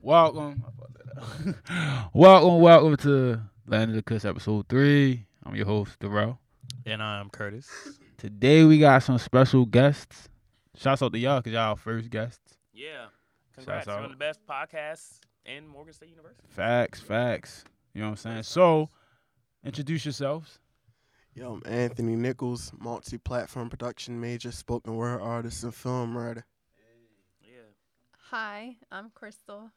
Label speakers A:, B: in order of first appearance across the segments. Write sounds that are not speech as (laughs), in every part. A: Welcome, (laughs) welcome, welcome to Land of the Cuss episode three. I'm your host Darrell.
B: And I'm Curtis.
A: Today we got some special guests. Shouts out to y'all because y'all first guests.
C: Yeah. Congrats.
A: out.
C: One of the best podcasts in Morgan State University.
A: Facts, facts. You know what I'm saying. So introduce yourselves.
D: Yo, I'm Anthony Nichols, multi-platform production major, spoken word artist, and film writer.
C: Yeah.
E: Hi, I'm Crystal.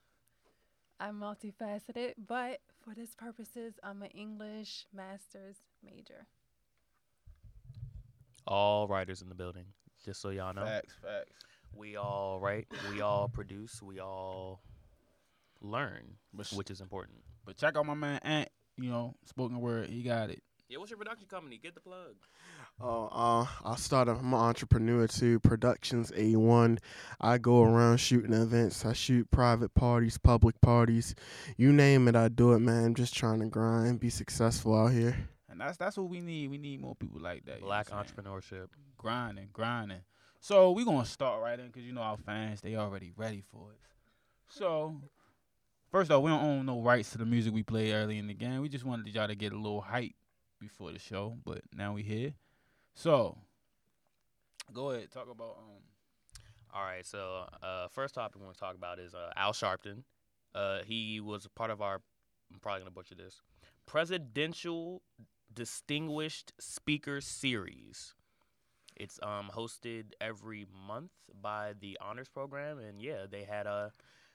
E: I'm multifaceted, but for this purposes, I'm an English master's major.
B: All writers in the building. Just so y'all know.
A: facts.
B: We all write, we all produce, we all learn,
A: But,
B: which is important.
A: but check out my man Ant. You know, spoken word. He got it.
C: Yeah, what's your production company? Get the plug.
D: Oh, uh, I started. I'm an entrepreneur too. Productions A1. I go around shooting events. I shoot private parties, public parties, you name it. I do it, man. I'm just trying to grind, be successful out here.
A: And that's that's what we need. We need more people like that. you know
B: Black
A: what I'm saying?
B: entrepreneurship.
A: grinding, grinding. So we gonna start right in because you know our fans they already ready for it. So first off, we don't own no rights to the music we played early in the game. We just wanted y'all to get a little hype before the show, but now we here. So go ahead, talk about um.
B: All right, so uh, first topic we want to talk about is uh, Al Sharpton. Uh, he was a part of our, I'm probably going to butcher this, Presidential Distinguished Speaker Series. It's um, hosted every month by the Honors Program, and yeah, they had uh,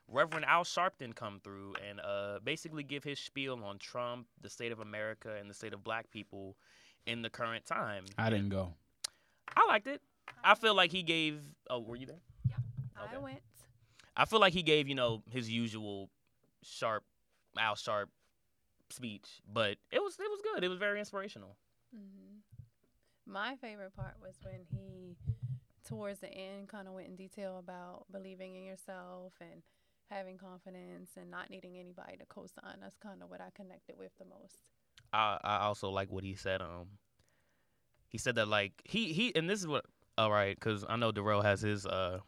B: Reverend Al Sharpton come through and uh, basically give his spiel on Trump, the state of America, and the state of black people in the current time.
A: I didn't go.
B: I liked it. I feel like he gave. Oh, were you there? Okay.
E: I went.
B: I feel like he gave, you know, his usual sharp, Al Sharp speech, but it was it was good. It was very inspirational.
E: hmm My favorite part was when he, towards the end, kind of went in detail about believing in yourself and having confidence and not needing anybody to co sign. That's kind of what I connected with the most.
B: I I also like what he said. Um, he said that like he he and this is what all right because I know Darrell has his uh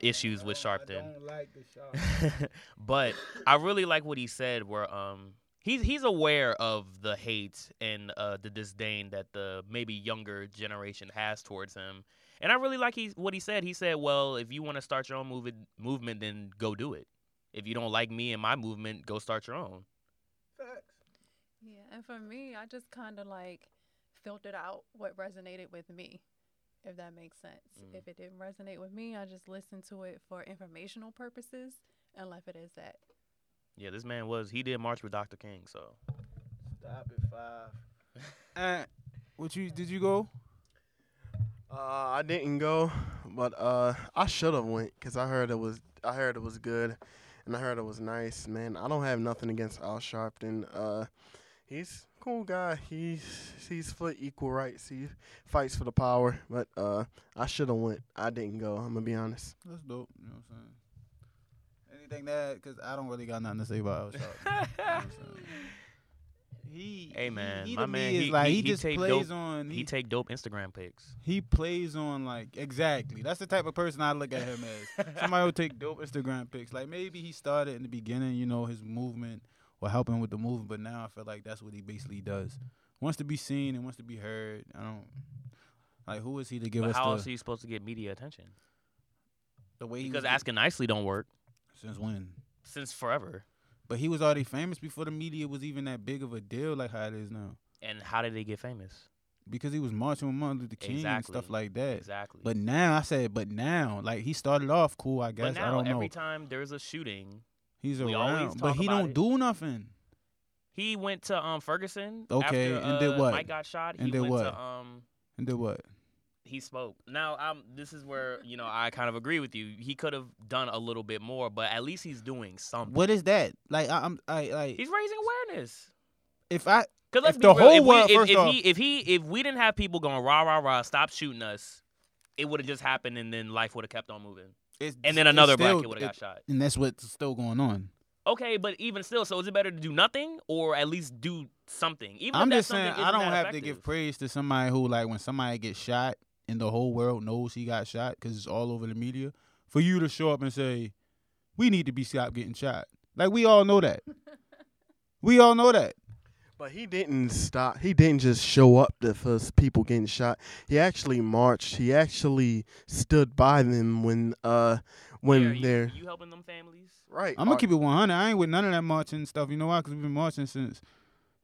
B: Issues with I don't- I Sharpton.
A: like the (laughs)
B: (laughs) but I really like what he said. Where um, he's he's aware of the hate and uh, the disdain that the maybe younger generation has towards him. And I really like he what he said. He said, "Well, if you want to start your own movement, movement, then go do it. If you don't like me and my movement, go start your own."
E: Yeah, and for me, I just kind of like filtered out what resonated with me, if that makes sense.
B: Mm.
E: If it didn't resonate with me, I just listened to it for informational purposes and left it as that.
B: Yeah, this man was he did march with Dr. King. So
D: Stop at five.
A: Ant, what you did you go?
D: Uh, I didn't go, but uh, I should have went because I heard it was I heard it was good, and I heard it was nice. Man, I don't have nothing against Al Sharpton. Uh, he's a cool guy. He's he's for equal rights. He fights for the power. But uh, I should have went. I didn't go. I'm gonna be honest.
A: That's dope. You know what I'm saying. Anything that because I don't really got nothing to say about
B: (laughs)
A: Al Sharpton. He,
B: Hey, man,
A: he, he
B: my
A: to
B: man,
A: me is
B: he-
A: like
B: he-
A: he,
B: he
A: just
B: take
A: plays
B: dope-
A: on
B: he
A: he,
B: take dope Instagram
A: (laughs)
B: pics.
A: he plays on like exactly. That's the type of person I look at him as. Somebody will take dope Instagram pics. Like maybe he started in the beginning, you know, his movement or helping with the movement, but now I feel like that's what he basically does. Wants to be seen and wants to be heard. I don't like who is he to give
B: But
A: us
B: how
A: the,
B: else are you supposed to get media attention?
A: the way he
B: Because
A: was-
B: asking nicely don't work
A: since when?
B: since forever.
A: But he was already famous before the media was even that big of a deal like how it is now.
B: And how did they get famous?
A: Because he was marching with Martin Luther King and stuff
B: Exactly.
A: like that.
B: Exactly.
A: But now I said, but now, like he started off cool, I guess.
B: but now
A: I don't know.
B: every time there's a shooting,
A: He's
B: we always
A: around, but
B: talk
A: he
B: about
A: don't
B: it.
A: do nothing.
B: he went to um Ferguson.
A: Okay,
B: after,
A: and did
B: uh,
A: what?
B: Mike got shot.
A: And
B: he
A: did
B: went
A: what?
B: to um
A: And did what?
B: he spoke. Now um this is where you know I kind of agree with you. He could have done a little bit more, but at least he's doing something.
A: What is that? Like I, I'm, I like
B: Um, He's raising awareness.
A: if I
B: Cause let's
A: If
B: be
A: the
B: real,
A: whole
B: if we-
A: world-
B: if,
A: first
B: if
A: off-
B: he, if he, if we didn't have people going rah rah rah, stop shooting us, it would have just happened, and then life would have kept on moving,
A: it's,
B: and then
A: it's
B: another black
A: still-
B: kid would have got
A: it-
B: shot.
A: and that's what's still going on.
B: Okay, but even still, so is it better to do nothing or at least do something? Even if
A: I'm
B: that
A: just saying
B: something
A: I
B: isn't
A: don't
B: that
A: have to
B: effective.
A: give praise to somebody who like when somebody gets shot and the whole world knows he got shot because it's all over the media. For you to show up and say we need to be stopped getting shot, Like we all know
B: (laughs)
A: that. we all know that.
D: But he didn't stop. He didn't just show up to first people getting shot. He actually marched. He actually stood by them when uh when
B: Yeah, you-
D: they're
B: you helping them families?
D: right. Uh,
A: I'm gonna keep it 100. I ain't with none of that marching stuff. You know why? Because we've been marching since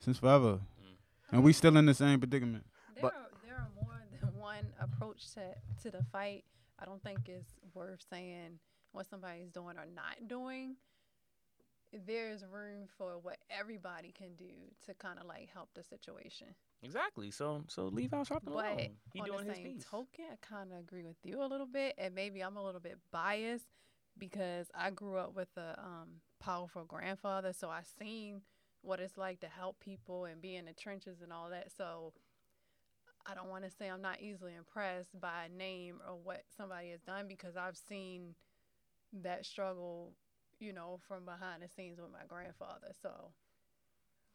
A: since forever,
B: Mm.
A: and we still in the same predicament.
E: There,
D: But-
E: are, there are more than (laughs) one approach to, to the fight. I don't think it's worth saying what somebody's doing or not doing. There's room for what everybody can do to kind of like help the situation.
B: Exactly. So so leave Al Sharpton
E: But
B: alone. He
E: On
B: doing
E: the
B: his
E: same
B: piece.
E: token, I kind of agree with you a little bit, and maybe I'm a little bit biased because I grew up with a um, powerful grandfather, so I seen what it's like to help people and be in the trenches and all that. So I don't want to say I'm not easily impressed by a name or what somebody has done because I've seen that struggle, you know, from behind the scenes with my grandfather. So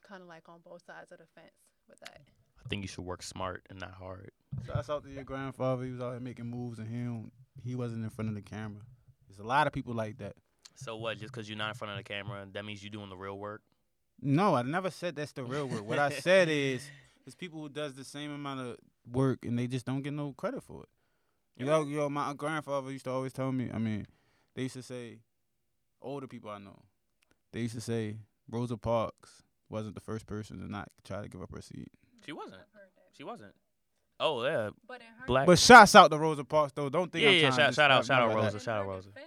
E: kind of like on both sides of the fence with that.
B: I think you should work smart and not hard.
A: Shouts out to your grandfather. He was out here making moves, and he don't- he wasn't in front of the camera. There's a lot of people like that.
B: So what? Just because you're not in front of the camera, that means you're doing the real work.
A: No, I never said that's the real word. What I said is,
B: (laughs)
A: it's people who does the same amount of work and they just don't get no credit for it. You know, yo, my grandfather used to always tell me. I mean, they used to say, older people I know, they used to say Rosa Parks wasn't the first person to not try to give up her seat.
B: She wasn't.
E: I've heard that.
B: She wasn't. Oh yeah,
E: But in her
B: black.
A: But shouts out to Rosa Parks though. Don't think
B: Yeah,
A: I'm
B: yeah,
A: trying to
B: shout-
A: just
B: shout out-
A: start
B: shout out
A: nothing.
B: Rosa.
E: in
B: shout out
E: her
B: Rosa.
E: defense,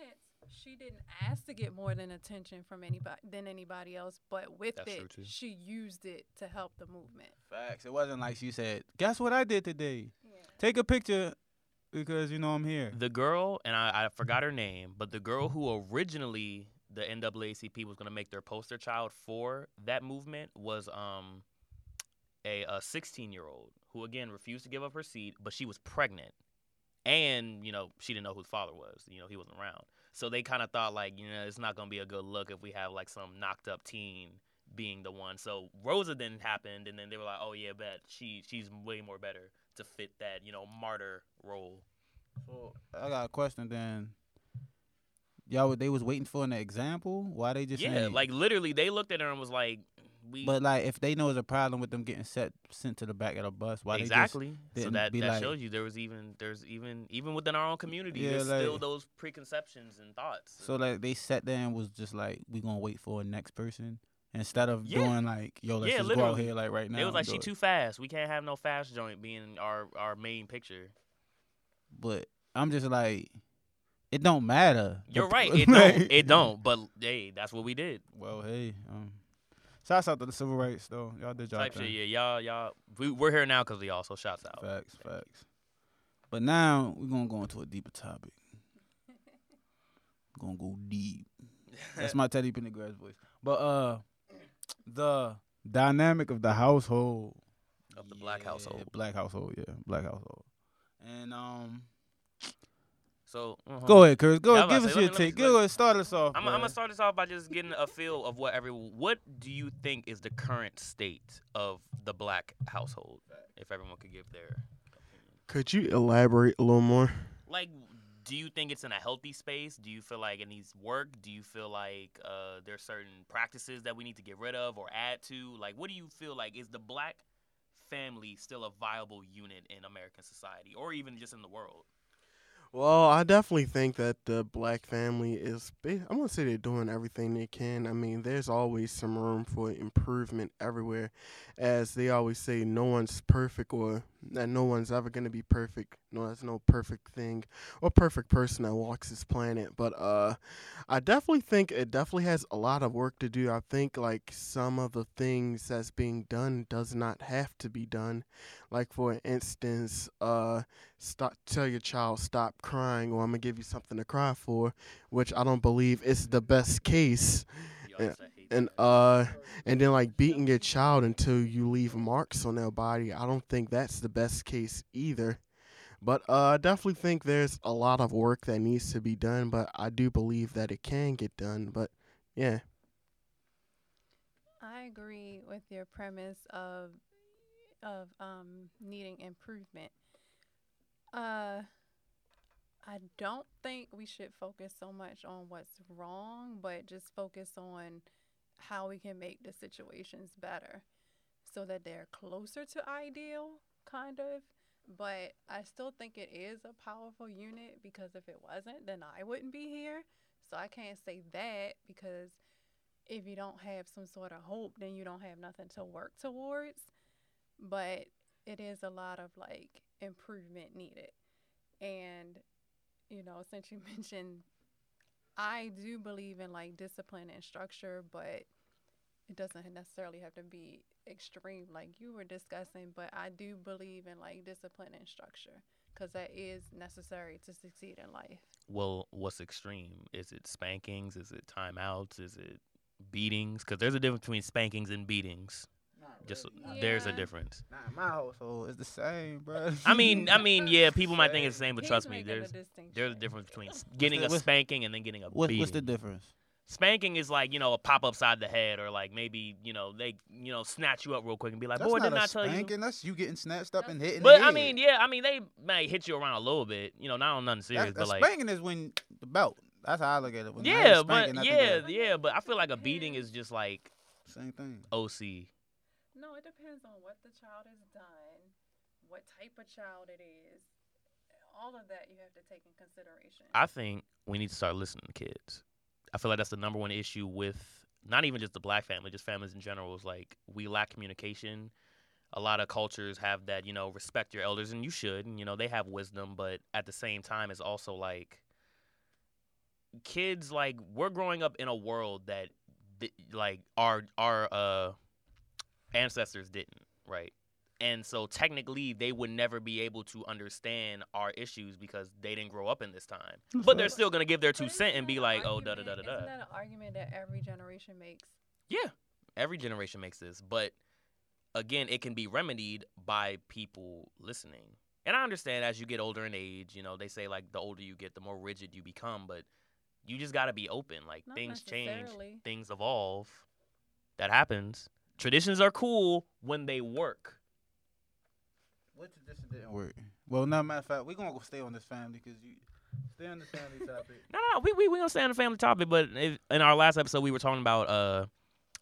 E: she didn't ask to get more than attention from anybody than anybody else, but with
B: That's true,
E: it,
B: too.
E: she used it to help the movement.
A: Facts. It wasn't like she said, "Guess what I did today? Take a picture because you know I'm here."
B: the girl and I, I forgot her name, but the girl who originally the NAACP was gonna make their poster child for that movement was um a a 16 year old who again refused to give up her seat, but she was pregnant, and you know she didn't know who the father was. You know he wasn't around, so they kind of thought like you know it's not gonna be a good look if we have like some knocked up teen being the one. So Rosa then happened, and then they were like, oh yeah, bet she she's way more better to fit that you know martyr role.
A: So I got a question then. Y'all, they was waiting for an example. Why they just
B: yeah,
A: saying-
B: like literally, they looked at her and was like, "We
A: But like, if they know there's a problem with them getting set sent to the back of the bus, why
B: exactly." So
A: didn't
B: that
A: be
B: that
A: like-
B: shows you there was even there's even even within our own community,
A: Yeah,
B: there's still
A: like-
B: those preconceptions and thoughts.
A: they just so like they sat there and was just like, we gonna wait for a next person instead of
B: Yeah.
A: doing like, yo, let's
B: Yeah,
A: just go out
B: literally.
A: here like right now.
B: it was
A: and
B: like
A: do
B: she too fast. We can't have no fast joint being our our main picture.
A: But I'm just like, it don't matter. The
B: You're
A: p- (laughs)
B: right. It
A: like-
B: don't. It don't. But hey, that's what we did.
A: Well, hey, um, shouts out to the civil rights though. Y'all did y'all
B: Type shit.
A: thing.
B: Yeah, y'all y'all. We, we're here now because of y'all. So shouts out.
A: Facts, facts. But now we're gonna go into a deeper topic. gonna go deep. That's my Teddy Pendergrass voice. But uh, the dynamic of the household
B: Of the black
A: Yeah,
B: household.
A: black household, yeah, black household. And um,
B: So uh-huh.
A: go ahead, Curtis. Go
B: Yeah, I
A: ahead, give
B: was about
A: us
B: to say,
A: your
B: let me- let me-
A: take. Go
B: let-
A: ahead, start us off.
B: I'm,
A: man.
B: I'm gonna start this off by just getting a feel of what every. What do you think is the current state of the black household? If everyone could give their,
D: Could you elaborate a little more?
B: like, do you think it's in a healthy space? Do you feel like it needs work? Do you feel like uh, there's certain practices that we need to get rid of or add to? Like, what do you feel like is the black family still a viable unit in American society or even just in the world?
D: Well, I definitely think that the black family is. ba- I'm gonna say they're doing everything they can. I mean, there's always some room for improvement everywhere, as they always say. No one's perfect, or that no one's ever gonna be perfect. No, there's no perfect thing or perfect person that walks this planet. But uh, I definitely think it definitely has a lot of work to do. I think like some of the things that's being done does not have to be done. Like for instance, uh stop tell your child stop crying or I'm gonna give you something to cry for, which I don't believe is the best case.
B: Y'all just hate
D: And
B: that.
D: uh and then like beating your child until you leave marks on their body, I don't think that's the best case either. But uh, I definitely think there's a lot of work that needs to be done, but I do believe that it can get done. But yeah,
E: I agree with your premise of of um, needing improvement. Uh, I don't think we should focus so much on what's wrong, but just focus on how we can make the situations better so that they're closer to ideal, kind of. But I still think it is a powerful unit because if it wasn't, then I wouldn't be here. So I can't say that because if you don't have some sort of hope, then you don't have nothing to work towards. But it is a lot of like improvement needed. And, you know, since you (laughs) mentioned, I do believe in like discipline and structure, but it doesn't necessarily have to be extreme like you were discussing. But I do believe in like discipline and structure because that is necessary to succeed in life.
B: Well, what's extreme? Is it spankings? Is it timeouts? Is it beatings? Because there's a difference between spankings and beatings. Just
E: really.
B: there's a
E: Yeah.
B: difference.
A: Nah, my household is the same, bro.
B: I mean, I mean, yeah, people might think it's the same, but
E: He's
B: trust me,
E: making
B: there's
E: distinction.
B: there's a difference between s- getting
A: the-
B: a
A: what's-
B: spanking and then getting a
A: what,
B: beating.
A: what's the difference?
B: Spanking is like you know a pop upside the head, or like maybe you know they you know snatch you up real quick and be like, "Boy, didn't I tell you?"
A: spanking. That's you getting snatched up and hit in the
B: But I
A: head.
B: mean, yeah, I mean they might hit you around a little bit, you know, not on nothing serious,
A: that,
B: but
A: a
B: like
A: spanking is when the belt. That's how I look at it. When I hear
B: yeah,
A: spanking, I
B: but
A: think
B: yeah,
A: of
B: yeah, but I feel like a beating is just like
A: the same thing.
B: OC.
E: No, it depends on what the child has done, what type of child it is. All of that you have to take in consideration.
B: I think we need to start listening to kids. I feel like that's the number one issue with not even just the black family, just families in general. Is like we lack communication. A lot of cultures have that, you know, respect your elders, and you should. And, you know, they have wisdom, but at the same time, it's also like kids. Like we're growing up in a world that, th- like, our our uh, ancestors didn't, right? And so technically, they would never be able to understand our issues because they didn't grow up in this time. But they're still gonna give their two
E: But isn't
B: cent and
E: that
B: be
E: an
B: like, oh, da da
E: argument-
B: da da da.
E: Isn't that an argument that every generation makes?
B: Yeah, every generation makes this, but again, it can be remedied by people listening. And I understand as you get older in age, you know, they say like the older you get, the more rigid you become, but you just gotta be open. Like
E: Not
B: things change,
E: necessarily.
B: things evolve. That happens. Traditions are cool when they work.
A: What tradition didn't work? Well, now matter of fact, we're gonna go stay on this family because you stay on this (laughs) family topic.
B: No, no, no. We we we gonna stay on the family topic, but if, in our last episode, we were talking about uh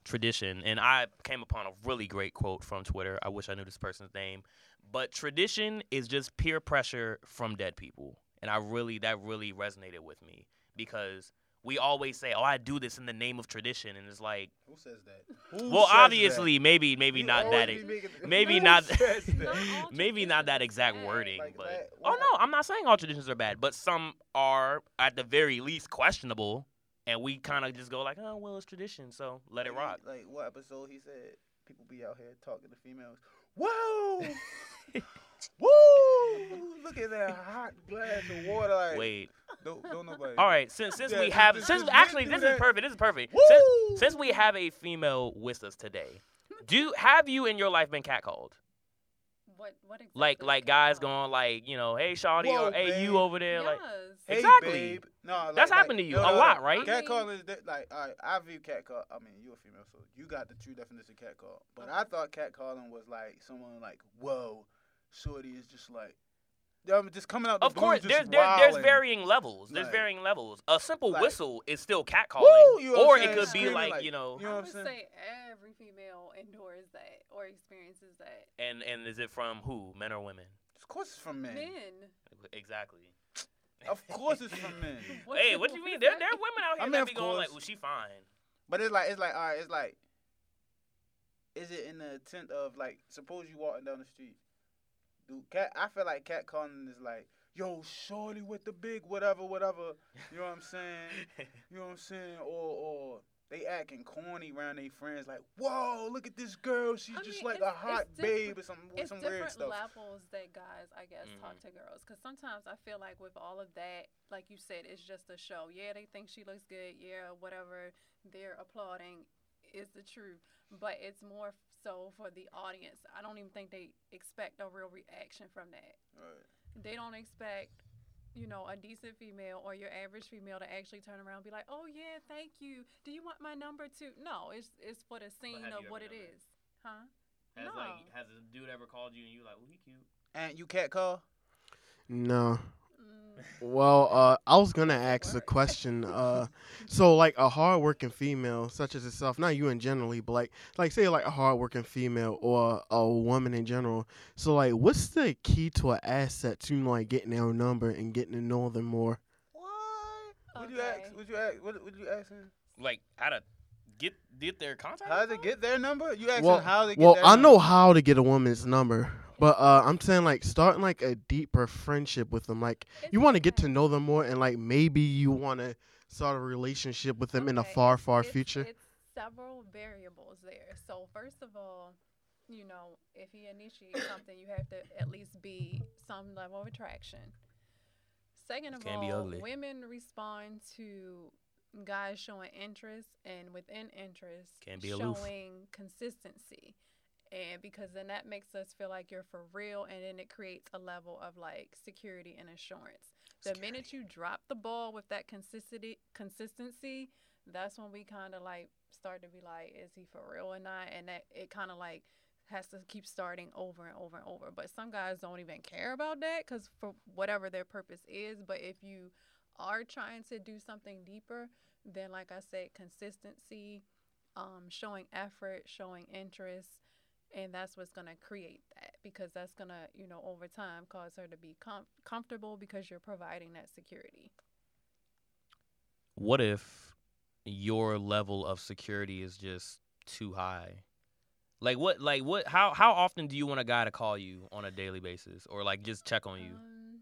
B: tradition, and I came upon a really great quote from Twitter. I wish I knew this person's name, but tradition is just peer pressure from dead people, and I really that really resonated with me because we always say, "Oh, I do this in the name of tradition," and it's like,
A: Who says that? Who
B: well,
A: says that?
B: obviously, maybe maybe
A: You
B: not
A: always
B: that.
A: be
B: ex-
A: making- (laughs)
B: maybe
A: Who
B: not-
A: says that?
B: (laughs)
E: Not all
B: Maybe not that
E: traditions
B: exact
E: bad.
B: wording,
A: Like
B: but
A: that-
B: oh
A: why-
B: no, I'm not saying all traditions are bad, but some are at the very least questionable, and we kind of just go like, oh well, it's tradition, so let it
A: Like,
B: rock.
A: Like what episode he said people be out here talking to females.
B: (laughs)
A: Whoa, woo! Look at that hot glass of water. Like,
B: Wait,
A: don't, don't nobody.
B: all right, since since
A: Yeah,
B: we
A: since-
B: have
A: since-
B: since
A: since we
B: actually
A: do
B: this is
A: that-
B: perfect, this is perfect.
A: Woo!
B: Since, since we have a female with us today, do have you in your life been catcalled?
E: What what exactly
B: Like
E: is
B: like guys
E: going on?
B: going like you know, hey Shawty
A: Whoa,
B: or hey
A: babe.
B: you over there like.
A: Hey,
B: Exactly.
A: babe. No, like-
B: That's
A: like-
B: happened to you
A: no,
B: a
A: no, no.
B: lot, right?
E: I
A: Cat
E: mean-
A: call is that, like all right, I view cat call. I mean, you're a female, so you got the true definition of cat call. But I thought cat calling was like someone like, whoa, shorty is just like, um, just coming out. The
B: Of course,
A: blue,
B: there's
A: just
B: there, there's
A: wilding.
B: varying levels. There's
A: Like-
B: varying levels. A simple
A: like-
B: whistle is still catcalling,
A: Woo, you know
B: or
A: what I'm
B: it
A: saying?
B: could be
A: Screaming
B: like
A: like-
B: you know.
A: You know
E: I
A: what
E: would
A: I'm saying?
E: say every female endures that or experiences that.
B: And and is it from who? Men or women?
A: Of course, it's from men.
E: Men.
B: Exactly.
A: Of course, it's from
E: (laughs)
A: men.
B: hey, what you mean? There there are women out
A: I
B: here
A: mean,
B: that
A: of
B: be going like, "Oh,
A: course.
B: she fine." (laughs)
A: But it's like it's like all right, it's like is it in the intent of like suppose you walking down the street. Dude, cat I feel like cat calling is like, yo, shorty with the big whatever, whatever. You know what
D: (laughs)
A: I'm saying? You know what I'm saying? Or or they acting corny around their friends like, whoa, look at this girl, she's
E: I
A: just
E: mean,
A: like a
E: it's-
A: hot
E: it's
A: babe or some with
E: it's
A: some
E: different
A: weird stuff.
E: levels that guys, I guess, talk
B: Mm-hmm.
E: to girls. Because sometimes I feel like with all of that, like you said, it's just a show. Yeah, they think she looks good. Yeah, whatever they're applauding is the truth. But it's more f- so for the audience. I don't even think they expect a real reaction from that.
A: Right.
E: They don't expect. You know, a decent female or your average female to actually turn around and be like, "Oh yeah, thank you. Do you want my number too?" No, it's it's for the scene
B: have
E: of
B: you ever
E: what it
B: done that?
E: is, huh?
B: Has
E: No.
B: like has a dude ever called you and you like, "Oh, he cute."
A: And you cat call?
D: No,
E: Mm,
D: Well, uh, I was gonna ask a question. Uh, so, like a hardworking female such as yourself, not you in generally, but like, like say like a hardworking female or a woman in general. So, like, what's the key to an asset to like getting their number and getting to know them more?
A: What? (laughs) Would you
E: Mm, Okay.
A: ask? Would you ask? What would you ask him?
B: Like how to get get their contact?
A: How to get their number? You asked
D: Well-
A: him how to get
D: Well,
A: their
D: I
A: number.
D: know how to get a woman's number, but uh, I'm saying like starting like a deeper friendship with them. Like,
E: it's
D: you want to get to
E: okay.
D: know them more, and like maybe you want to start a relationship with them in a
E: Okay,
D: far, far
E: it's-
D: future.
E: It's several variables there. So first of all, you know, if he initiates something, you have to at least be some level of attraction. Second of
B: Can't be
E: all,
B: ugly.
E: women respond to guys showing interest and within interest
B: Can't be aloof.
E: showing consistency. And because then that makes us feel like you're for real and then it creates a level of like security and assurance. The minute you drop the ball with that consistency consistency, that's when we kind of like start to be like, is he for real or not? And that it kind of like has to keep starting over and over and over. But some guys don't even care about that because for whatever their purpose is. But if you are trying to do something deeper, then like I said, consistency, um, showing effort, showing interest. And that's what's gonna create that because that's gonna, you know, over time cause her to be com- comfortable because you're providing that security.
B: What if your level of security is just too high? Like what? Like what? How how often do you want a guy to call you on a daily basis, or like just check on you?
E: Um,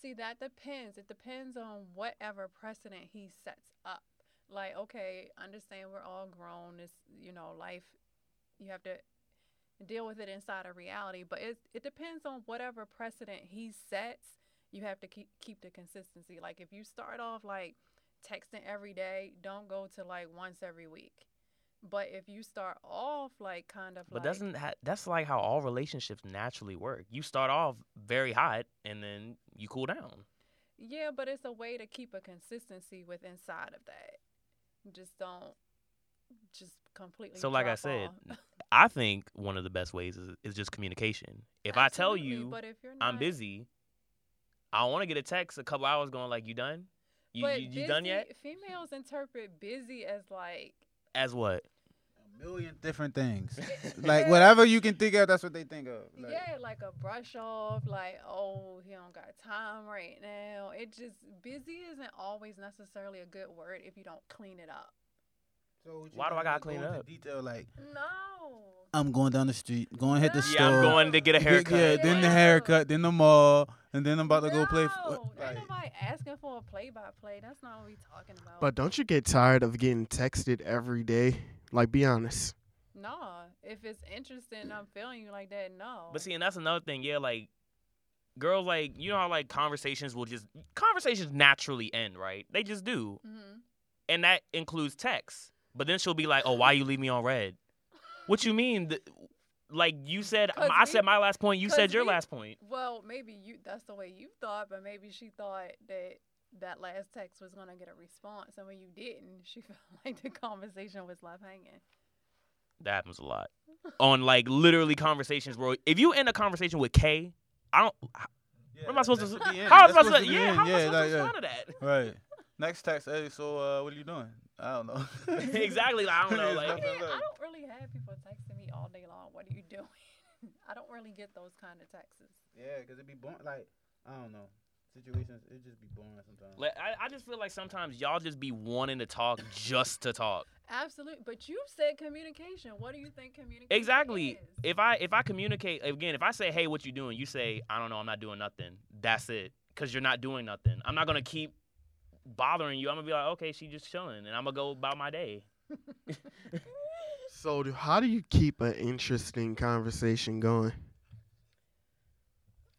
E: see, that depends. It depends on whatever precedent he sets up. Like, okay, understand we're all grown. It's you know, life. You have to deal with it inside of reality. But it it depends on whatever precedent he sets. You have to keep keep the consistency. Like, if you start off like texting every day, don't go to like once every week. But if you start off like kind of
B: But
E: like
B: doesn't ha- that's like how all relationships naturally work? You start off very hot, and then you cool down.
E: Yeah, but it's a way to keep a consistency with inside of that. Just don't just completely.
B: So, like I
E: drop
B: said,
E: off. (laughs)
B: I think one of the best ways is, is just communication. If I tell
E: Absolutely,
B: you
E: but if you're
B: I'm
E: not-
B: busy, I want to get a text a couple hours going like, "You done? You
E: but
B: you, you done
E: busy-
B: yet?"
E: Females interpret busy as like
B: As what?
A: a million different things.
E: it-
A: (laughs) like
E: yeah,
A: whatever you can think of, that's what they think of. Like,
E: yeah, like a brush off, like oh he don't got time right now. It just busy isn't always necessarily a good word if you don't clean it up.
A: So would you
B: Why do I
A: kinda
B: gotta
A: go
B: clean it
A: into
B: up?
A: Detail like
E: No.
A: I'm going down the street, going hit the
E: Yeah,
A: store.
B: Yeah, I'm going to get a
A: Yeah,
B: haircut.
A: Yeah, then the
E: Yeah.
A: haircut, then the mall, and then I'm about to go play. F-
E: No,
A: what-
E: ain't
A: like,
E: nobody asking for a play by play. That's not what we talking about.
D: But don't you get tired of getting texted every day? Like, be honest.
E: No, if it's interesting, and I'm feeling you like that. No,
B: But see, and that's another thing. Yeah, like girls, like you know how like conversations will just conversations naturally end, right? They just do,
E: Mhm.
B: and that includes text. But then she'll be like, "Oh, why you leave me on red? What you mean? Th- like you said,
E: 'Cause
B: I
E: we-
B: said my last point. You
E: 'cause
B: said your
E: we-
B: last point.
E: well, maybe you that's the way you thought, but maybe she thought that that last text was gonna get a response, and when you didn't, (laughs) she felt like the conversation was left hanging.
B: That happens a lot on like literally conversations where if you end a conversation with K, I don't.
A: yeah,
B: What am I supposed
A: that's
B: to?
A: at the end.
B: How am
A: That's
B: I supposed to?
A: be
B: Yeah,
A: in.
B: how am I supposed
A: like,
B: to respond to
A: Right. Next text, hey, so uh, what are you doing? I don't know.
B: that? (laughs) exactly. Like,
A: (laughs)
B: I don't know.
A: It's
B: Like,
A: nothing.
E: Yeah,
A: feel
E: I
A: like-
E: don't really have people texting me all day long. What are you (laughs) doing? I don't really get those kind of texts.
A: Yeah, because it'd be boring. Like, I don't know. Situations, it'd just be boring sometimes.
B: Like I, I just feel like sometimes y'all just be wanting to talk just to talk.
E: Absolutely, but you said communication. What do you think communication?
B: Exactly.
E: Is?
B: If I if I communicate again, if I say, "Hey, what you doing?" You say, "I don't know. I'm not doing nothing." That's it. Cause you're not doing nothing. I'm not gonna keep bothering you. I'm gonna be like, "Okay, she just chilling," and I'm gonna go about my day.
D: So, do, how do you keep an interesting conversation going?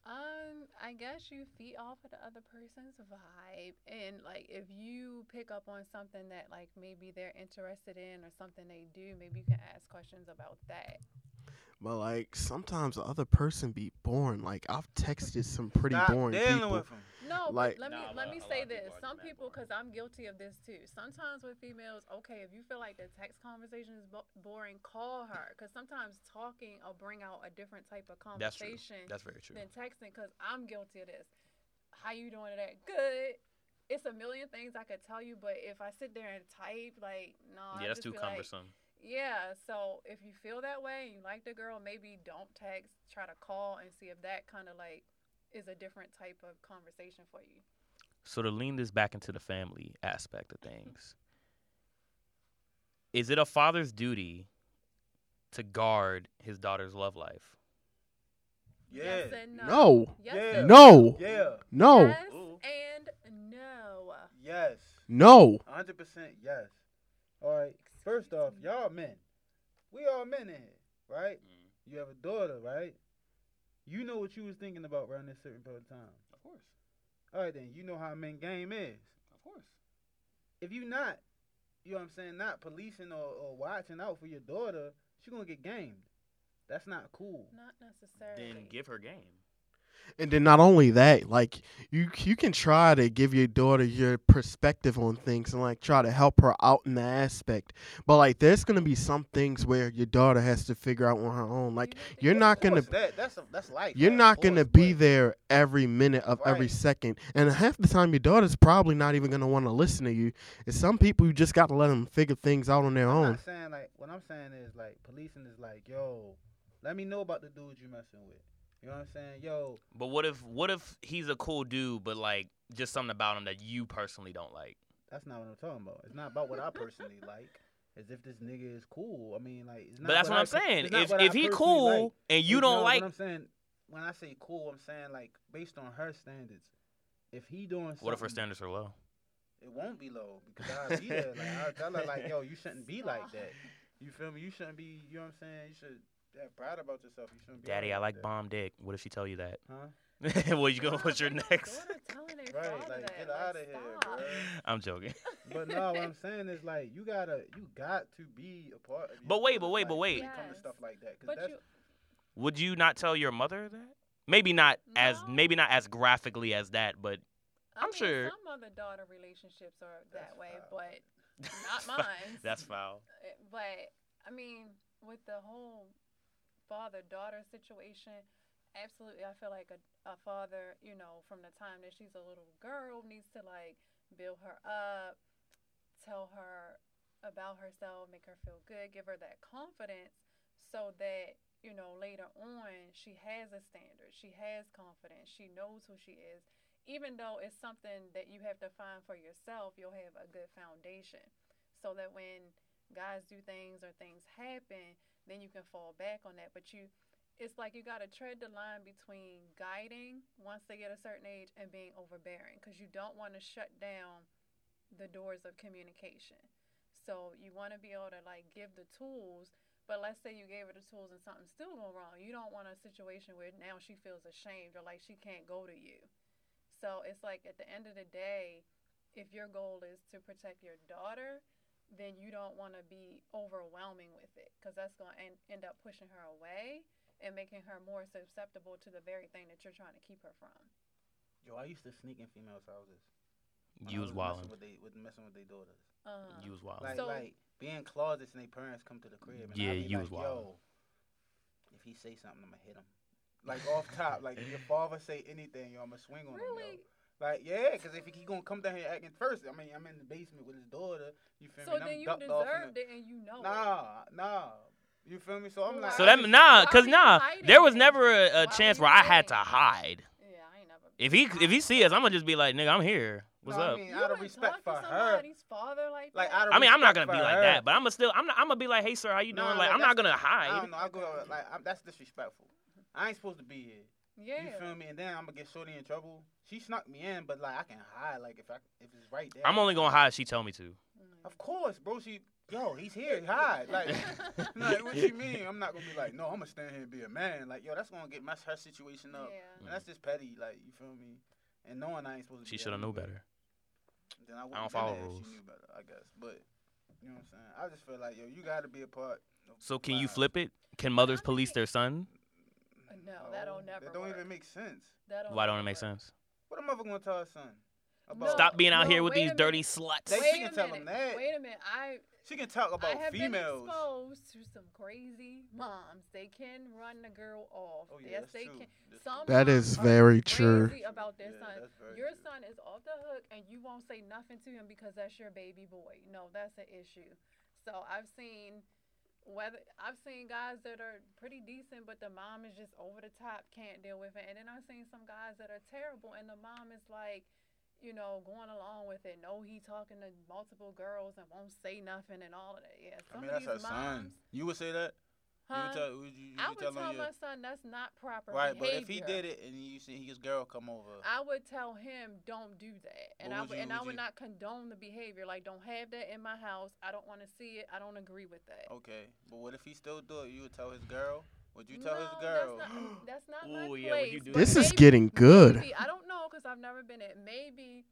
E: Um, I guess you feed off of the other person's vibe, and like if you pick up on something that like maybe they're interested in or something they do, maybe you can ask questions about that.
D: But like, sometimes the other person be boring. Like, I've texted some pretty
A: Stop
D: boring
A: dealing
D: people.
A: with 'em.
E: No,
D: Like-
E: but let me
B: Nah, a
E: let
B: lot-
E: me
B: a lot
E: say
B: of people
E: this.
B: are
E: Some
B: mad
E: people,
B: boring.
E: because I'm guilty of this too. Sometimes with females, okay, if you feel like the text conversation is bo- boring, call her. Because sometimes talking will bring out a different type of
B: That's true.
E: conversation
B: That's very true.
E: than texting. Because I'm guilty of this. how you doing today? Good. It's a million things I could tell you, but if I sit there and type, like, no,
B: yeah, that's too cumbersome.
E: yeah. So if you feel that way and you like the girl, maybe don't text. Try to call and see if that kind of like is a different type of conversation for you.
B: So to lean this back into the family aspect of things, is it a father's duty to guard his daughter's love life?
E: Yes and no.
D: No.
E: Yes
A: Yeah.
E: and
D: No.
A: Yeah.
D: No.
E: Yes
A: Ooh.
E: and no.
A: Yes.
D: No.
A: hundred percent. Yes. All right. First off, y'all men. We all men in here, right? You have a daughter, right? You know what you was thinking about around this certain period of time.
C: Of course.
A: All right, then you know how men game is.
C: Of course.
A: If you not, you know what I'm saying, not policing or, or watching out for your daughter, she gonna get gamed. That's not cool.
E: Not necessarily.
C: Then give her game.
D: And then not only that, like you you can try to give your daughter your perspective on things and like try to help her out in the aspect. But like there's gonna be some things where your daughter has to figure out on her own. Like you're not gonna
A: Of course, that, that's a, that's life.
D: you're
A: man, of
D: not gonna
A: course,
D: be
A: but-
D: there every minute of every
A: Right.
D: second. And half the time your daughter's probably not even gonna wanna listen to you. And some people you just gotta let them figure things out on their
A: I'm
D: own.
A: not saying like what I'm saying is like policing is like, yo, let me know about the dudes you messing with. You know what I'm saying? Yo,
B: But what if what if he's a cool dude, but like just something about him that you personally don't like?
A: that's not what I'm talking about. It's not about what I personally like. It's if this nigga is cool. I mean, like, it's not
B: but that's what,
A: I
B: I'm
A: per-
B: saying.
A: it's not
B: If
A: what I
B: if he
A: personally
B: cool
A: like.
B: and you
A: No,
B: don't
A: what
B: like
A: I'm saying when I say cool, I'm saying like based on her standards. If he doing something,
B: what if her standards are low?
A: it won't be low because I'll be there. Like I'll tell her like, yo, you shouldn't be like that. You feel me? You shouldn't be. You know what I'm saying? You should have pride about yourself. You shouldn't be.
B: Daddy, I
A: that.
B: like bomb dick. What if she tell you that? (laughs)
A: Huh?
B: what you gonna
E: Wow,
B: what's
E: (laughs)
B: your
E: that's
B: next?
E: daughter telling their
A: Right,
E: father
A: like,
E: that.
A: get
E: Like,
A: outta here,
E: stop.
A: bruh.
B: I'm joking.
A: But no, what I'm saying is like you gotta, you got to be a part. of your
B: But wait, but
A: daughter's
B: wait, but
A: life
B: wait.
A: When it comes to stuff like that, 'cause
E: But
A: that's,
E: you,
B: (laughs) Would you not tell your mother that? Maybe not as
E: No.
B: maybe not as graphically as that, but
E: I
B: I'm
E: mean,
B: sure-
E: some other daughter relationships are
A: That's
E: that way,
A: foul.
E: but
B: (laughs)
E: not mine.
B: That's foul.
E: Uh, but I mean, with the whole father daughter situation, absolutely, I feel like a, a father, you know, from the time that she's a little girl, needs to like build her up, tell her about herself, make her feel good, give her that confidence so that, you know, later on she has a standard, she has confidence, she knows who she is. Even though it's something that you have to find for yourself, you'll have a good foundation so that when guys do things or things happen, then you can fall back on that. But you, it's like you got to tread the line between guiding once they get a certain age and being overbearing because you don't want to shut down the doors of communication. So you want to be able to like give the tools, but let's say you gave her the tools and something's still going wrong. You don't want a situation where now she feels ashamed or like she can't go to you. So it's like at the end of the day, if your goal is to protect your daughter, then you don't want to be overwhelming with it because that's going to end up pushing her away and making her more susceptible to the very thing that you're trying to keep her from.
A: yo, I used to sneak in females' houses. when I
B: You was
A: messing
B: wildin'.
A: With, they, with messing with their daughters.
E: Uh,
B: You was wild.
A: Like,
E: So-
A: like being closets and their parents come to the crib. And i
B: Yeah,
A: be
B: you
A: like,
B: was wildin'.
A: Yo, if he say something, I'ma hit him. Like off top, like if your father say anything, yo, I'ma swing on him.
E: really?
A: Yo. Like yeah, cause if he gonna come down here acting first, I mean I'm in the basement with his daughter. You feel
E: So
A: me? And
E: then
A: I'm
E: you
A: ducked off in the-
E: deserved it and you know it.
A: Nah, nah. You feel me? So I'm
E: Well,
A: like,
B: So
A: I
B: that
A: just-
B: nah,
E: Why
B: cause
E: were you
B: nah,
E: hiding
B: there was
E: it?
B: never a,
E: Why
B: a
E: were
B: chance
E: you
B: where I had to
E: hiding it?
B: hide.
E: Yeah, I ain't never.
B: If he if he see us, I'm gonna just be like, nigga, I'm here. What's
A: no,
B: up?
A: I mean,
E: You
A: out of
E: wouldn't
A: respect for
E: talk to
A: her.
E: somebody's father like
A: Like,
E: that?
A: out of
B: I mean, I'm not
A: respect
B: gonna be
A: for
B: like
A: her.
B: that, but I'm gonna still, I'm not, I'm gonna be like, hey, sir, how you
A: No,
B: doing?
A: no,
B: like, I'm
A: that's-
B: not gonna
A: I
B: hide.
A: don't know. I go like I'm, that's disrespectful. I ain't supposed to be here.
E: yeah.
A: You feel me? And then I'm gonna get shorty in trouble. She snuck me in, but like I can hide. Like if I if it's right there.
B: I'm only gonna hide if she tell me to.
E: Mm.
A: Of course, bro. She yo, he's here. Hide.
B: (laughs)
A: Like, (laughs)
E: (laughs)
A: like what you mean? I'm not gonna be like, no. I'm gonna stand here and be a man. Like yo, that's gonna get mess her situation up.
E: Yeah.
A: And that's just petty. Like you feel me? And knowing I ain't supposed to. be
B: She
A: there,
B: should have
A: I
B: knew
A: better.
B: better.
A: then I, wouldn't
B: don't
A: been
B: follow
A: there if
B: rules.
A: She knew better, I guess. But you know what I'm saying? I just feel like yo, you got to be a part. Of
B: So can
A: my-
B: you flip it? Can mothers
E: I
B: police
E: think-
B: their son?
E: Uh, No, that'll
A: Oh,
E: never
A: That don't
E: work.
A: even make sense.
E: That
B: Why don't it
E: never
B: make
E: work.
B: sense?
A: What a mother gonna tell her son? about.
B: Stop being out
E: No,
B: here with
E: wait
B: these
E: a minute.
B: dirty sluts.
A: They-
E: wait
A: she
E: a
A: can tell 'em
E: minute.
A: that.
E: Wait a minute. I
A: She can talk
E: I
A: about
E: have
A: females.
E: been exposed to some crazy moms. They can run the girl off.
A: Oh, yeah,
E: yes,
A: that's
E: they
A: true.
E: can.
A: That's
E: Some
D: That
E: moms
D: is
E: are
D: very true.
E: crazy About their son.
A: that's very
E: Your
A: true.
E: son is off the hook, and you won't say nothing to him because that's your baby boy. No, that's an issue. So I've seen whether I've seen guys that are pretty decent, but the mom is just over the top, can't deal with it. And then I've seen some guys that are terrible, and the mom is like, you know, going along with it. No, he talking to multiple girls and won't say nothing and all of that. Yeah,
A: I
E: some
A: mean,
E: of
A: that's
E: these
A: her
E: moms,
A: son. You would say that? You
E: huh?
A: would tell, would you, you
E: I
A: would
E: would
A: tell
E: tell,
A: him your-
E: my son that's not proper
A: Right, but
E: behavior.
A: if he did it and you see his girl come over,
E: I would tell him don't do that, and
A: What
E: I
A: would
E: would,
A: you-
E: and
A: would
E: I would
A: you-
E: not condone the behavior. Like, don't have that in my house. I don't want to see it. I don't agree with that.
A: okay. But what if he still do it? You would tell his girl? Would you tell
E: no,
A: his girl?
E: That's
A: (gasps)
E: not, (gasps) that's not my
B: Ooh,
E: place.
B: yeah, when you do
E: but
D: This is
E: maybe-
D: getting good.
E: Maybe, I don't know because I've never been it. Maybe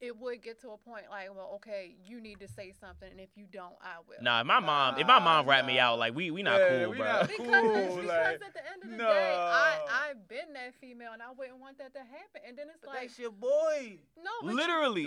E: it would get to a point like, well, okay, you need to say something, and if you don't, I will.
B: Nah, if my mom, if my mom rat me
A: Nah.
B: out, like we we not
A: Yeah,
B: cool,
A: we
B: bro.
A: not
E: Because,
A: Cool,
E: because
A: like,
E: at the end of the day,
A: no.
E: I I've been that female, and I wouldn't want that to happen. And then it's
A: But
E: like,
A: that's your boy.
E: no, but
B: Literally.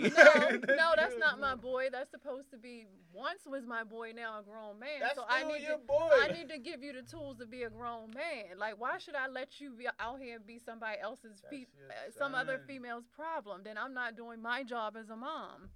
A: (laughs)
E: no, no, that's not my boy. That's supposed to be once was my boy, now a grown man.
A: That's
E: so
A: still
E: I need
A: your
E: to
A: boy.
E: I need to give you the tools to be a grown man. Like, why should I let you be out here and be somebody else's, fe-
A: your
E: uh, some other
A: son.
E: female's problem? Then I'm not doing my job as a mom.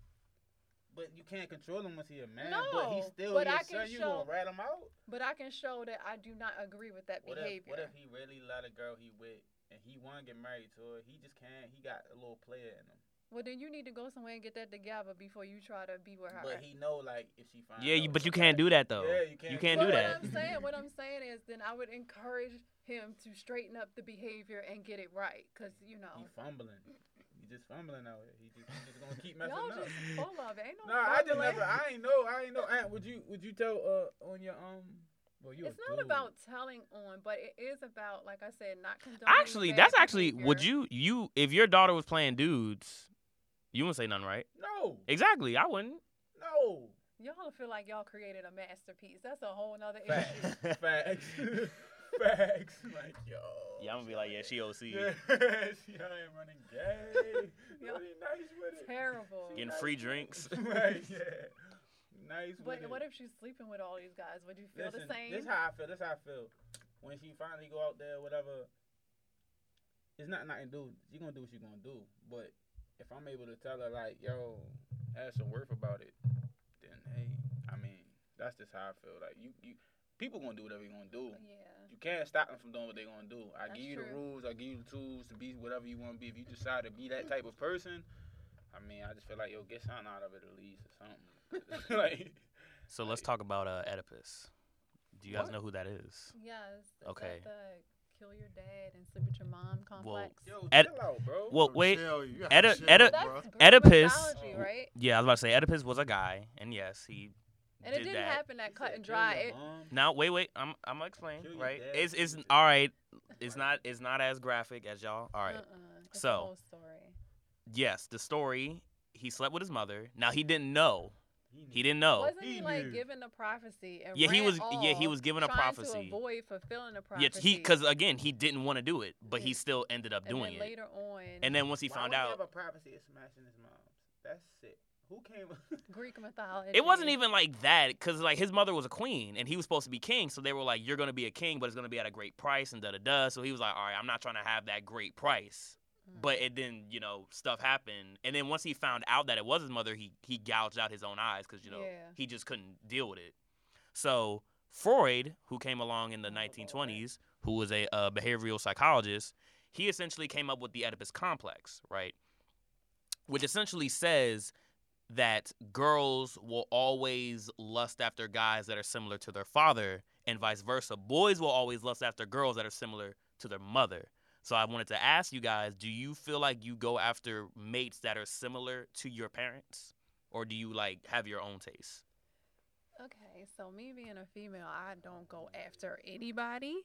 A: But you can't control him once he's a man.
E: No,
A: but he's still
E: but
A: your
E: I can
A: son. You gonna
E: show-
A: rat him out?
E: But I can show that I do not agree with that
A: What if,
E: behavior.
A: what if he really let a girl he with and he wanna get married to her? He just can't. He got a little player in him.
E: well, then you need to go somewhere and get that together before you try to be with her.
A: But he know like if she (laughs) finds
B: Yeah,
A: out,
B: you, but
A: she
B: you can't
A: got-
B: do that though.
A: Yeah, you can't.
B: You can't
E: But
B: do
E: what
B: that.
E: I'm saying, what I'm saying is, then I would encourage him to straighten up the behavior and get it right, because you know.
A: He fumbling. He just fumbling out here. He just, he just gonna keep messing
E: (laughs) Y'all
A: up.
E: just full of it. Ain't
A: (laughs)
E: no
A: No, I just
E: fumbling.
A: never. I ain't know. I ain't know. Aunt, would you would you tell uh on your um? Well, you. a
E: It's not
A: dude.
E: about telling on, but it is about, like I said, not condoning.
B: Actually,
E: bad
B: that's actually would
E: behavior.
B: you you if your daughter was playing dudes, you wouldn't say nothing, right?
A: No,
B: Exactly, I wouldn't.
A: no.
E: Y'all feel like y'all created a masterpiece. That's a whole nother (laughs) issue.
A: Facts, facts, (laughs) facts. Like yo.
B: Yeah, I'm gonna be like, yeah, she OC,
A: Yeah, (laughs) she out here running
E: (laughs)
A: gay.
E: Yeah.
A: Really nice with it.
E: Terrible.
B: (laughs) getting free drinks.
A: (laughs) right,
E: (laughs)
A: yeah. Nice with
E: But
A: it.
E: what if she's sleeping with all these guys? Would you feel
A: Listen,
E: the same?
A: This how I feel. This how I feel. When she finally go out there, whatever. It's not nothing to do. She gonna do what she gonna do. But if I'm able to tell her like, yo, add some worth about it, then hey, I mean, that's just how I feel. Like you, you, people gonna do whatever you gonna do.
E: yeah.
A: You can't stop them from doing what they gonna do. I
E: That's
A: give you the
E: true.
A: rules. I give you the tools to be whatever you want to be. If you decide to be that type of person, I mean, I just feel like yo, get something out of it at least or something. (laughs) like,
B: So let's talk about uh, Oedipus. Do you guys know who that is?
E: Yes. is that
B: Okay.
E: the kill your dad and sleep with your mom complex.
A: yo,
B: Ed-
A: chill out, bro.
B: Well, wait.
D: Chill, you gotta
B: Edi-
D: chill,
B: Edi-
E: That's
D: bruh.
E: Greek
B: Oedipus-
E: mythology, right?
B: Yeah, I was about to say Oedipus was a guy, and yes, he
E: And it
B: did
E: didn't
B: that.
E: happen that
A: You
E: cut
A: said
E: and
A: kill
E: dry.
A: your
E: It,
A: mom?
B: Now wait, wait. I'm I'm gonna explain.
A: Kill your
B: Right?
A: dad
B: It's
A: and
B: it's
A: kill your-
B: all right. It's not it's not as graphic as y'all. All right.
E: uh-uh, it's a
B: So-
E: whole story.
B: Yes, the story. He slept with his mother. Now he didn't know. He didn't know.
E: Wasn't he,
A: He knew.
E: like given a prophecy? And
B: Oh. Yeah, he
E: ran
B: was- yeah, he
E: off
B: was given a
E: trying
B: prophecy.
E: To avoid fulfilling a prophecy.
B: Yeah, he because again he didn't want to do it, but he
E: Yeah.
B: still ended up
E: and
B: doing
E: then
B: it.
E: later on,
B: And then once he
A: Why
B: found
A: would
B: out,
A: have a prophecy of smashing his mom. That's sick. Who came? (laughs)
E: Greek mythology.
B: it wasn't even like that because like his mother was a queen and he was supposed to be king, so they were like, "You're gonna be a king, but it's gonna be at a great price," and da da da. So he was like, "All right, I'm not trying to have that great price."
E: Mm.
B: But it then you know stuff happened, and then once he found out that it was his mother, he he gouged out his own eyes because you know
E: Yeah.
B: he just couldn't deal with it. So Freud, who came along in the
A: Oh, okay.
B: 1920s, who was a uh, behavioral psychologist, he essentially came up with the Oedipus complex, right? Which essentially says that girls will always lust after guys that are similar to their father, and vice versa. Boys will always lust after girls that are similar to their mother. So I wanted to ask you guys, do you feel like you go after mates that are similar to your parents? Or do you like have your own taste?
E: Okay, so me being a female, I don't go after anybody,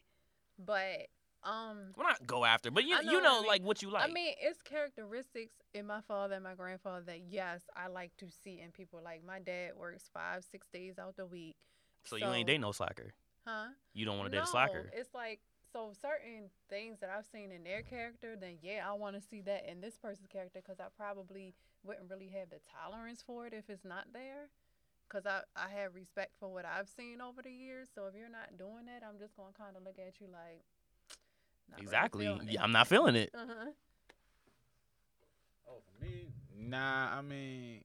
E: but um.
B: Well, not go after, but you
E: I
B: know,
E: know
B: you
E: what I
B: know
E: mean.
B: like what you like.
E: I mean, it's characteristics in my father and my grandfather that yes, I like to see in people. Like my dad works five, six days out the week.
B: so, you ain't
E: so-
B: date no slacker.
E: Huh?
B: You don't want to
E: no,
B: date a slacker.
E: It's like So certain things that I've seen in their character, then yeah, I want to see that in this person's character because I probably wouldn't really have the tolerance for it if it's not there. Because I, I have respect for what I've seen over the years. So if you're not doing that, I'm just going to kind of look at you like, not really
B: exactly.
E: feeling it.
B: yeah, I'm not feeling it.
E: Uh-huh.
A: Oh, for me? Nah, I mean,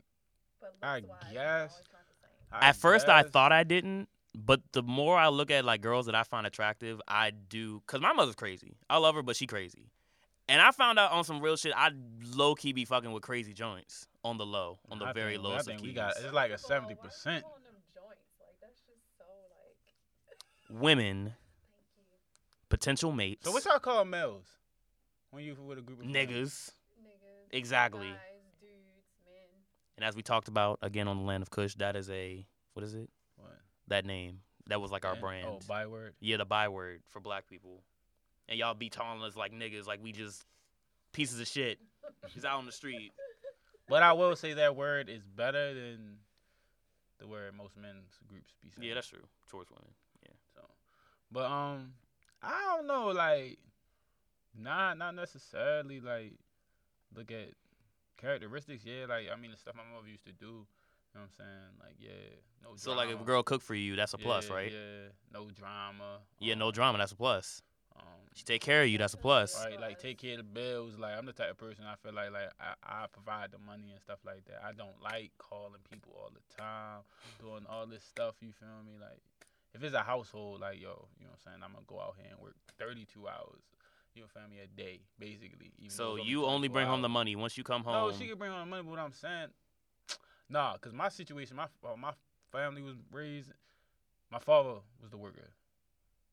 E: But
A: I
E: looks-wise, no,
A: guess.
E: it's not the same.
A: I
B: At first, I
A: guess-
B: thought I didn't, but the more I look at like girls that I find attractive, I do. Cause my mother's crazy. I love her, but she crazy. And I found out on some real shit. I low key be fucking with crazy joints on the low, on the
A: I
B: very
A: think-
B: low.
A: I
B: of
A: think we
B: keys.
A: got it's like a seventy percent.
B: women potential mates.
A: So what y'all call males when you with a group of females?
B: niggas? Exactly. And as we talked about again on the land of Kush, that is a what is it?
A: What?
B: That name that was like our
A: Yeah.
B: brand.
A: Oh, byword.
B: yeah, the byword for black people. And y'all be calling us like niggas, like we just pieces of shit. He's out on the street.
A: But I will say that word is better than the word most men's groups be saying.
B: Yeah, that's true. Towards women.
A: So, but um, I don't know. Like, not not necessarily. Like, look at characteristics. Yeah, like I mean the stuff my mother used to do. You know what I'm saying? Like, yeah, no.
B: So like if a
A: drama.
B: girl cook for you, that's a plus,
A: Yeah,
B: right? Yeah.
A: Yeah, no drama.
B: no
A: um,
B: drama, that's a plus.
A: Um,
B: She take care of you, that's a plus.
A: Right, like take care of the bills. Like I'm the type of person I feel like like I, I provide the money and stuff like that. I don't like calling people all the time, doing all this stuff. You feel me? Like if it's a household, like yo, you know what I'm saying? I'm gonna go out here and work 32 hours. You know, feel me? A day, basically. even though
B: So
A: it's
B: you only
A: 24
B: bring home the
A: hours.
B: money once you come
A: No,
B: home.
A: she can bring home the money, but what I'm saying, nah, cause my situation, my uh, my family was raised. My father was the worker.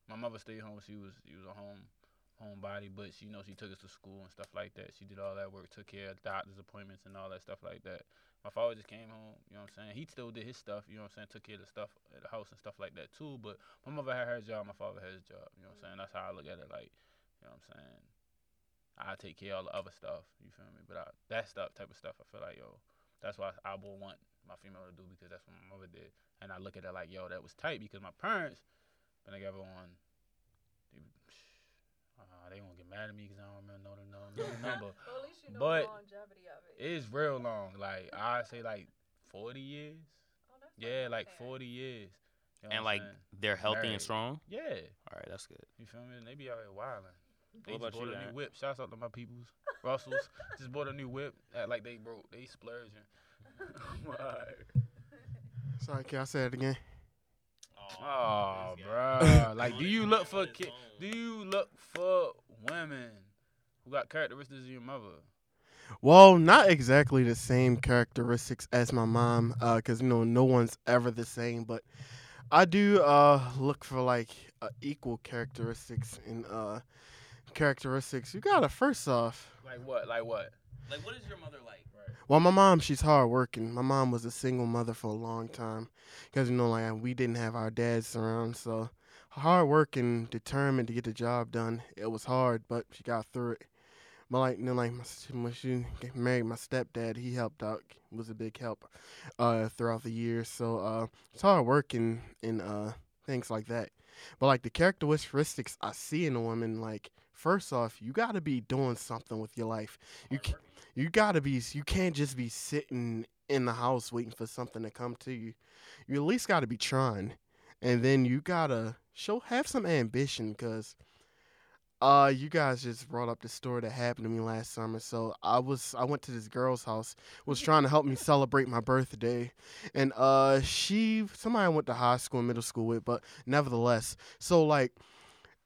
A: My mother stayed home. She was she was a home homebody, but she you know she took us to school and stuff like that. She did all that work, took care of doctor's appointments and all that stuff like that. My father just came home. You know what I'm saying? He still did his stuff. You know what I'm saying? Took care of the stuff at the house and stuff like that too. But my mother had her job. My father had his job. You know what I'm saying? That's how I look at it. Like, you know what I'm saying? I take care of all the other stuff. You feel me? But I, that stuff, type of stuff, I feel like yo, that's what I would want my female to do because that's what my mother did. And I look at it like yo, that was tight because my parents been together on. They, (sighs) uh, they gonna get mad at me because I don't remember no no no number.
E: (laughs) Well, at least you know
A: But-
E: the longevity of it.
A: It's real long. Like I say, like forty years.
E: Oh, that's not
A: Yeah,
E: bad
A: like
E: there.
A: forty years. You know
B: and
A: what I'm
B: like they're healthy
A: Married.
B: and strong.
A: saying? yeah,
B: All right, that's good.
A: you feel me? And they be out here wilding. They
B: What
A: just
B: about
A: bought
B: you,
A: a new
B: Aaron?
A: whip. Shouts out to my peoples. Russell's (laughs) just bought a new whip. Act like they broke. They splurging. (laughs)
D: Sorry, can I say it again?
A: oh,
B: this (laughs)
A: bro. Like, do
B: On
A: you
B: his-
A: look for
B: on his
A: ki-
B: own.
A: Do you look for women who got characteristics of your mother?
D: Well, not exactly the same characteristics as my mom, because you know no one's ever the same. But I do uh, look for like uh, equal characteristics and uh, characteristics. You gotta first off.
A: Like what? Like what?
B: Like what is your mother like?
A: Right.
D: Well, my mom, she's hardworking. My mom was a single mother for a long time, because you know like we didn't have our dads around, so hardworking, determined to get the job done. It was hard, but she got through it. But like, then like my, s- when she get married, my stepdad he helped out, was a big help uh, throughout the years. So uh, it's hard working and uh, things like that. But like the characteristics I see in a woman, like first off, you gotta be doing something with your life. You ca- you gotta be you can't just be sitting in the house waiting for something to come to you. You at least gotta be trying, and then you gotta show have some ambition because uh, you guys just brought up the story that happened to me last summer. So I was I went to this girl's house, was trying to help me celebrate my birthday, and uh, she somebody I went to high school and middle school with, but nevertheless, so like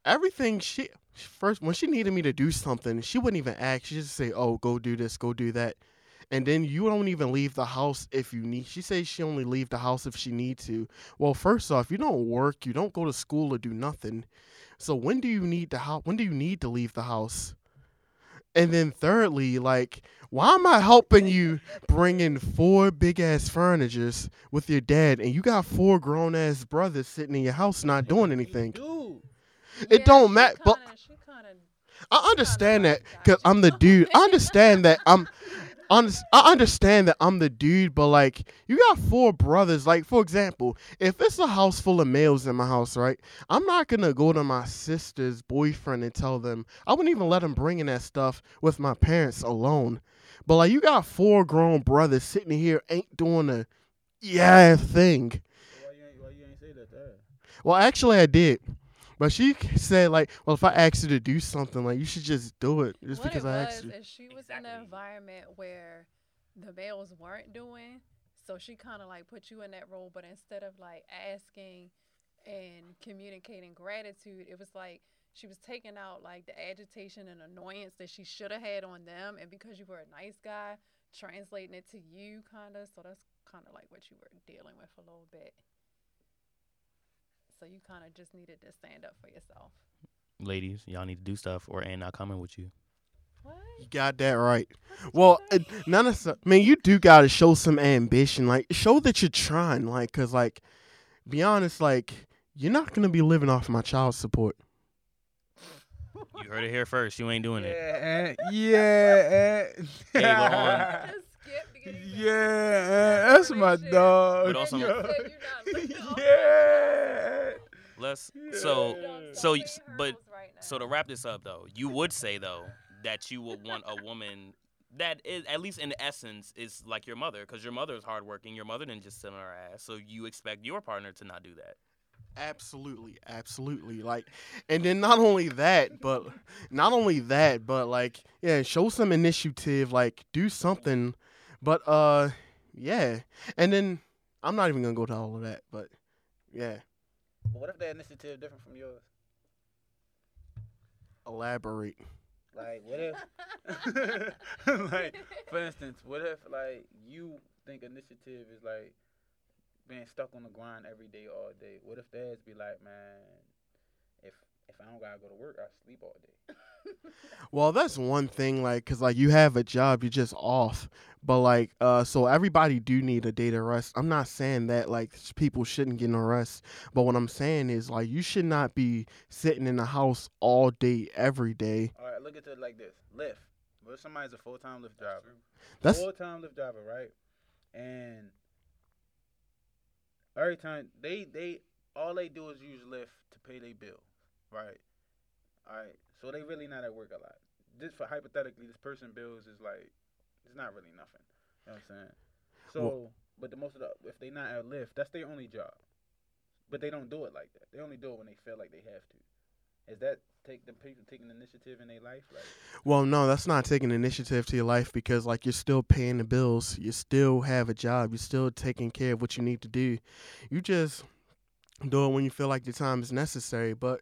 D: everything she first when she needed me to do something, she wouldn't even ask. She just say, "Oh, go do this, go do that," and then you don't even leave the house if you need. She says she only leave the house if she need to. Well, first off, you don't work, you don't go to school or do nothing. So when do you need to how when do you need to leave the house? And then thirdly, like, why am I helping you bring in four big ass furnitures with your dad and you got four grown ass brothers sitting in your house not doing anything?
A: Dude.
D: It
E: Yeah,
D: don't
E: she
D: matter, but-
E: kinda- she kinda-
D: I understand that because I'm the dude. I understand that I'm Honest, I understand that I'm the dude, but like, you got four brothers. Like, for example, if it's a house full of males in my house, right? I'm not gonna go to my sister's boyfriend and tell them. I wouldn't even let them bring in that stuff with my parents alone. But like, you got four grown brothers sitting here, ain't doing a yeah thing.
A: Why you ain't, why you ain't say that to her?
D: Well, actually, I did. But she said, like, well, if I asked you to do something, like, you should just do it just
E: what
D: because
E: it
D: I
E: was
D: asked you.
E: is she was in an
B: Exactly.
E: environment where the males weren't doing, so she kind of like put you in that role, but instead of like asking and communicating gratitude, it was like she was taking out like the agitation and annoyance that she should have had on them, and because you were a nice guy, translating it to you, kind of. So that's kind of like what you were dealing with a little bit. So you kind of just needed to stand up for yourself.
B: Ladies, y'all need to do stuff, or ain't not coming with you.
E: What?
D: You got that right. Well, it, none of I mean, you do gotta show some ambition. Like, show that you're trying. Like, cause like, be honest. Like, you're not gonna be living off my child support.
B: You heard it here first. You ain't doing it.
A: Yeah, eh, yeah. eh.
B: Hey, but on-
E: (laughs) Just skip beginning.
A: (laughs) Yeah, eh, that's my
E: Shit.
A: dog.
B: But also-
E: (laughs)
A: yo. (laughs)
E: yeah.
A: yeah.
B: Let's. So, so, you- but So to
E: the
B: wrap this up, though, you would say though that you would want a woman that is at least in essence is like your mother, because your mother is hardworking. Your mother didn't just sit on her ass, so you expect your partner to not do that.
D: Absolutely, absolutely. Like, and then not only that, but not only that, but like, yeah, show some initiative. Like, do something. But uh, yeah. And then I'm not even gonna go to all of that. But yeah,
A: What if that initiative different from yours?
D: elaborate.
A: (laughs) Like, what
B: (laughs)
E: (laughs)
A: if, like, for instance, what if, like, you think initiative is like being stuck on the grind every day, all day? What if dads be like, man, if if I don't gotta go to work, I sleep all day.
D: Well, that's one thing, like, cause like you have a job, you're just off. But like, uh, so everybody do need a day to rest. I'm not saying that like s- people shouldn't get no rest, but what I'm saying is like you should not be sitting in the house all day every day.
A: All right, look at it like this: Lyft. What if somebody's a full time Lyft driver?
D: That's
A: full time Lyft driver, right? And every time they they all they do is use Lyft to pay their bill, right? All right, so they really not at work a lot. This for hypothetically, this person bills is like it's not really nothing. You know what I'm saying? So, but the most of the if they not at Lyft, that's their only job. But they don't do it like that. They only do it when they feel like they have to. Is that take the people taking initiative in their life? Like,
D: well, no, that's not taking initiative to your life because like you're still paying the bills, you still have a job, you're still taking care of what you need to do. You just do it when you feel like the time is necessary. But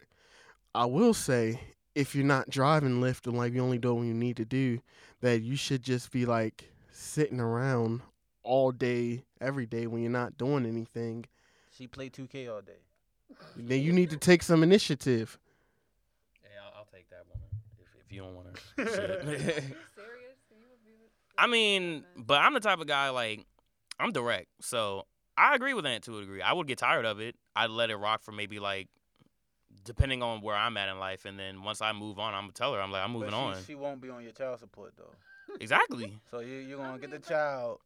D: I will say, if you're not driving Lyft and like you only do what you need to do, that you should just be like sitting around all day, every day when you're not doing anything.
A: she play 2K all day.
D: Then you need to take some initiative.
B: Yeah, I'll, I'll take that woman if, if you don't
A: (laughs)
B: want her.
E: you serious? You would be with-
B: (laughs) I mean, but I'm the type of guy like I'm direct, so I agree with that to a degree. I would get tired of it. I'd let it rock for maybe like depending on where I'm at in life, and then once I move on, I'm gonna tell her I'm like I'm
A: But
B: moving
A: she,
B: on.
A: She won't be on your child support though.
B: Exactly.
A: So you you're
E: I
A: gonna get the
E: mean, but-
A: child.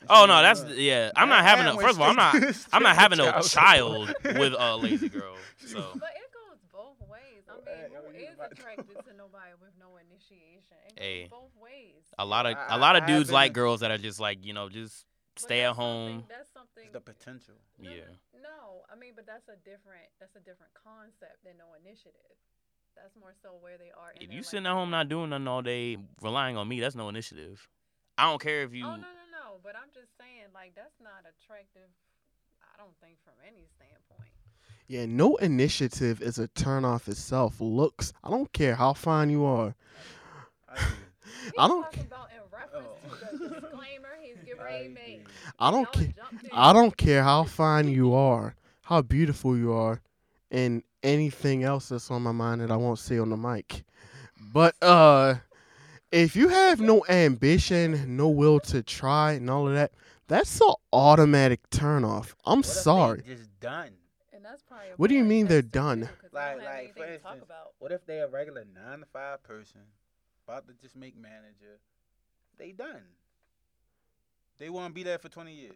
A: and
B: Oh
A: she
B: no,
A: won't
B: that's
A: do it.
B: yeah. I'm
A: And-
B: not having
A: and
B: a.
A: when
B: First of all, I'm
A: she (laughs)
B: not.
A: gets
B: I'm not
A: the
B: having no
A: support-
B: child with
A: (laughs)
B: a lazy girl. So
E: But it goes both ways. I
A: Well,
E: mean,
A: hey, I
E: who
A: mean, you
E: is
A: about to-
E: attracted
A: (laughs)
E: to nobody with no initiation? It goes
B: Hey.
E: both ways.
B: a lot of
A: I-
B: a lot
A: I e-
B: of
A: have
B: dudes
A: been
B: like
A: a-
B: girls that are just like you know just
E: But
B: stay
E: that's
B: at home.
E: something- That's something.
A: It's the potential.
E: no,
B: Um, Yeah.
E: No, no, I mean, but that's a different. That's a different concept than no initiative. That's more so where they are. in
B: If
E: their
B: you
E: life
B: sitting at home
E: now.
B: not doing nothing all day, relying on me, that's no initiative. I don't care if you.
E: Oh no no no! But I'm just saying, like that's not attractive. I don't think from any standpoint.
D: Yeah, no initiative is a turnoff itself. Looks, I don't care how fine you are.
A: I agree.
D: I don't
E: He's talking about in reference to the
A: Oh.
E: disclaimer
A: (laughs)
E: he's
A: I
E: getting ready to
A: agree.
E: make.
D: I don't
E: Y'all
D: care.
E: jumped in.
D: I don't care how fine you are, how beautiful you are, and anything else that's on my mind that I won't say on the mic. But uh if you have no ambition, no will to try and all of that, that's an automatic turnoff. I'm
A: What if they
D: sorry.
A: Just done.
E: And that's probably a
D: What do you
E: bad
D: mean they're
E: test to
D: done?
E: do, 'cause they
A: Like
E: don't
A: like
E: have
A: for
E: anything to talk
A: instance,
E: about.
A: what if they a regular nine to five person, about to just make manager, They done. They want to be there for 20 years.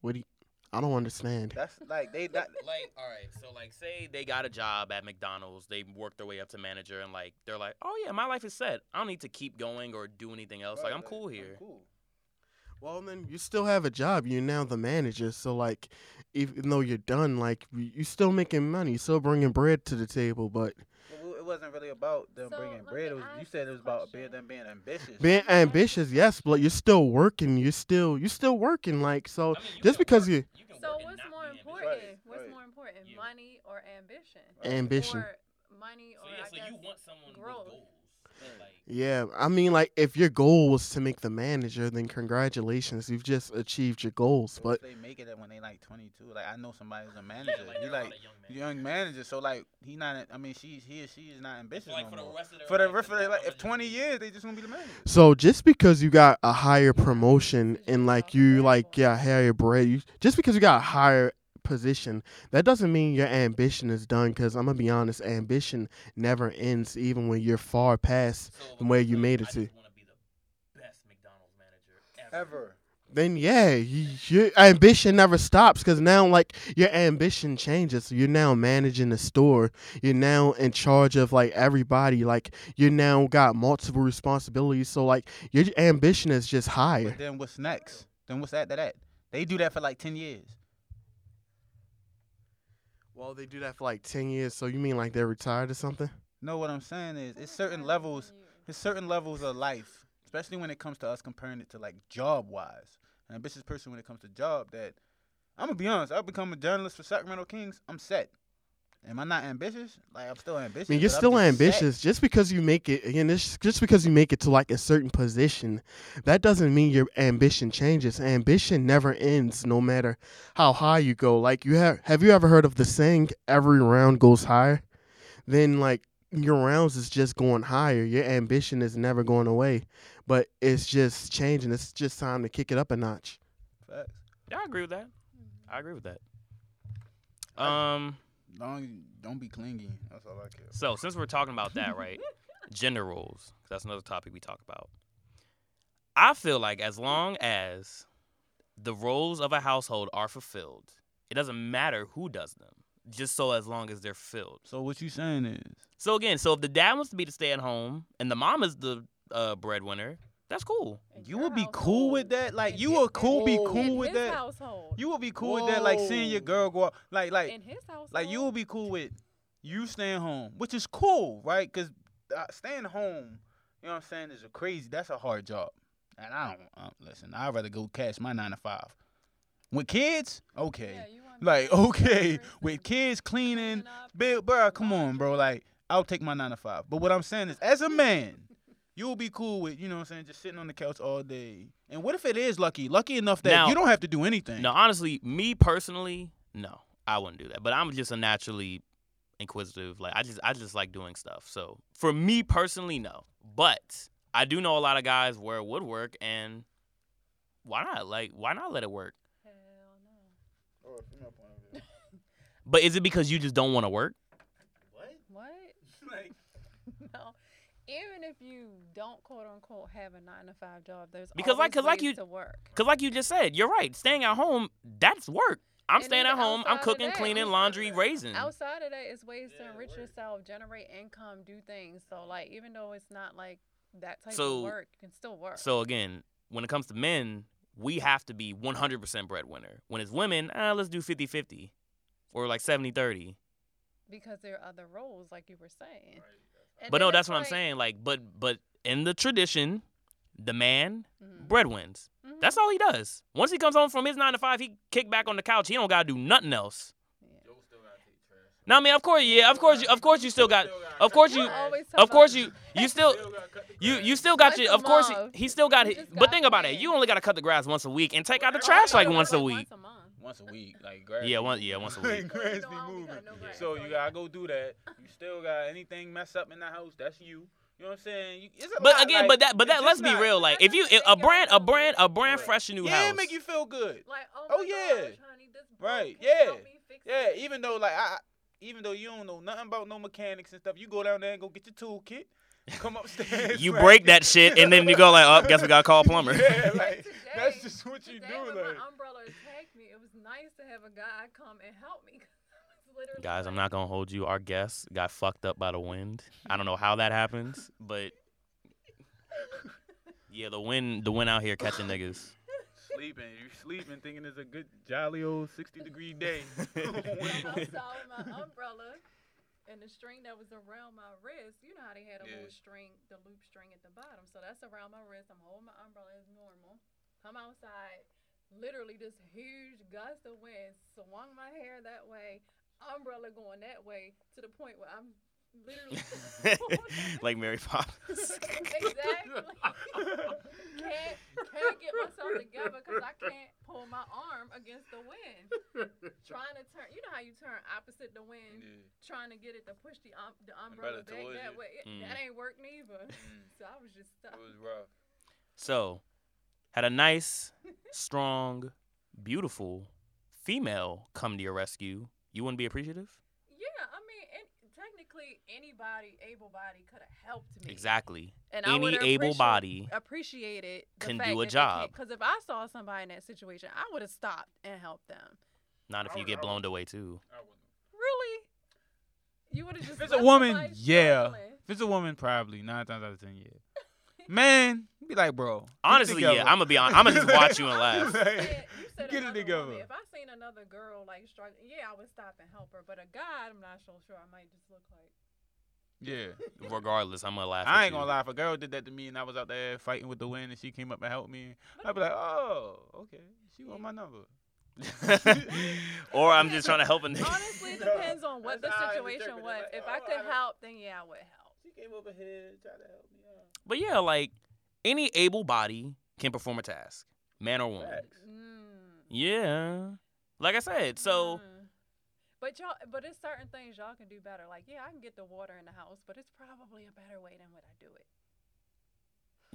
D: What do you, I don't understand.
A: That's like they
B: (laughs)
A: that
B: (laughs) like all right so like say they got a job at mcdonald's they work their way up to manager and like they're like oh yeah my life is set i don't need to keep going or do anything else like i'm cool here
A: cool.
D: Well, then you still have a job. You're now the manager. So, like, even though you're done, like, you you still making money. you still bringing bread to the table. But
A: Well, it wasn't really about them
E: So,
A: bringing
E: let
A: bread.
E: me
A: It was, you
E: ask
A: said it
E: this
A: was about being,
E: question.
A: them being ambitious.
D: being ambitious, yes, but you're still working. You're still you're still working. Like, so
B: I mean, you
D: just
B: can
D: because
B: work-
D: you
B: you can
E: So
B: work and
E: what's
B: not
E: more
B: be ambitious.
E: important?
A: Right,
E: What's
A: right.
E: more important,
B: You.
E: money or ambition?
D: ambition.
E: Or money or
B: so yeah
E: I
B: so
E: guess
B: you want someone
E: growth.
B: with goals and, like
D: Yeah, I mean, like, if your goal was to make the manager, then congratulations, you've just achieved your goals.
A: What
D: But
A: if they make it when they like 22? Like I know somebody who's a manager.
B: like,
A: he
B: they're
A: like
B: not a young man.
A: young manager. So like he not. I mean she's he or she is not ambitious
B: like
A: no
B: for the
A: more.
B: rest of their
A: for the
B: life,
A: rest of
B: they're
A: their
B: not
A: life, if
B: gonna
A: 20
B: be-
A: years they just gonna be the manager.
D: so just because you got a higher promotion and like you like got higher bread, you just because you got a higher position, that doesn't mean your ambition is done. Because I'm gonna be honest, ambition never ends, even when you're far past.
B: So
D: and where
B: if
D: you
B: like,
D: made it
B: I
D: to.
B: just want to be the best McDonald's manager
A: Ever.
D: Then yeah, you, your ambition never stops. Because now like your ambition changes. You're now managing the store. You're now in charge of like everybody. Like you now got multiple responsibilities. So like your ambition is just higher.
A: But then what's next? Then what's after that? They do that for like 10 years.
D: Well, they do that for like ten years. So you mean like they're retired or something?
A: No, what I'm saying is it's certain
E: Sometimes
A: levels.
E: you-
A: There's certain levels of life, especially when it comes to us comparing it to like job wise. An ambitious person when it comes to job that I'm gonna be honest, I'll become a journalist for Sacramento Kings, I'm set. Am I not ambitious? Like I'm still ambitious.
D: I mean, you're
A: but I'm
D: still
A: just set.
D: ambitious. Just because you make it, again, it's just because you make it to like a certain position, that doesn't mean your ambition changes. Ambition never ends, no matter how high you go. Like you have, have you ever heard of the saying, "Every round goes higher"? Then like your rounds is just going higher. Your ambition is never going away, but it's just changing. It's just time to kick it up a notch.
A: Facts.
B: Yeah, I agree with that. I agree with that.
A: I-
B: Um,
A: Long, don't be clingy. That's all I care.
B: so since we're talking about that, (laughs) right? Gender roles. 'cause That's another topic we talk about. I feel like as long as the roles of a household are fulfilled, it doesn't matter who does them. Just so as long as they're filled.
A: So what you saying is
B: So again, so if the dad wants to be the stay at home and the mom is the uh, breadwinner, that's cool.
E: in
A: you
E: your
A: would be cool with
E: household,
A: that. Like
E: in
A: you
E: his-
A: would cool be
E: in
A: cool with
E: his
A: that.
E: Household.
A: You would be cool with that. Like seeing your
D: Whoa.
A: girl go out. Like like
E: in his household.
A: Like you will be cool with you staying home, which is cool, right? Because uh, staying home, you know what I'm saying, is a crazy. That's a hard job, and I don't uh, listen. I'd rather go catch my nine to five. With kids, okay,
E: Yeah, you wanna be
A: like (laughs)
E: cool with
A: okay,
E: that
A: with
E: person.
A: kids cleaning,
E: Cleaning up,
A: big bro, come on, bro. Like I'll take my nine to five. But what I'm saying is, as a man. You'll be cool with, you know what I'm saying, just sitting on the couch all day. And what if it is lucky? Lucky enough that
B: Now-
A: you don't have to do anything.
B: No, honestly, me personally, no, I wouldn't do that. But I'm just a naturally inquisitive. Like I just, I just like doing stuff. So for me personally, no. But I do know a lot of guys where it would work, and why not? Like, why not let it work?
E: Hell no.
B: But is it because you just don't want to work?
E: What? (laughs) No. Even if you don't quote unquote have a nine to five job, there's
B: Because, like-
E: always
B: 'cause, like,
E: ways
B: you-
E: to work.
B: Because like you just said, you're right. Staying at home, that's work. I'm
E: And
B: staying at
E: even
B: home. I'm
E: outside of
B: cooking,
E: that,
B: cleaning,
E: outside
B: laundry, raising.
E: Outside of that, it's ways to enrich yourself, generate income, do things. So like even though it's not like that type
B: So-
E: of work, you can still work.
B: So again, when it comes to men, we have to be 100% breadwinner. When it's women, uh, let's do 50-50 or like 70-30.
E: because there are other roles, like you were saying. And
B: But
E: then
B: no,
E: it's
B: that's what I'm
E: like-
B: saying. Like, but but in the tradition, the man
E: Mhm,
B: breadwins.
E: mhm,
B: That's all he does. Once he comes home from his nine to five, he kick back on the couch. He don't gotta do nothing else.
E: yeah.
B: Now, I mean, of course, yeah, of course, you, of course, you still got, of course you,
E: Y'all always talk
B: of course
E: about-
B: you, you still, you you still got
E: Like
B: your,
E: the
B: of course, he,
E: mom.
B: he still got
E: You
B: his.
E: just
B: But
E: got
B: think about it.
E: plans.
B: You only gotta cut the grass once a week and take out the
A: Well,
B: trash like
E: Yeah,
B: once a
E: like
B: week.
E: Once a month.
A: Once a week, like grass.
B: Yeah,
A: be
B: one- yeah,
A: moving. (laughs)
B: once a week.
A: grass
E: No,
A: be
E: I don't
A: moving.
E: got no grass,
A: So
E: so
A: you gotta
E: yeah.
A: go do that. You still got anything messed up in the house? That's you. You know what I'm saying? You, it's a
B: But
A: lot,
B: again,
A: like,
B: but that, but
A: it's
B: that.
A: just
B: Let's be
A: not-
B: real. Like, if you
E: doesn't
B: a
E: make y'all
B: brand, a
E: feel
B: brand, a
E: good.
B: brand
E: Right.
B: fresh new
A: Yeah,
B: house.
A: it make you feel good.
E: Like, oh,
A: Oh,
E: my
A: yeah.
E: gosh, honey, this
A: Right,
E: broke. Can you
A: yeah.
E: help me fix
A: Yeah,
E: it?
A: even though like I, even though you don't know nothing about no mechanics and stuff, you go down there and go get your toolkit. (laughs) Come upstairs.
B: You
A: like-
B: break that shit and
A: (laughs)
B: then you go like, oh, guess we gotta call a plumber.
A: Yeah, like, that's
E: Today-
A: just what you
E: Today
A: do.
E: when
A: Like,
E: my umbrella attacked me, it was nice to have a guy come and help me. 'cause I was literally
B: Guys, I'm
E: like-
B: not gonna hold you. Our guest got fucked up by the wind. I don't know how that happens, but yeah, the wind, the wind out here catching niggas. (laughs)
A: sleeping, you sleeping, thinking it's a good jolly old sixty degree
B: (laughs)
A: day. (laughs)
E: I saw my umbrella and the string that was around my wrist. You know how they had a
A: Yeah.
E: little string, the loop string at the bottom. So that's around my wrist. I'm holding my umbrella as normal. Come outside. Literally, this huge gust of wind swung my hair that way. Umbrella going that way to the point where I'm literally
B: (laughs)
E: (laughs)
B: like Mary Poppins. (laughs)
E: exactly can't can't get myself together because I can't pull my arm against the wind. trying to turn, you know how you turn opposite the wind, trying to get it to push the um, the umbrella
A: Umbrella
E: back
A: towards
E: that
A: you.
E: way. It-
B: Mm.
E: That ain't work neither. (laughs) So I was just stuck.
B: So, had a nice, strong, beautiful female come to your rescue. You wouldn't be appreciative?
E: Yeah, I mean, and technically anybody able body could have helped me.
B: Exactly.
E: And I
B: Any
E: would've
B: able
E: appreciate-
B: body.
E: appreciated the
B: Can
E: fact
B: do a
E: that
B: job.
E: Because if I saw somebody in that situation, I would have stopped and helped them.
B: Not if you get blown away too.
E: Really? You would have just.
A: If it's a
E: left
A: woman,
E: somebody
A: yeah.
E: struggling.
A: If it's a woman, probably nine times out of ten, yeah. Man, be like, bro. get
B: Honestly, yeah.
A: together.
B: I'm gonna be honest. I'm gonna just watch you
A: (laughs)
B: and laugh.
E: said- you said
A: Get it
E: another
A: together.
E: woman. If I seen another girl like struggling, yeah, I would stop and help her. But a guy, I'm not so sure. I might just look
B: (laughs)
E: like.
A: yeah.
B: Regardless, I'm gonna laugh.
A: I
B: at
A: ain't gonna
B: you.
A: lie. If a girl did that to me and I was out there fighting with the wind and she came up and helped me, I'd be like, oh, okay. She want my number.
B: (laughs) or I'm just trying to help a nigga.
E: Honestly, it
A: No,
E: depends on what the
A: that's how I
E: situation
A: interpret it.
E: was.
A: Like,
E: If
A: oh,
E: I could
A: I-
E: help, then yeah, I would help.
A: She came over here trying to help me out.
B: But yeah, like any able body can perform a task, man or woman.
E: Mm.
B: Yeah. Like I said, so
E: Mm. But y'all, but it's certain things y'all can do better. Like, yeah, I can get the water in the house, but it's probably a better way than what I
B: (laughs)
E: do it.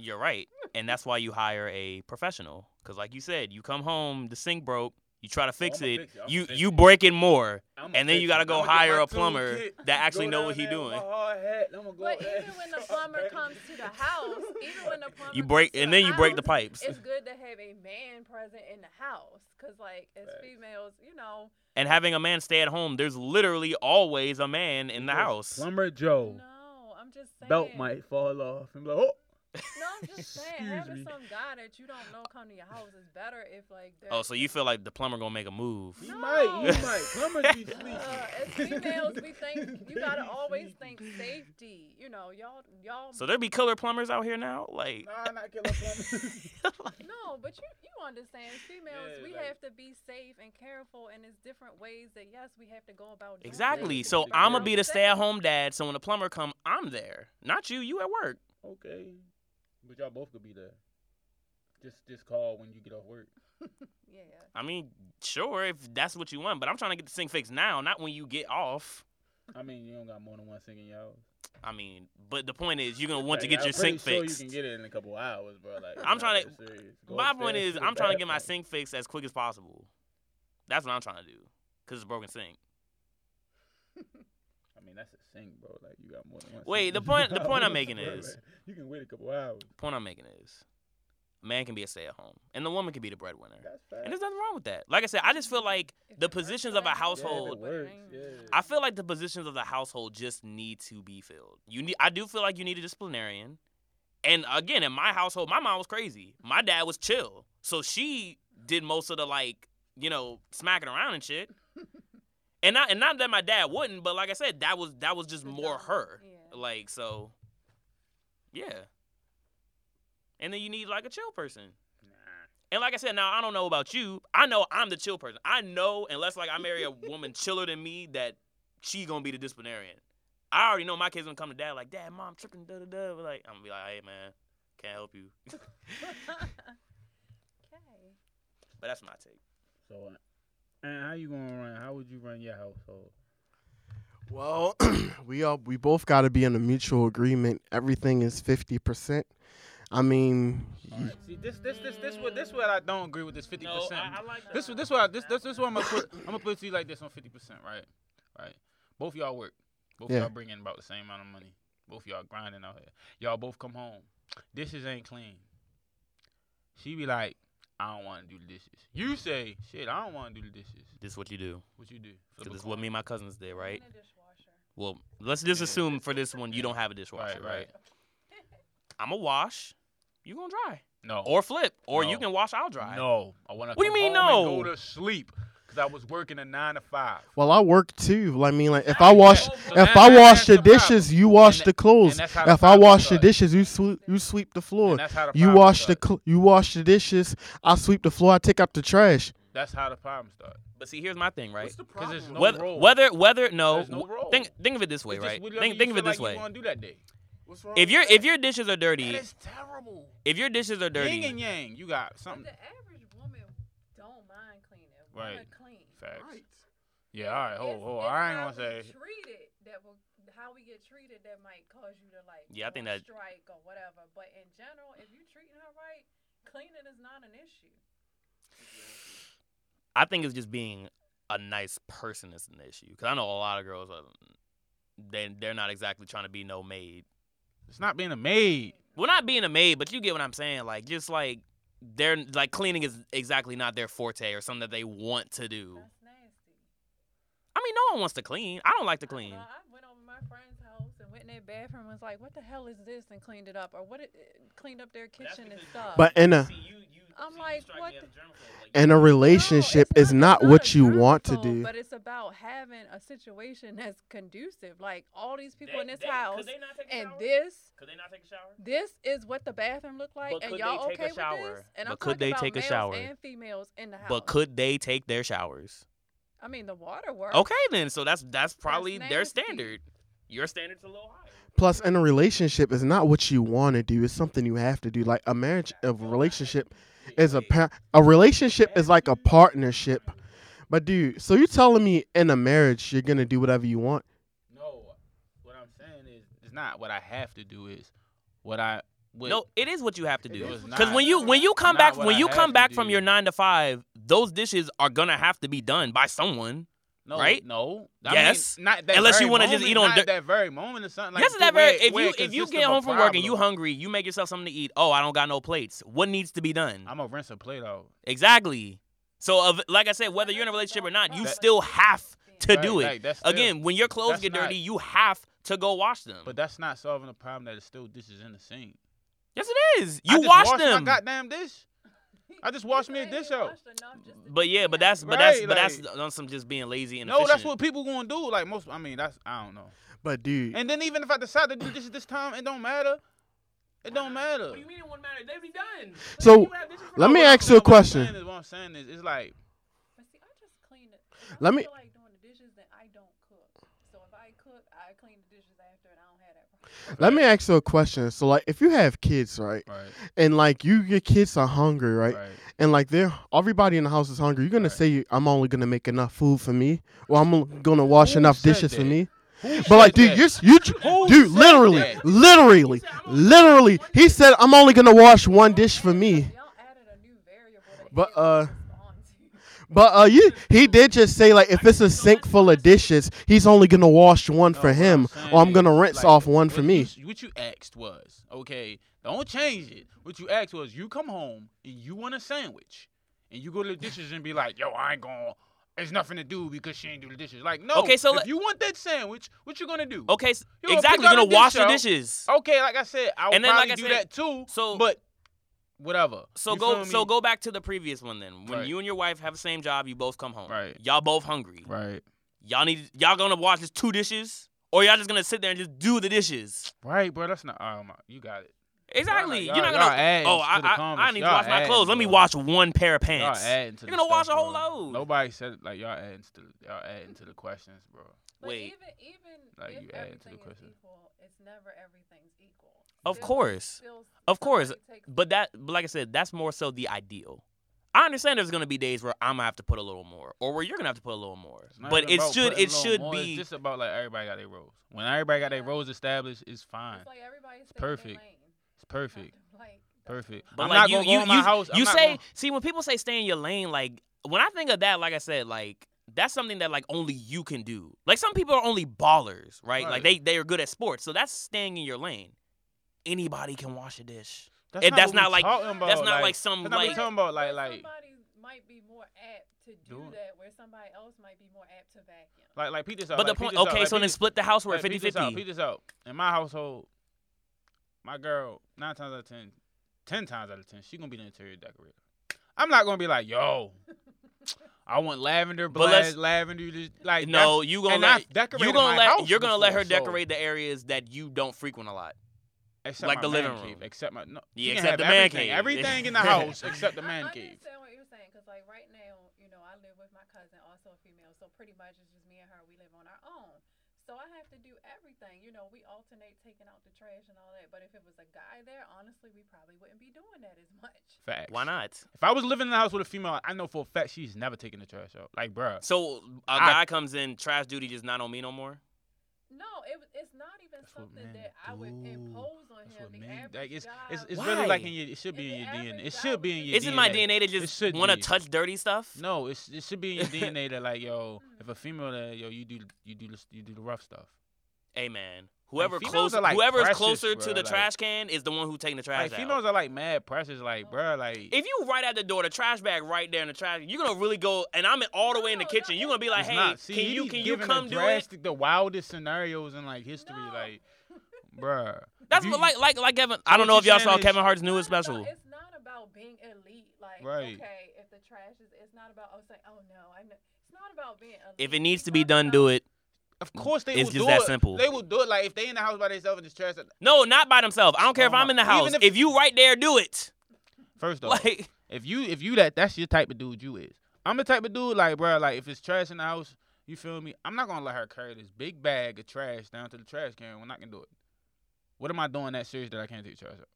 B: you're right. And that's why you hire a professional. Because, like you said, you come home, the sink broke, you try to fix
A: I'ma
B: it,
A: fix it, I'ma
B: you
A: fix
B: you
A: it.
B: break it more,
A: I'ma
B: and then you
A: fix
B: got to
A: it.
B: go
A: I'ma get
B: hire
A: my
B: a plumber
A: toolkit,
B: that actually
A: go
B: know
A: down
B: what he
A: there with
B: doing.
A: my hard hat, I'ma go (laughs)
E: But
A: out there
E: even when the plumber comes to the house, even when the plumber
B: You break,
E: comes to
B: and
E: the
B: then you break the
E: house,
B: pipes.
E: it's good to have a man present in the house because like as
A: Facts.
E: females you know
B: And having a man stay at home, there's literally always a man in the house.
A: Oh, Plumber
B: Oh.
A: Joe.
E: no i'm just saying
A: Belt might fall off. and be like, oh.
E: no i'm
A: (laughs)
E: just saying
A: Excuse
E: having
A: me.
E: some guy that you don't know come to your house is better if like they're-
B: Oh, so you feel like the plumber gonna make a move?
A: He
E: No.
A: might, he might. Plumbers
B: (laughs)
A: be sleepy.
E: uh, as females we
A: (laughs)
E: think you gotta always think safety you know y'all y'all
B: So there be killer plumbers out here now, like.
A: Nah, not killer
E: (laughs)
A: plumbers.
E: No, but you you understand, females,
A: Yeah,
E: we
A: like-
E: have to be safe and careful, and it's different ways that yes, we have to go about. doing
B: Exactly.
E: things.
B: So
A: Exactly.
B: I'ma be the
E: Safe.
B: stay-at-home dad. So when the plumber come, I'm there. Not you. You at work.
A: okay. But y'all both could be there. Just just call when you get off work.
E: Yeah.
B: I mean, sure, if that's what you want, but I'm trying to get the sink fixed now, not when you get off.
A: I mean, you don't got more than one sink in your house.
B: I mean, but the point is, you're gonna want to
A: Like,
B: get
A: I'm
B: your sink
A: pretty sure
B: fixed.
A: You can get it in a couple hours, bro. Like,
B: I'm tryna- My point is,
A: is,
B: I'm trying to get my sink fixed as quick as possible. That's what I'm trying to do, cause it's a broken sink.
A: I mean, that's a sink, bro. Like, you got more than one.
B: Wait,
A: sink
B: the
A: in
B: point-
A: your
B: the point I'm
A: house,
B: making
A: (laughs) bro.
B: is-
A: Like, you can wait a couple hours.
B: Point I'm making is, a man can be a stay-at-home, and the woman can be the breadwinner,
A: That's
B: and
A: fast.
B: there's nothing wrong with that. Like I said, I just feel like
E: If
B: the
E: it works
B: positions
E: for
B: of a
E: them, it
B: household-
E: works,
A: Yeah,
E: but
A: if it
E: ain't-
A: works, yeah.
B: I feel like the positions of the household just need to be filled. You need I do feel like you need a disciplinarian. And again, in my household, my mom was crazy. My dad was chill. So she did most of the like, you know, smacking around and shit. and not and not that my dad wouldn't, but like I said, that was that was just
E: The
B: more
E: dominant-
B: her.
E: (laughs) yeah.
B: Like so Yeah. And then you need like a chill person. And like I said, now I don't know about you. I know I'm the chill person. I know unless like I marry a woman chiller than me, that she gonna be the disciplinarian. I already know my kids gonna come to dad like, Dad, mom, I'm tripping, da da da. But, Like I'm gonna be like, Hey man, can't help you.
E: okay.
B: But that's my take.
A: So, uh, and how you gonna run? How would you run your household?
D: Well, (clears throat) we all we both got to be in a mutual agreement. Everything is fifty percent. I mean,
A: All right. See, this, this, this, this, what, this, what I don't agree with this fifty percent.
B: like
A: This, this, what, I- this, this, this, what I'm gonna put. I'm gonna put it to you like this on fifty percent, right? Right. Both y'all work. Both
D: Yeah.
A: y'all bring in about the same amount of money. Both y'all grinding out here. Y'all both come home. Dishes ain't clean. She be like, I don't want to do the dishes. You say, shit, I don't want to do the dishes.
B: This is what you do.
A: What you do? Flip
B: 'Cause
A: a
B: This is what
A: coin.
B: me and my cousins did, (laughs) right?
E: And a dishwasher.
B: Well, let's just
A: Yeah.
B: assume for this one you don't have a dishwasher,
A: Right,
B: right?
A: right.
B: I'm gonna wash. You gonna dry
A: No.
B: or flip, or you
A: No.
B: can wash. I'll dry.
A: No. I want to
B: What do you mean
A: And go
B: no?
A: to sleep because I was working a nine to five.
D: Well, I work too. Like, I mean, like if
A: I
D: I wash,
A: know, but
D: if
A: that-
D: I
A: that-
D: wash
A: that's
D: the
A: the problem.
D: dishes, you wash
A: And
D: the
A: that-
D: clothes.
A: and that's how the
D: If I
A: problem
D: wash the
A: starts.
D: dishes, you sweep, you sweep the floor.
A: And that's how the
D: You
A: problem
D: wash the
A: starts.
D: cl- you wash the dishes. I sweep the floor. I take out the trash.
A: That's how the problem starts.
B: But see, here's my thing, right?
A: Because there's no
B: whether,
A: role.
B: whether whether no,
A: There's no
B: w-
A: role.
B: Oh, think think of it this way,
A: Oh. It's just
B: right?
A: whatever
B: Think
A: you
B: think of it
A: feel
B: this
A: like
B: way.
A: You want to do that day?
D: What's wrong
B: If your if your dishes are dirty,
A: That is terrible.
B: if your dishes are
A: Yin
B: dirty,
A: and yang. You got
E: But
A: something.
E: the average woman don't mind cleaning. Wanna
A: Right.
E: Clean.
A: Facts. Yeah. All right. Hold.
E: It's-
A: Hold.
E: it's
A: I ain't
E: how
A: gonna say.
E: we treated that will how we get treated that might cause you to like
B: Yeah, I
E: go
B: think
E: on
B: that-
E: strike or whatever. But in general, if you're treating her right, cleaning is not an issue.
B: I think it's just being a nice person is an issue. Because I know a lot of girls are, they they're not exactly trying to be no maid.
A: It's not being a maid.
B: Well, not being a maid, but you get what I'm saying. Like just like they're like cleaning is exactly not their forte or something that they want to do.
E: That's nasty.
B: I mean, no one wants to clean. I don't like to
E: I don't
B: clean.
E: know, I, went over to my friend's house and went in their bathroom and was like, "What the hell is this?" and cleaned it up, or what? It, it cleaned up their kitchen and stuff.
D: But in a
E: I'm like, what the-
D: in a
E: No,
D: relationship
E: it's
D: is
E: not-
D: not
E: it's not
D: what you
E: a
D: want to
E: germaphobe,
D: do.
E: But it's about having a situation that's conducive. Like all these people in this house, and
C: shower?
E: this,
C: Could they not take a shower?
E: this is what the bathroom looked like,
B: But
E: and
B: could they
E: y'all
B: take a
E: okay with this?
B: shower?
E: And I'm
B: But could
E: talking
B: they
E: about
B: take a
E: males
B: shower?
E: and females in the house.
B: But could they take their showers?
E: I mean the water works.
B: Okay, then. So that's that's probably their
E: nasty.
B: standard. Your standard.
C: Standards a little higher.
D: Plus, in a relationship is not what you want to do. It's something you have to do. Like a marriage, a relationship is a pa- a relationship is like a partnership. But dude, so you telling me in a marriage you're gonna do whatever you want?
A: No. What I'm saying is, it's not what I have to do. Is what I. What,
B: No, it is what you have to do.
A: was
B: Because
A: not-
B: when you when you come
A: not
B: back
A: what
B: when
A: I
B: you
A: had
B: come
A: to
B: back from
A: do.
B: your nine to five, those dishes are gonna have to be done by someone.
A: No,
B: right?
A: No.
B: Yes.
A: Mean, not that
B: Unless
A: very
B: you wanna just
A: moment,
B: eat on
A: not
B: dirt-
A: that very moment or something. Like
B: yes, that
A: where
B: very.
A: it-
B: If
A: where
B: you
A: it
B: if you
A: consists
B: get
A: of a
B: home from work and you
A: problem.
B: hungry, you make yourself something to eat. Oh, I don't got no plates. What needs to be done?
A: I'm gonna rinse a plate out.
B: Exactly. So, of, like I said, whether you're in a relationship or not, you still have to (laughs)
E: (laughs)
A: Right,
B: do it.
A: like, that's still-
B: Again, when your clothes
A: that's
B: get
A: not-
B: dirty, you have to go wash them.
A: But that's not solving the problem that it's still dishes in the sink.
B: yes, it is.
A: I
B: You
A: just
B: wash
A: washed
B: them.
A: My goddamn dish. I just washed me a
E: Ain't been
A: dish out.
E: washed enough just to
B: But yeah, but that's but
A: Right,
B: that's but that's
A: like-
B: on some just being lazy and
A: No, that's
B: efficient.
A: what people gonna do. Like most, I mean, that's I don't know.
D: But dude,
A: And then even if I decide to do dishes this time, it don't matter. It don't matter.
C: What do you mean it wouldn't matter? They'd be done.
D: so
C: You have dishes for
D: let
C: no
D: me
C: reason.
D: ask you a
A: What I'm saying
D: question.
A: is- What I'm saying is, it's like
E: But see, I just clean it. I
D: Let
E: don't
D: me-
E: feel like doing the dishes that I don't cook. So if I cook, I clean the dishes after, and I don't have that problem.
D: Let me ask you a question. So like, if you have kids, right,
A: right,
D: and like you your kids are hungry, right,
A: right.
D: and like they're everybody in the house is hungry, you're gonna
A: Right.
D: say I'm only gonna make enough food for me, or I'm only gonna wash enough
A: said
D: dishes for
A: that?
D: me. But like, dude, you're, s- you, tr-
A: Who
D: dude,
A: said
D: literally,
A: that?
D: literally, literally, he said, "I'm only gonna wash one dish for me."
E: Y'all added a new variable that
D: But,
E: he didn't
D: uh,
E: respond to.
D: But uh, you, he did just say like, if it's a sink full of dishes, he's only gonna wash one
A: No,
D: for
A: what
D: him,
A: saying
D: or I'm
A: is,
D: gonna rinse
A: like,
D: off one for
A: what
D: me.
A: You, what you asked was, okay, don't change it. What you asked was, you come home and you want a sandwich, and you go to the dishes and be like, yo, I ain't going. to There's nothing to do because she ain't do the dishes. Like, no.
B: Okay, so
A: if
B: let-
A: you want that sandwich, what you gonna do?
B: Okay, s-
A: You gonna
B: exactly.
A: pick
B: You're
A: out
B: gonna
A: a dish
B: wash your
A: out.
B: dishes.
A: Okay, like I said, I would
B: And then,
A: probably
B: like I
A: do
B: said,
A: that too.
B: so-
A: but whatever.
B: So
A: You
B: go
A: feel
B: so
A: me?
B: go back to the previous one then. When
A: Right.
B: you and your wife have the same job, you both come home.
A: Right.
B: Y'all both hungry.
A: Right,
B: Y'all need y'all gonna wash just two dishes, or y'all just gonna sit there and just do the dishes.
A: right, bro. That's not. Oh my, you got it.
B: Exactly.
A: Y'all-
B: You're not
A: y'all-
B: gonna.
A: y'all adding
B: oh,
A: to
B: I,
A: the
B: I, I
A: comments.
B: need to
A: Y'all
B: wash my
A: adding,
B: clothes. Let me
A: bro.
B: wash one pair of
A: Y'all
B: pants.
A: adding to
B: You're
A: the
B: gonna wash
A: stuff,
B: a whole
A: bro.
B: load.
A: Nobody said like y'all adding to the, y'all adding to the questions, bro.
E: But
B: Wait.
E: even even
A: Like,
E: if
A: you added to the
E: everything is
A: question.
E: equal, it's never everything's equal.
B: Of
E: Still-
B: course.
E: still
B: Of course,
E: somebody takes-
B: But that, but like I said, that's more so the ideal. I understand there's gonna be days where I'm gonna have to put a little more, or where you're gonna have to put a little more.
A: It's not
B: but
A: even
B: it
A: about
B: should,
A: putting
B: it
A: a little
B: should
A: more, It's
B: be.
A: just about like everybody got their roles. When everybody got their
E: Yeah.
A: roles established, it's fine.
E: it's like everybody's
A: perfect. It's perfect.
E: Like, that's (laughs)
A: Perfect.
B: But
A: I'm
B: like
A: not
B: you,
A: gonna go
B: you,
A: in my
B: you,
A: house. I'm
B: you
A: not
B: say,
A: gonna-
B: see, when people say stay in your lane, like when I think of that, like I said, like that's something that like only you can do. Like some people are only ballers, right? Like
D: Right.
B: they they are good at sports, so that's staying in your lane. Anybody can wash a dish.
A: That's
B: And that's
A: what we
B: not like-
A: talking
B: That's
A: about,
B: not like some
A: that's not what we
B: like
A: talking about like
E: But
A: like
E: somebody might be more apt to do,
A: Do it.
E: that, where somebody else might be more apt to vacuum.
A: like like Peter's out.
B: But the
A: like,
B: point,
A: Peter's out,
B: okay,
A: like,
B: so then
A: Peter's-
B: split the house we're
A: like,
B: 50
A: Peter's out.
B: 50.
A: Peter's out. In my household, my girl nine times out of ten, ten times out of ten, she gonna be the interior decorator. I'm not gonna be like
B: (laughs)
A: yo. I want lavender,
B: But let's-
A: black lavender. this- Like
B: No,
A: that's-
B: you gonna
A: and
B: let
A: I've decorated
B: you gonna
A: my
B: let
A: house
B: you're gonna let
A: before,
B: her
A: so-
B: decorate the areas that you don't frequent a lot.
A: except my
B: like
A: man
B: the living
A: cave,
B: room.
A: Except my no,
B: Yeah,
A: she can have
B: except the man
A: everything,
B: cave.
A: Everything in
B: (laughs)
A: (laughs) the house except the man
E: I, I
A: cave.
E: understand what you're saying, because like right now, you know, I live with my cousin, also a female, so pretty much it's just me and her. We live on our own, so I have to do everything. You know, we alternate taking out the trash and all that. But if it was a guy there, honestly, we probably wouldn't be doing that as much. (laughs)
A: Facts.
B: Why not?
A: If I was living in the house with a female, I know for a fact she's never taking the trash out. Like, bruh.
B: So a
A: I-
B: guy comes in, trash duty just not on me no more.
E: No, it, was- it's not even
A: That's what
E: something
A: men
E: that I would
A: do.
E: impose on
A: That's
E: him.
A: what
E: The
A: men
E: average
A: like. It's
E: guy
A: it's, it's
E: would-
A: really like
B: Why?
A: in your. It should be in
E: If
A: your
E: the
A: DNA.
E: average
A: It
E: guy
A: should be in
E: was
A: your
E: just-
B: It's
A: DNA.
B: in my DNA to
A: It
B: just
A: should
B: want to
A: be.
B: touch dirty stuff?
A: No, it's, it should
B: (laughs)
A: be in your DNA that like yo, if a female that yo, you do you do this- you do the rough stuff.
B: Hey man, whoever
A: females
B: close,
A: are, like,
B: whoever's
A: precious,
B: closer to
A: bruh,
B: the
A: like-
B: trash can is the one who taking the trash
A: Like
B: out.
A: females are like mad precious. Like, bruh, like
B: if you right at the door, the trash bag right there in the trash, you're gonna really go. And I'm all the way in the
E: No,
B: kitchen.
E: no,
B: You're gonna be like,
A: it's
B: hey,
A: not. See,
B: can
A: he
B: you
A: be
B: can you
A: giving
B: come
A: the
B: do it?
A: drastic, The wildest scenarios in like history,
E: No.
A: like, bruh.
B: That's
A: If
B: what
A: you-
B: like like like Kevin. I
A: So what
B: don't know
A: you
B: if y'all
A: saying
B: saw
A: is-
B: Kevin Hart's newest
E: It's not
B: special.
E: about- it's not about being elite. Like,
A: Right.
E: okay, if the trash is, it's not about, oh, say, oh no, I know. It's not about being elite.
B: If it needs to be done, do it.
A: Of course they
B: It's
A: will do
B: just that
A: it.
B: simple.
A: They will do it. Like if they in the house by themselves and it's trash.
B: No, not by themselves. I don't care
A: Oh
B: if
A: my-
B: I'm in the
A: even
B: house. If,
A: if-
B: you right there, do it.
A: First off,
B: Like
A: If you if you that that's your type of dude you is. I'm the type of dude like bruh, like if it's trash in the house, you feel me? I'm not gonna let her carry this big bag of trash down to the trash can when I can do it. What am I doing that serious that I can't take trash out?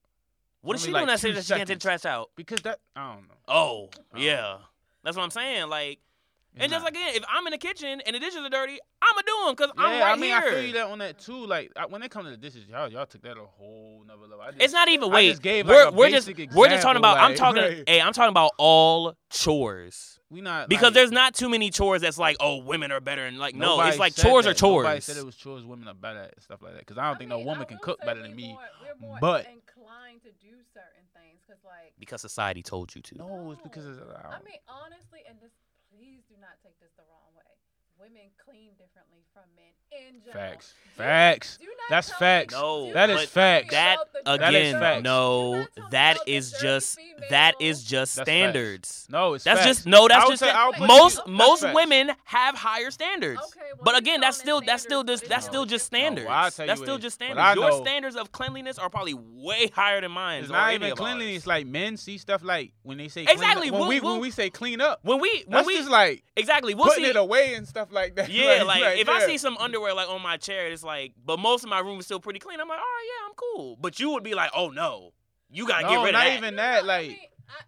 B: what is
A: Only
B: she
A: like
B: doing that shit
A: two
B: that she can't take
A: seconds.
B: the trash out?
A: Because that I don't know.
B: Oh,
A: Oh.
B: yeah. That's what I'm saying. Like
A: It's
B: and just
A: not-
B: like again, if I'm in the kitchen and the dishes are dirty, I'ma do them because
A: yeah,
B: I'm right
A: I mean
B: here.
A: I feel you that on that too. Like I, when it comes to the dishes, y'all y'all took that a whole nother level. I just,
B: It's not even
A: I
B: wait.
A: just gave,
B: we're
A: like, a
B: we're just
A: basic
B: we're just talking
A: example,
B: about. I'm
A: like,
B: talking.
A: right.
B: Hey, I'm talking about all chores
A: we not
B: because
A: like,
B: there's not too many chores that's like oh women are better and like no
A: nobody
B: it's like
A: said
B: chores are
A: that. Nobody
B: chores.
A: said it was chores women are better at and stuff like that. Because I don't think no
E: mean,
A: woman
E: I
A: can
E: will
A: cook
E: say
A: better
E: we
A: than me.
E: more- we're more
A: but-
E: inclined to do certain things because, like,
B: because society told you to.
A: No, it's because it's
E: I mean, honestly, and this, please do not take this the wrong way. Women clean differently from men in general.
A: facts.
E: Do-
A: Facts.
E: do not
A: That's
E: tell me-
A: facts.
B: No,
E: do
A: That
E: not
A: is
E: tell me
A: facts.
B: That
E: about the dirty
A: That is
B: again,
A: facts.
E: Do
B: no,
E: not tell me
B: that
E: about the
B: is
E: dirty
B: just
E: female.
B: that is just
A: That's facts.
B: standards.
A: No, it's
B: That's
A: facts.
B: just no.
A: I
B: That's
A: would
B: just
A: say-
B: it.
A: I would put
B: most
A: you-
B: most
A: facts.
B: women have higher standards.
E: Okay, well,
B: but
E: he's
B: again,
E: calling
B: that's
E: it
B: still that's still
E: standards,
B: just that's
E: bitch.
B: still just
E: No,
A: well,
B: standards.
A: I'll tell
B: that's
A: you
B: still
A: is-
B: just
A: what
B: standards.
A: I
B: Your
A: know-
B: standards of cleanliness are probably way higher than mine.
A: It's
B: or
A: not
B: any
A: even
B: of ours.
A: cleanliness. Like men see stuff like when they say
B: Exactly,
A: Clean up, when
B: we'll-
A: we
B: we'll-
A: when we say clean up,
B: When we when
A: that's
B: we
A: just like
B: exactly we'll
A: putting
B: see.
A: it away and stuff like that. (laughs)
B: Yeah, like, if I
A: yeah.
B: see some underwear like on my chair, it's like, but most of my room is still pretty clean. I'm like, all right, yeah, I'm cool. But you would be like, oh no, you gotta
A: no,
B: get rid
A: not
B: of that.
A: even
E: You
A: that.
E: know, I
A: Like
E: mean, I,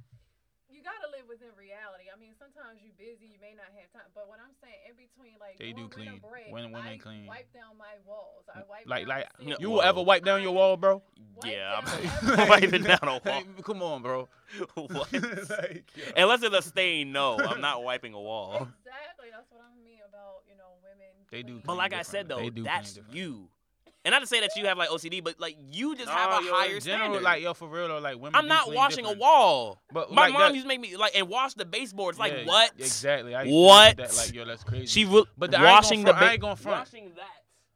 E: you gotta live within reality. I mean, sometimes you busy, you may not have time. But what I'm saying, in between, like
A: They do
E: during winter
A: clean.
E: Break,
A: When women
E: I
A: clean.
E: wipe down my walls. I wipe
A: like
E: down
A: like
E: the ceiling.
A: you
B: Whoa.
A: will ever wipe down your wall, bro? (laughs)
E: Wipe
B: Yeah,
E: down
B: (laughs) I'm
E: everything.
B: wiping down a wall.
A: Like, (laughs) Come on, bro.
B: (laughs) What?
A: (laughs) Like, yeah.
B: Unless it's a stain, no, I'm not wiping a wall.
E: (laughs) Exactly. That's what I mean about you know women.
A: They do
E: clean.
B: But
A: clean
B: like I
A: differently.
B: said though,
A: They do clean
B: that's
A: differently.
B: you. And not to say that you have like OCD, but like you just
A: Nah,
B: have a
A: yo,
B: higher
A: in general,
B: standard.
A: Like yo, for real though, like women.
B: I'm
A: do
B: not
A: clean
B: washing a
A: different.
B: wall.
A: But
B: My
A: like
B: mom
A: that-
B: used to make me like and wash the baseboards. Like
A: yeah,
B: what?
A: Exactly. I used to do
B: What?
A: That, like yo, that's crazy.
B: She re-
A: But the,
B: washing the
A: I
B: ba-
A: ain't gonna front.
B: washing that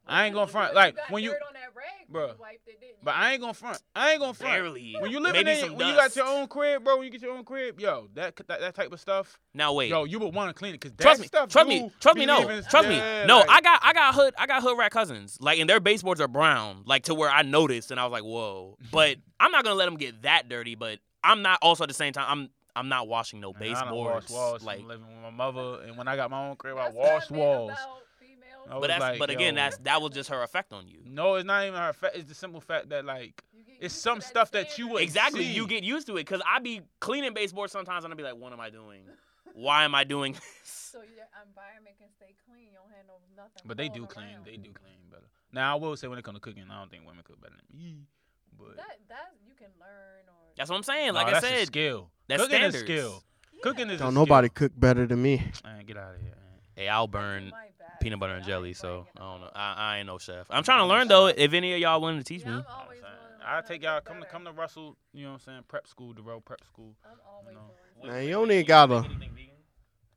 A: I ain't gonna
E: Because
A: front. Like
E: got
A: when you,
E: dirt on that rag when
A: Bruh.
E: you wiped it, didn't you?
A: but I ain't gonna front. I ain't gonna front.
B: barely.
A: When you
B: live
A: living
B: Maybe
A: in,
B: some
A: when
B: dust.
A: you got your own crib, bro, when you get your own crib, yo, that that, that type of stuff,
B: Now wait.
A: yo, you would want to clean it because
B: Trust
A: that
B: me,
A: stuff,
B: trust
A: do
B: me, trust
A: be
B: me, no,
A: leaving-
B: trust me,
A: yeah,
B: no.
A: like,
B: I got, I got hood, I got hood rat cousins, like, and their baseboards are brown, like to where I noticed, and I was
A: (laughs)
B: like, whoa. But I'm not gonna let them get that dirty. But I'm not also at the same time, I'm, I'm not washing no
A: Man, I done washed
B: baseboards,
A: walls
B: like.
A: from living with my mother, and when I got my own crib, I
E: That's what
A: washed
E: mean
A: walls.
E: about females.
A: I
B: But
A: was
B: that's,
A: like,
B: but again,
A: yo.
B: that's that was just her effect
A: (laughs)
B: on you.
A: No, it's not even her. Fa- it's the simple fact that like
E: You get
A: it's
E: used to
A: some stuff that you
E: standard.
A: would
B: Exactly,
A: see.
B: you get used to it, cause I be cleaning baseboards sometimes, and I be like, what am I doing? Why am I doing (laughs) this?
E: So your environment can stay clean. You don't handle nothing.
A: But they
E: rolling
A: do clean.
E: around.
A: They do clean better. Now I will say when it comes to cooking, I don't think women cook better than me. But
E: That that you can learn or.
B: That's what I'm saying.
A: Nah,
B: Like I
A: that's a
B: said,
A: skill.
B: that's
A: cooking
B: standards.
A: is skill. Cooking is a
D: Don't
A: skill.
D: nobody cook better than me.
A: Man, get out of here. Man.
B: Hey, I'll
E: I do
B: burn
E: my best,
B: peanut butter
E: but
B: and
E: I ain't
B: jelly, so
E: bragging
B: I don't know.
E: about it.
B: I, I ain't no chef. I'm trying to learn though. If any of y'all willing to teach
E: Yeah,
B: me,
E: I'm always willing to
A: I
E: learn
A: take
E: how
A: y'all
E: get
A: come to
E: better.
A: come to Russell. You know what I'm saying? Prep school, Darrell Prep School.
E: I'm always
A: No.
E: willing.
C: Wait,
D: Nah,
C: wait,
D: you
C: wait,
D: don't need
C: make
D: gotta.
C: anything vegan?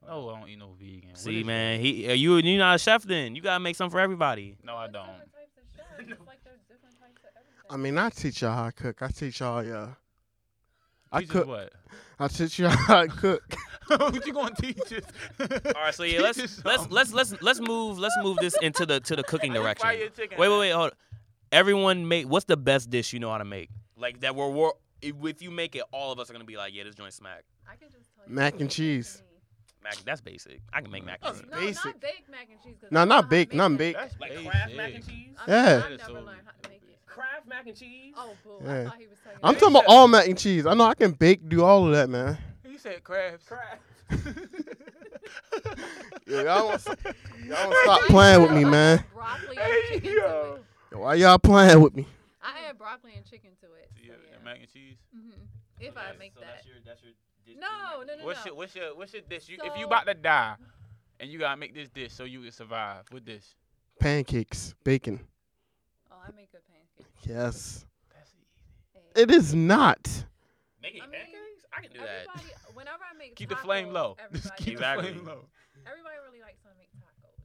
A: No, I don't eat no vegan. What
B: see,
A: is
B: man, he uh, you you not a chef then. You gotta make something for everybody.
A: that? No, I
E: There's
A: don't.
E: different
A: (laughs)
E: types of chefs. It's like there's different types of everything.
D: I mean, I teach y'all how to cook. I teach y'all, yeah. I
A: Teach us
D: cook.
B: (laughs)
A: What? (laughs)
D: I teach y'all how to cook.
A: what you gonna teach us?
B: All right, so yeah, (laughs)
A: Teach
B: let's
A: us
B: let's
A: something.
B: let's let's let's move let's move this into the to the cooking
A: I just
B: direction.
A: fry your
B: Wait,
A: chicken.
B: wait, wait, hold. On. Everyone make what's the best dish you know how to make? Like that we're, we're if, if you make it, all of us are gonna be like, yeah, this joint smack.
E: I can just tell you
D: Mac
E: what
D: and
E: they did to
D: cheese.
E: me.
B: Mac, that's basic. I can make mac. and
D: That's
B: cheese.
E: No,
D: Basic.
E: not baked mac and cheese. 'cause
D: No,
E: I know
D: not
E: how to
D: baked,
E: make
D: not
E: it.
D: baked.
A: That's
C: Like
A: basic.
C: Kraft mac and cheese?
E: I mean,
D: Yeah.
E: I've never
A: So-
E: learned how to make it.
C: Kraft mac and cheese?
E: Oh, boo. I
D: Yeah.
E: thought he was talking
D: I'm
E: about-
D: talking about all mac and cheese. I know I can bake, do all of that, man.
A: You said crabs.
C: Kraft.
D: (laughs) Yo,
A: (laughs)
D: y'all want to
A: Y'all
E: (laughs)
D: stop playing with me, man.
E: Broccoli and chicken to it.
D: (laughs) Yo, why y'all playing with me?
E: I add broccoli and chicken to it. So
A: Yeah,
E: yeah.
A: mac and cheese.
E: hmm If I make that.
C: your, that's your dish
E: No, no, no,
A: What's
E: no.
A: your what's your what's your dish? You, if you
E: So-
A: about to die, and you gotta make this dish so you can survive. What dish?
D: Pancakes, bacon.
E: Oh, I make good pancakes.
D: Yes.
A: That's easy.
E: Hey,
D: It is not.
B: Making
E: I mean,
B: pancakes? I can do that.
E: everybody, whenever I make
A: (laughs) Keep the flame
E: tacos,
A: low. (laughs) Just
E: Everybody,
A: keep
B: Exactly.
A: the flame low.
E: everybody really likes when I make tacos.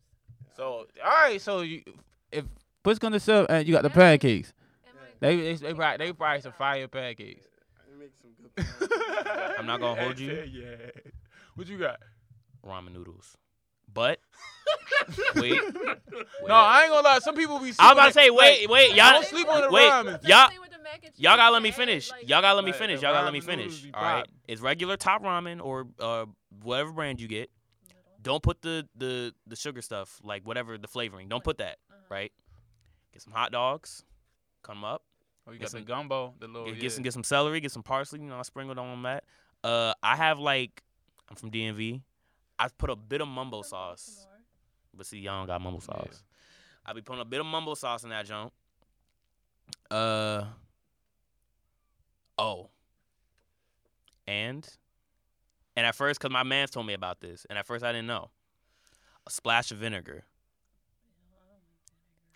A: So all right, so you, if push gonna sell and you got the
E: Yeah.
A: pancakes,
E: And
A: they
D: Yeah.
E: my grandma
A: they they
E: makes
A: fry they fry some
E: tacos.
A: fire pancakes. I'm
B: not
A: (laughs)
B: gonna hold you.
A: Yeah. What you got?
B: Ramen (laughs) noodles. But
A: (laughs)
B: wait.
A: No, I ain't gonna lie. Some people be.
B: I'm about to
A: sleeping
B: say,
A: at-
B: wait, wait, y'all.
A: Don't sleep on the
B: wait,
A: ramen.
E: Same
B: y'all,
E: thing with the mac and
B: y'all
E: cheese,
B: gotta let me
E: man.
B: finish.
E: Like,
B: Y'all gotta let me
A: Like,
B: finish.
A: the
B: Y'all gotta let me
A: ramen noodles
B: finish.
A: be
B: All right,
A: poppin'.
B: it's regular top ramen or uh whatever brand you get. Don't put the the the sugar stuff like whatever the flavoring. Don't put that.
E: Uh-huh.
B: Right. Get some hot dogs. Come up.
A: Oh, you
B: Get
A: got the
B: some-
A: gumbo, the little.
B: Get,
A: Oh, yeah.
B: get some get some celery, get some parsley. You know, I sprinkled on that. Uh, I have like I'm from DMV. I've put a bit of mumbo
E: Come on,
B: sauce,
E: Tamar.
B: but see y'all don't got mumbo
A: Yeah.
B: sauce. I be putting a bit of mumbo sauce in that junk. Uh oh. And and at first, cause my man's told me about this, and at first I didn't know. A splash of vinegar.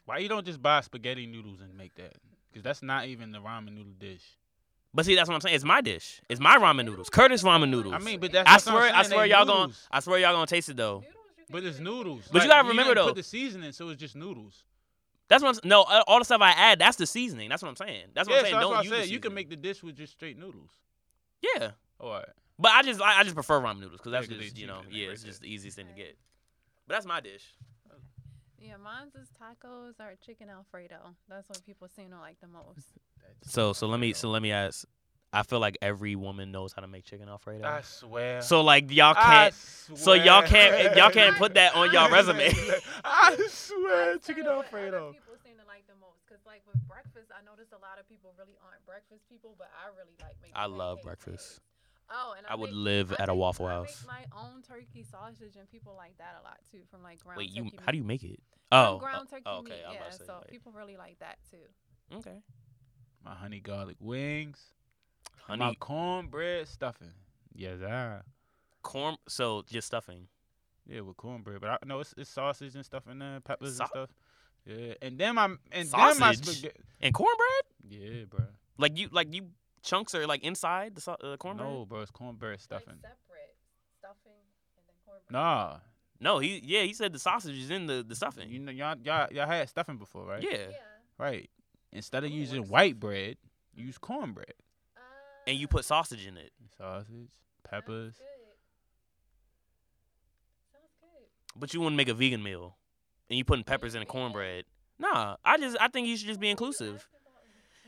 A: Why you don't just buy spaghetti noodles and make that? Because that's not even the ramen noodle dish.
B: But see, that's what I'm saying. It's my dish. It's my ramen noodles. Curtis ramen noodles.
A: I mean, but
E: I
A: that's
B: I
A: that's what
B: swear,
A: I'm
B: I
A: saying,
B: swear
A: they
B: y'all gonna,
A: noodles.
B: I swear y'all gonna taste it though.
E: Noodles you can
A: But
E: do
A: it's
E: with
A: noodles.
B: But you
A: Like,
B: gotta remember,
A: didn't
B: though-
A: put the seasoning, so it's just noodles.
B: That's what I'm. s- No, uh, all the stuff I add, that's the seasoning. That's what I'm saying. That's what
A: yeah,
B: I'm saying.
A: so that's
B: Don't
A: what I
B: use
A: said.
B: the
A: You can
B: seasoning.
A: make the dish with just straight noodles.
B: Yeah,
A: All right.
B: but I just, I, I just prefer ramen noodles because
A: Yeah,
B: that's
A: 'cause they
B: just, you
A: cheap
B: know,
A: and they
B: yeah,
A: right
B: it's just the
A: there.
B: easiest thing to
E: Okay.
B: get. But that's my dish.
E: Yeah, mine's is tacos or chicken alfredo. That's what people seem to like the most.
B: So, so let me, so let me ask. I feel like every woman knows how to make chicken alfredo.
A: I swear.
B: so like y'all
A: I
B: can't, so y'all
A: (laughs)
B: can't,
A: swear.
B: y'all can't put that on y'all
A: (laughs)
E: I-
B: resume. (laughs)
A: I swear,
E: (laughs) That's
A: chicken
E: sort of what
A: alfredo.
E: Other people seem to like the most because, like with breakfast, I notice a lot of people really aren't breakfast people, but I really like making.
B: I love
E: pancakes and
B: breakfast.
E: eggs. Oh, and I,
B: I would
E: make,
B: live
E: I
B: at a
E: make-
B: Waffle
E: I
B: House.
E: make my own turkey sausage, and people like that a lot too. From like ground.
B: Wait, you,
E: turkey
B: how do
E: meat.
B: you make it?
E: From
B: Oh,
E: ground turkey
B: oh, okay.
E: meat.
B: I'm
E: Yeah,
B: about to say,
E: so
B: like-
E: people really like that too.
B: Oh, okay.
A: My honey garlic wings. My
B: Honey
A: cornbread stuffing. Yes, I.
B: corn, so just stuffing.
A: Yeah, with cornbread, but I know it's, it's sausage and stuff in there, peppers
B: Sau-
A: and stuff. Yeah, and then my and then my
B: Sausage?
A: spaghetti.
B: And cornbread?
A: Yeah, bro.
B: Like you, like you chunks are like inside the sau- uh, cornbread.
A: No, bro, it's cornbread stuffing.
E: Like separate stuffing and then cornbread.
A: Nah,
B: No, he yeah, he said the sausage is in the the stuffing.
A: you know y'all y'all y'all had stuffing before, right?
B: yeah.
A: Right. Instead of
B: Ooh,
A: using
B: what's-
A: white bread, use cornbread,
B: And you put
E: Ah,
B: sausage in it.
A: sausage,
E: sounds
A: peppers.
E: good. Sounds good.
B: But you wouldn't make a vegan meal. And you putting peppers in a cornbread. Nah, I just I think you should just be
E: Why would you
B: inclusive.
E: ask about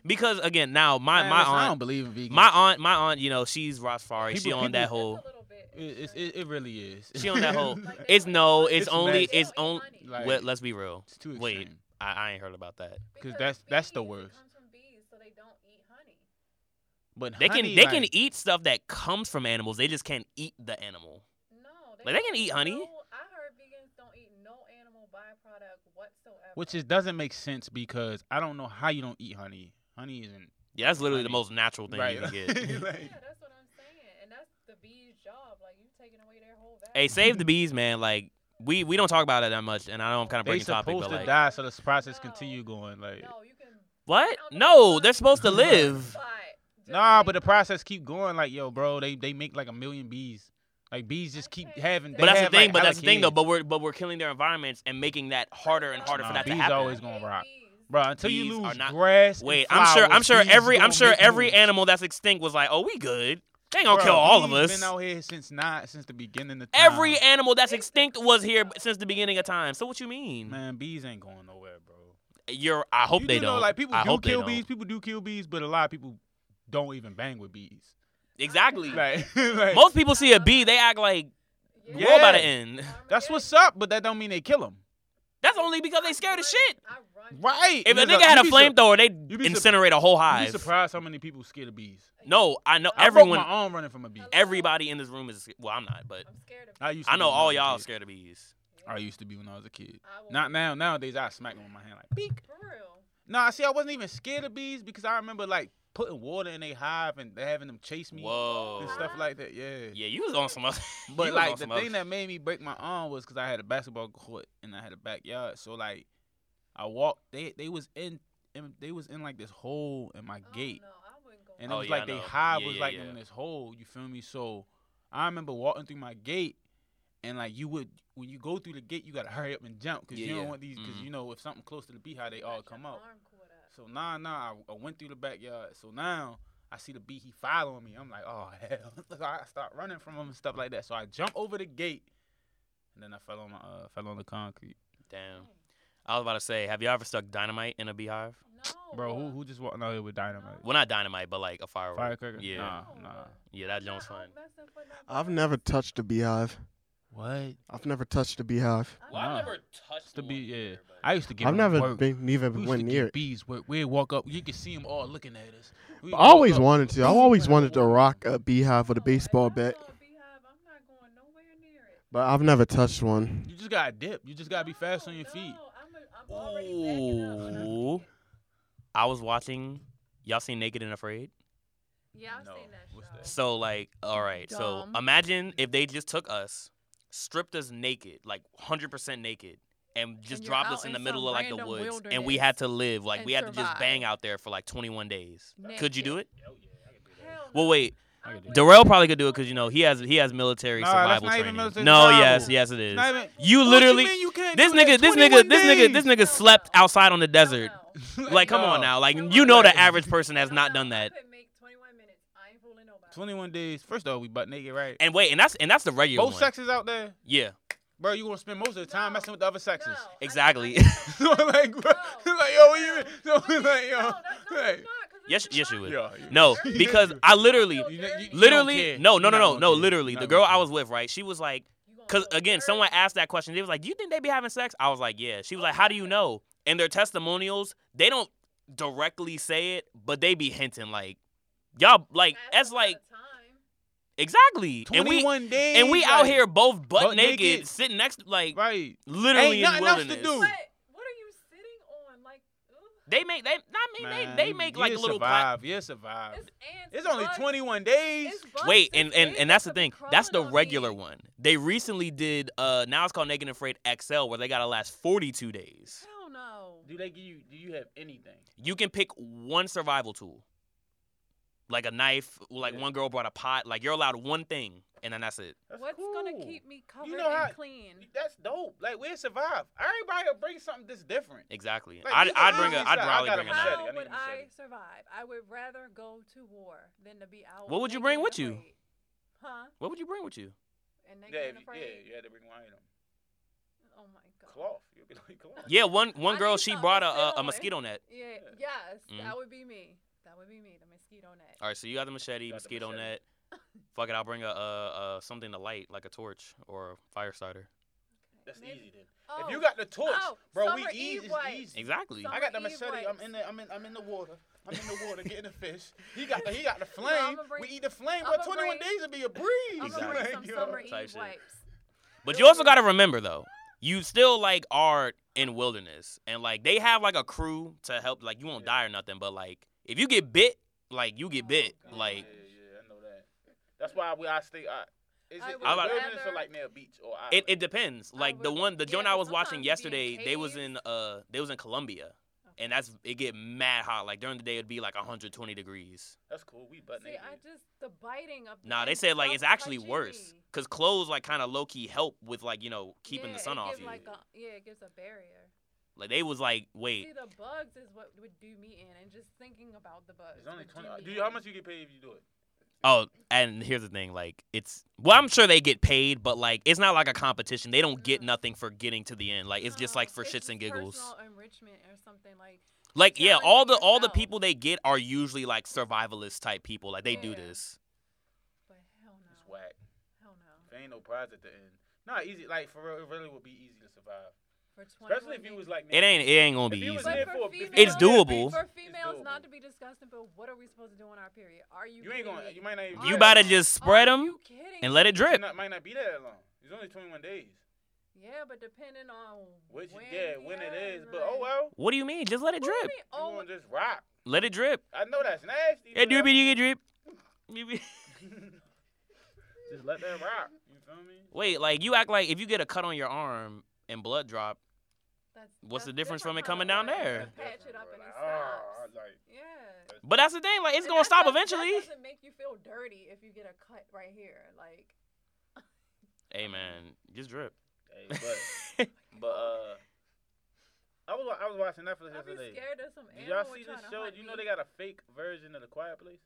E: it?
B: Because again, now my
A: Man,
B: my
A: listen, I don't
B: aunt
A: believe in vegan.
B: my aunt my aunt, you know, she's Rastafari. She
A: People-
B: on that
A: people-
B: whole
E: That's a little bit
A: it, it's-
E: extreme.
A: it, it really is.
B: She on
A: (laughs)
B: that whole-
E: Like, they
B: It's
E: don't eat
B: no,
E: honey.
B: it's
A: It's
B: only
A: magic.
E: They
B: it's
E: don't eat
B: only
E: honey.
A: Like-
B: well, let's be real.
A: It's too extreme.
B: Wait. I, I ain't heard about that.
E: Because
A: that's- that's the
E: bees, it
A: worst.
E: comes from bees, so they don't eat honey.
A: But
B: They
A: honey,
B: can they
A: like,
B: can eat stuff that comes from animals. They just can't eat the animal.
E: No,
B: Like, they
E: don't
B: can eat honey.
E: no- I heard vegans don't eat no animal byproduct whatsoever.
A: which is doesn't make sense because I don't know how you don't eat honey. Honey isn't
B: Yeah, that's literally the
A: Honey.
B: most natural thing
A: right.
B: you can get.
A: (laughs) like,
E: yeah, that's what I'm saying, and that's the bees' job. Like you taking away their whole.
B: hey,
E: value.
B: save the bees, man. Like we we don't talk about it that much, and I know I'm kind of
A: They
B: breaking topic,
A: supposed
B: but
A: to
B: like,
A: die, so the process
E: No.
A: continue going. Like,
E: No, you can.
B: what?
E: I don't
B: No,
E: know.
B: they're supposed to live.
E: But just
A: nah,
E: like-
A: but the process keep going. Like, yo, bro, they they make like a million bees. Like bees just keep
E: Okay.
A: having. they
E: But
B: but that's the
A: have,
B: thing.
A: like,
B: but
A: hella
B: that's the thing, though.
A: kids.
B: But we're but we're killing their environments and making that harder and harder
A: Nah,
B: for that to
A: bees
B: happen.
A: always gonna rock.
E: Bees.
A: bro, until you
B: bees
A: lose
B: are not-
A: grass. and
B: Wait, I'm sure. I'm
A: flowers,
B: sure
A: bees
B: every. I'm
A: gonna
B: sure
A: make
B: every
A: moves.
B: animal that's extinct was like, oh, we good. They ain't gonna
A: Bro,
B: kill all of
A: bees
B: us.
A: Been out here since not since the beginning of time.
B: Every animal that's extinct was here b- since the beginning of time. So what you mean?
A: man, bees ain't going nowhere, bro.
B: You're. I Mm. hope
A: you
B: they
A: do
B: don't.
A: Know, like people
B: I
A: do
B: hope
A: kill
B: they don't.
A: bees. People do kill bees, but a lot of people don't even bang with bees. (laughs)
B: Exactly.
A: Like, (laughs) like
B: Most people see a bee, they act like the world about to
A: Yeah.
B: end. (laughs)
A: that's what's up, but that don't mean they kill them,
B: That's only because they scared of shit.
E: I run.
A: right?
B: If a
A: Nigga,
B: nigga had a
A: you be sur-
B: flamethrower, they'd
A: you be sur-
B: incinerate a whole
A: you be
B: hive.
A: surprised how many people scared of bees.
B: No, I know
E: I
A: I broke
E: broke
B: everyone.
A: my arm running from a bee.
B: Everybody in this room is. Well, I'm not, but
E: I'm scared of.
A: I used. To
B: I know
A: be when
B: all
A: was a
B: y'all are
A: kid.
B: scared of bees.
A: I used to be when I was a kid.
E: I will-
A: Not now. Nowadays, I smack them with my hand like beak.
E: For real.
A: Nah, see, I wasn't even scared of bees because I remember like putting water in their hive and having them chase me
B: Whoa.
A: and stuff like that. Yeah.
B: Yeah, you was on some other. (laughs) you was
A: But
B: on
A: like the
B: some
A: thing
B: other-
A: that made me break my arm was because I had a basketball court and I had a backyard. So like, I walked. They they was in, in they was in like this hole in my
E: Oh,
A: gate,
E: No, I wouldn't go.
A: and it
B: Oh,
A: was
B: yeah, I
A: like they
B: know.
A: hive
B: Yeah,
A: was
B: yeah,
A: like
B: yeah.
A: in this hole. You feel me? So I remember walking through my gate, and like you would when you go through the gate, you gotta hurry up and jump because
B: Yeah,
A: you don't
B: yeah.
A: want these because
B: Mhm.
A: you know if something close to the beehive, they
E: You
A: all
E: got
A: come
E: your
A: out.
E: arm caught up.
A: So nah, nah, I, I went through the backyard. So now I see the bee, he following me. I'm like, oh hell! (laughs) so I start running from him and stuff like that. So I jump over the gate, and then I fell on my uh, fell on the concrete.
B: Damn. I was about to say, have you all ever stuck dynamite in a beehive?
E: No.
A: Bro, who who just walking out here with dynamite?
B: Well, not dynamite, but like a firework.
A: Firecracker?
B: Yeah.
A: Nah,
E: No.
A: nah.
B: Yeah, that
E: Not
B: Jones
E: all
B: fun.
E: messing for nothing.
D: I've never touched a beehive.
A: What?
D: I've never touched a beehive.
E: I
A: Wow.
E: never-
B: touched
A: The bee? Yeah.
B: I,
A: I used to get.
D: I've never
A: work.
D: been
A: We
D: even
A: used to
D: went
A: get
D: near it.
A: bees. Work. We'd walk up. You could see them all looking at us. We'd
D: I
A: walk
D: always
A: up.
D: wanted to. I always wanted to rock a beehive with a baseball bat,
E: If I saw a beehive, I'm not going nowhere near it.
D: but I've never touched one.
A: You just gotta dip. You just gotta be fast on your
E: No,
A: feet.
E: no, I'm, a, I'm already backing up when I see
B: Ooh.
E: it.
B: was watching. Y'all seen Naked and Afraid?
E: Yeah, I've
A: No,
E: seen that
A: what's
E: show.
A: that?
B: So like, all right.
E: Dumb.
B: So imagine if they just took us, stripped us naked, like 100% naked, and just
E: And you're
B: dropped
E: out
B: us in
E: in
B: the middle
E: some
B: of like the
E: random
B: woods, and we
E: wilderness
B: had to live, like
E: and
B: we had to just
E: survive.
B: bang out there for like 21 days. Could you
E: Naked.
B: do it?
E: Hell
B: Well,
E: no.
B: wait.
E: I
A: I could do
E: wouldn't.
B: Darrell probably could do it because you know he has he has military
A: Nah, that's
B: survival
A: not even
B: training.
A: military
B: no,
A: survival.
B: yes, yes, it is.
A: Not even-
B: you
A: What
B: literally,
A: mean you can't
B: this
A: do that?
B: nigga, this nigga,
A: 21
B: this nigga, this
A: days.
B: nigga slept outside on the
E: Hell
B: desert.
E: no.
B: Like, come
A: (laughs)
B: on
A: no.
B: now. Like,
E: Come
B: you
E: on
B: know,
E: now.
B: the average person has
E: Hell
B: not
E: no,
B: done
E: I
B: that.
E: couldn't make 21 minutes. I ain't fooling nobody.
A: 21 days. First off, we butt naked, right?
B: And wait, and that's and that's the regular
A: Both
B: one.
A: sexes out there,
B: Yeah,
A: bro. You gonna spend most of the time
E: No.
A: messing with the other sexes.
E: No, I-
B: Exactly.
A: (laughs)
B: (laughs)
E: I-
A: so like, bro,
E: No.
A: like yo, what Oh, you mean? (laughs)
E: No,
A: So
E: no,
A: like yo,
E: no, that's not
A: like,
E: smart, 'cause
B: Yes-
E: it's
B: yes,
E: not-
B: you would.
A: yo, yo. (laughs)
B: no,
E: Dirty.
B: because I literally,
A: You- you- you don't
B: literally,
A: care.
B: no,
A: You're
B: no,
A: not
B: no, no,
A: gonna
B: no,
A: care.
B: literally,
A: You're
B: the
A: not
B: girl
A: gonna
B: I
A: care.
B: was with, right? She was like,
E: You gonna
B: because
E: go
B: again,
E: dirty.
B: someone asked that question. They was like, "Do you think they be having sex?" I was like, "Yeah." She was like, "How do you know?" And their testimonials, they don't directly say it, but they be hinting like, "Y'all like
E: Half
B: that's
E: of
B: like
E: the time.
B: exactly." And we
A: 21 days,
B: and we out
A: like,
B: here both butt,
A: butt
B: naked,
A: naked.
B: sitting next like
A: right?
B: literally
A: Ain't
B: in the
A: nothing else to
B: wilderness.
A: do.
E: But what are you sitting on? Like, ugh.
B: They make they I mean
A: Man,
B: they they
A: you-
B: make
A: you
B: like
A: just
B: little pla-
A: survive. Yeah, survive.
E: it's ants,
A: It's only
E: bugs,
A: 21 days.
E: it's bugs,
B: Wait,
E: it's
B: and, and,
E: ants
B: and that's the
E: that be
B: thing. That's the
E: crawling on
B: regular
E: me.
B: one. They recently did uh now it's called Naked and Afraid XL where they gotta last forty two days.
E: Hell no.
A: Do they give you? Do you have anything?
B: You can pick one survival tool. Like a knife, like
A: Yeah.
B: one girl brought a pot, like you're allowed one thing and then that's it.
A: That's
E: What's gonna
A: cool.
E: keep me covered
A: know how-
E: and clean?
A: That's dope. Like we survive. Everybody will bring something that's different.
B: Exactly.
A: Like,
B: I'd
A: you can
B: I'd bring a
A: literally
B: I'd
A: say, I
B: probably
A: got a
B: bring a
A: machete.
B: knife.
E: How
A: I need
E: would
A: a
E: I
A: machete.
E: survive? I would rather go to war than to be out.
B: What would you
E: naked
B: bring
E: and
B: with you?
E: afraid. Huh?
B: What would you bring with you?
E: And naked
A: Yeah, if
E: and
A: you,
E: afraid.
A: yeah, you had to bring one item.
E: Oh my god.
A: Cloth. You could like cloth.
B: Yeah, one one
E: I
B: girl
E: need
B: she
E: something
B: brought
E: to
B: a
E: sit
B: a, a
E: on.
B: mosquito net.
E: Yeah. Yes,
B: Mhm.
E: that would be me. That would be me. The mosquito net.
B: All right, so you got the machete,
A: Got the
B: mosquito
A: machete.
B: net. Fuck it, I'll bring a uh, uh something to light, like a torch or a fire starter.
A: That's
E: Maybe-
A: easy then.
E: Oh,
A: If you got the torch,
E: Oh,
A: bro, we
E: summer
A: easy.
E: Eve
A: It's
E: wipes.
A: easy.
B: Exactly.
E: Some-
A: I got the
E: Summer Eve
A: machete. I'm
E: wipes.
A: in the. I'm in. I'm in the water. I'm in the water getting a fish. He got the. He
E: (laughs)
A: got the
E: No,
A: flame.
E: I'ma
A: we
E: bring-
A: eat the flame.
E: I'ma
A: But 21
E: bring-
A: days would be a breeze.
E: I'm gonna
B: Exactly.
E: bring some
A: Like, yo.
E: summer
B: Type
E: eve
B: shit.
E: wipes.
B: But you also got to remember though, you still like are in wilderness, and like they have like a crew to help. Like you won't
A: Yeah.
B: die or nothing, but like if you get bit, like you get
E: Oh,
B: bit.
E: God.
A: Yeah,
B: Like
A: yeah, yeah, I know that. That's why we. I stay. I, Is
E: I
A: it
E: would
B: I like-
A: wilderness or
E: rather-
A: like near a beach or island?
B: It, it depends.
E: I
B: Like the
E: would-
B: one, the
E: yeah,
B: joint I
E: 'cause
B: was watching
E: sometimes it be in
B: yesterday, they was
E: caves.
B: in uh, they was in Colombia, and that's it get mad hot. Like during the day, it'd be like 120 degrees.
A: That's cool. We butt
E: See,
A: naked.
E: I just the biting of.
B: Nah, they
E: and
B: said like
E: stuff
B: it's actually
E: touching
B: worse
E: me.
B: because clothes like kind of low key help with like you know keeping
E: Yeah,
B: the sun
E: it
B: off
E: gives
B: you. Like,
E: Like a, yeah, it gives a barrier.
B: they was like, wait,
E: See, the bugs is what would do me in, and just thinking about the bugs.
A: It's only
E: would
A: twenty. uh,
E: me
A: Do you, how
E: in.
A: much you get paid if you do it?
B: oh, and here's the thing, like it's well, I'm sure they get paid, but like it's not like a competition. They don't get
E: No.
B: nothing for getting to the end. Like it's just
E: No,
B: like for
E: Um, it's
B: shits and
E: just
B: giggles.
E: Personal enrichment or something like.
B: Like yeah, all the
E: challenging
B: all the
E: yourself.
B: people they get are usually like survivalist type people. Like they do
E: Yeah.
B: this.
E: But hell no.
A: It's whack.
E: Hell no.
A: There ain't no prize at the end. Not easy. Like for real, it really would be easy to survive.
E: For 20
A: Especially if you was like.
B: It ain't it ain't gonna
A: If
B: be
A: you was
B: easy.
E: But
A: there
E: for
A: for a- if you
E: females-
B: It's
A: was there for
B: doable.
E: For
A: It's
E: females, not
A: doable.
E: to be disgusted, but what are we supposed to do on our period? Are you?
A: You ain't
E: kidding
A: gonna.
E: me?
A: You might not even.
B: You
E: Are
B: about to
E: you-
B: just
E: are
B: spread 'em
E: you kidding
B: And let it
E: me?
B: drip.
A: Not, might not be there that long. It's only twenty one days.
E: Yeah, but depending on
A: Which
E: when,
A: yeah, when it
E: yeah,
A: is. But
E: like-
A: oh well.
B: What do you mean? Just let it
E: What do you
B: drip.
E: mean,
A: You
E: Oh,
A: gonna just rock?
B: Let it drip.
A: I know that's nasty.
B: Yeah,
A: but I
B: drippy
A: mean- (laughs)
B: you drip. You be- (laughs)
A: just let that rock. You feel me?
B: Wait, like you act like if you get a cut on your arm and blood drop,
E: that's-
B: What's the
E: that's
B: difference from it
E: different
B: coming
E: kinda
B: down
E: work.
B: there?
E: You Patch it up and it
A: Like,
E: stops.
A: ah, like,
E: Yeah.
B: but that's the thing. Like it's
E: And
B: gonna
E: that
B: stop
E: does-
B: eventually.
E: That doesn't make you feel dirty if you get a cut right here. Like,
B: Hey man, just drip.
A: hey,
B: (laughs)
A: but but uh, I was wa- I was watching Netflix
E: I'd be
A: yesterday.
E: scared of some
A: Did
E: animal
A: y'all see this
E: trying to
A: show?
E: hunt
A: You know
E: me.
A: they got a fake version of The Quiet Place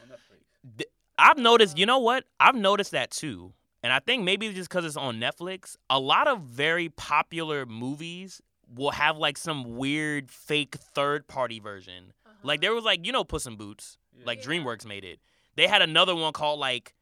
A: on Netflix.
B: I've noticed. You know what? I've noticed that too. And I think maybe just because it's on Netflix, a lot of very popular movies will have like some weird fake third party version. Like
E: Uh-huh.
B: there was like you know Puss in Boots.
A: Yeah.
B: Like
E: Yeah.
B: DreamWorks made it. They had another one called like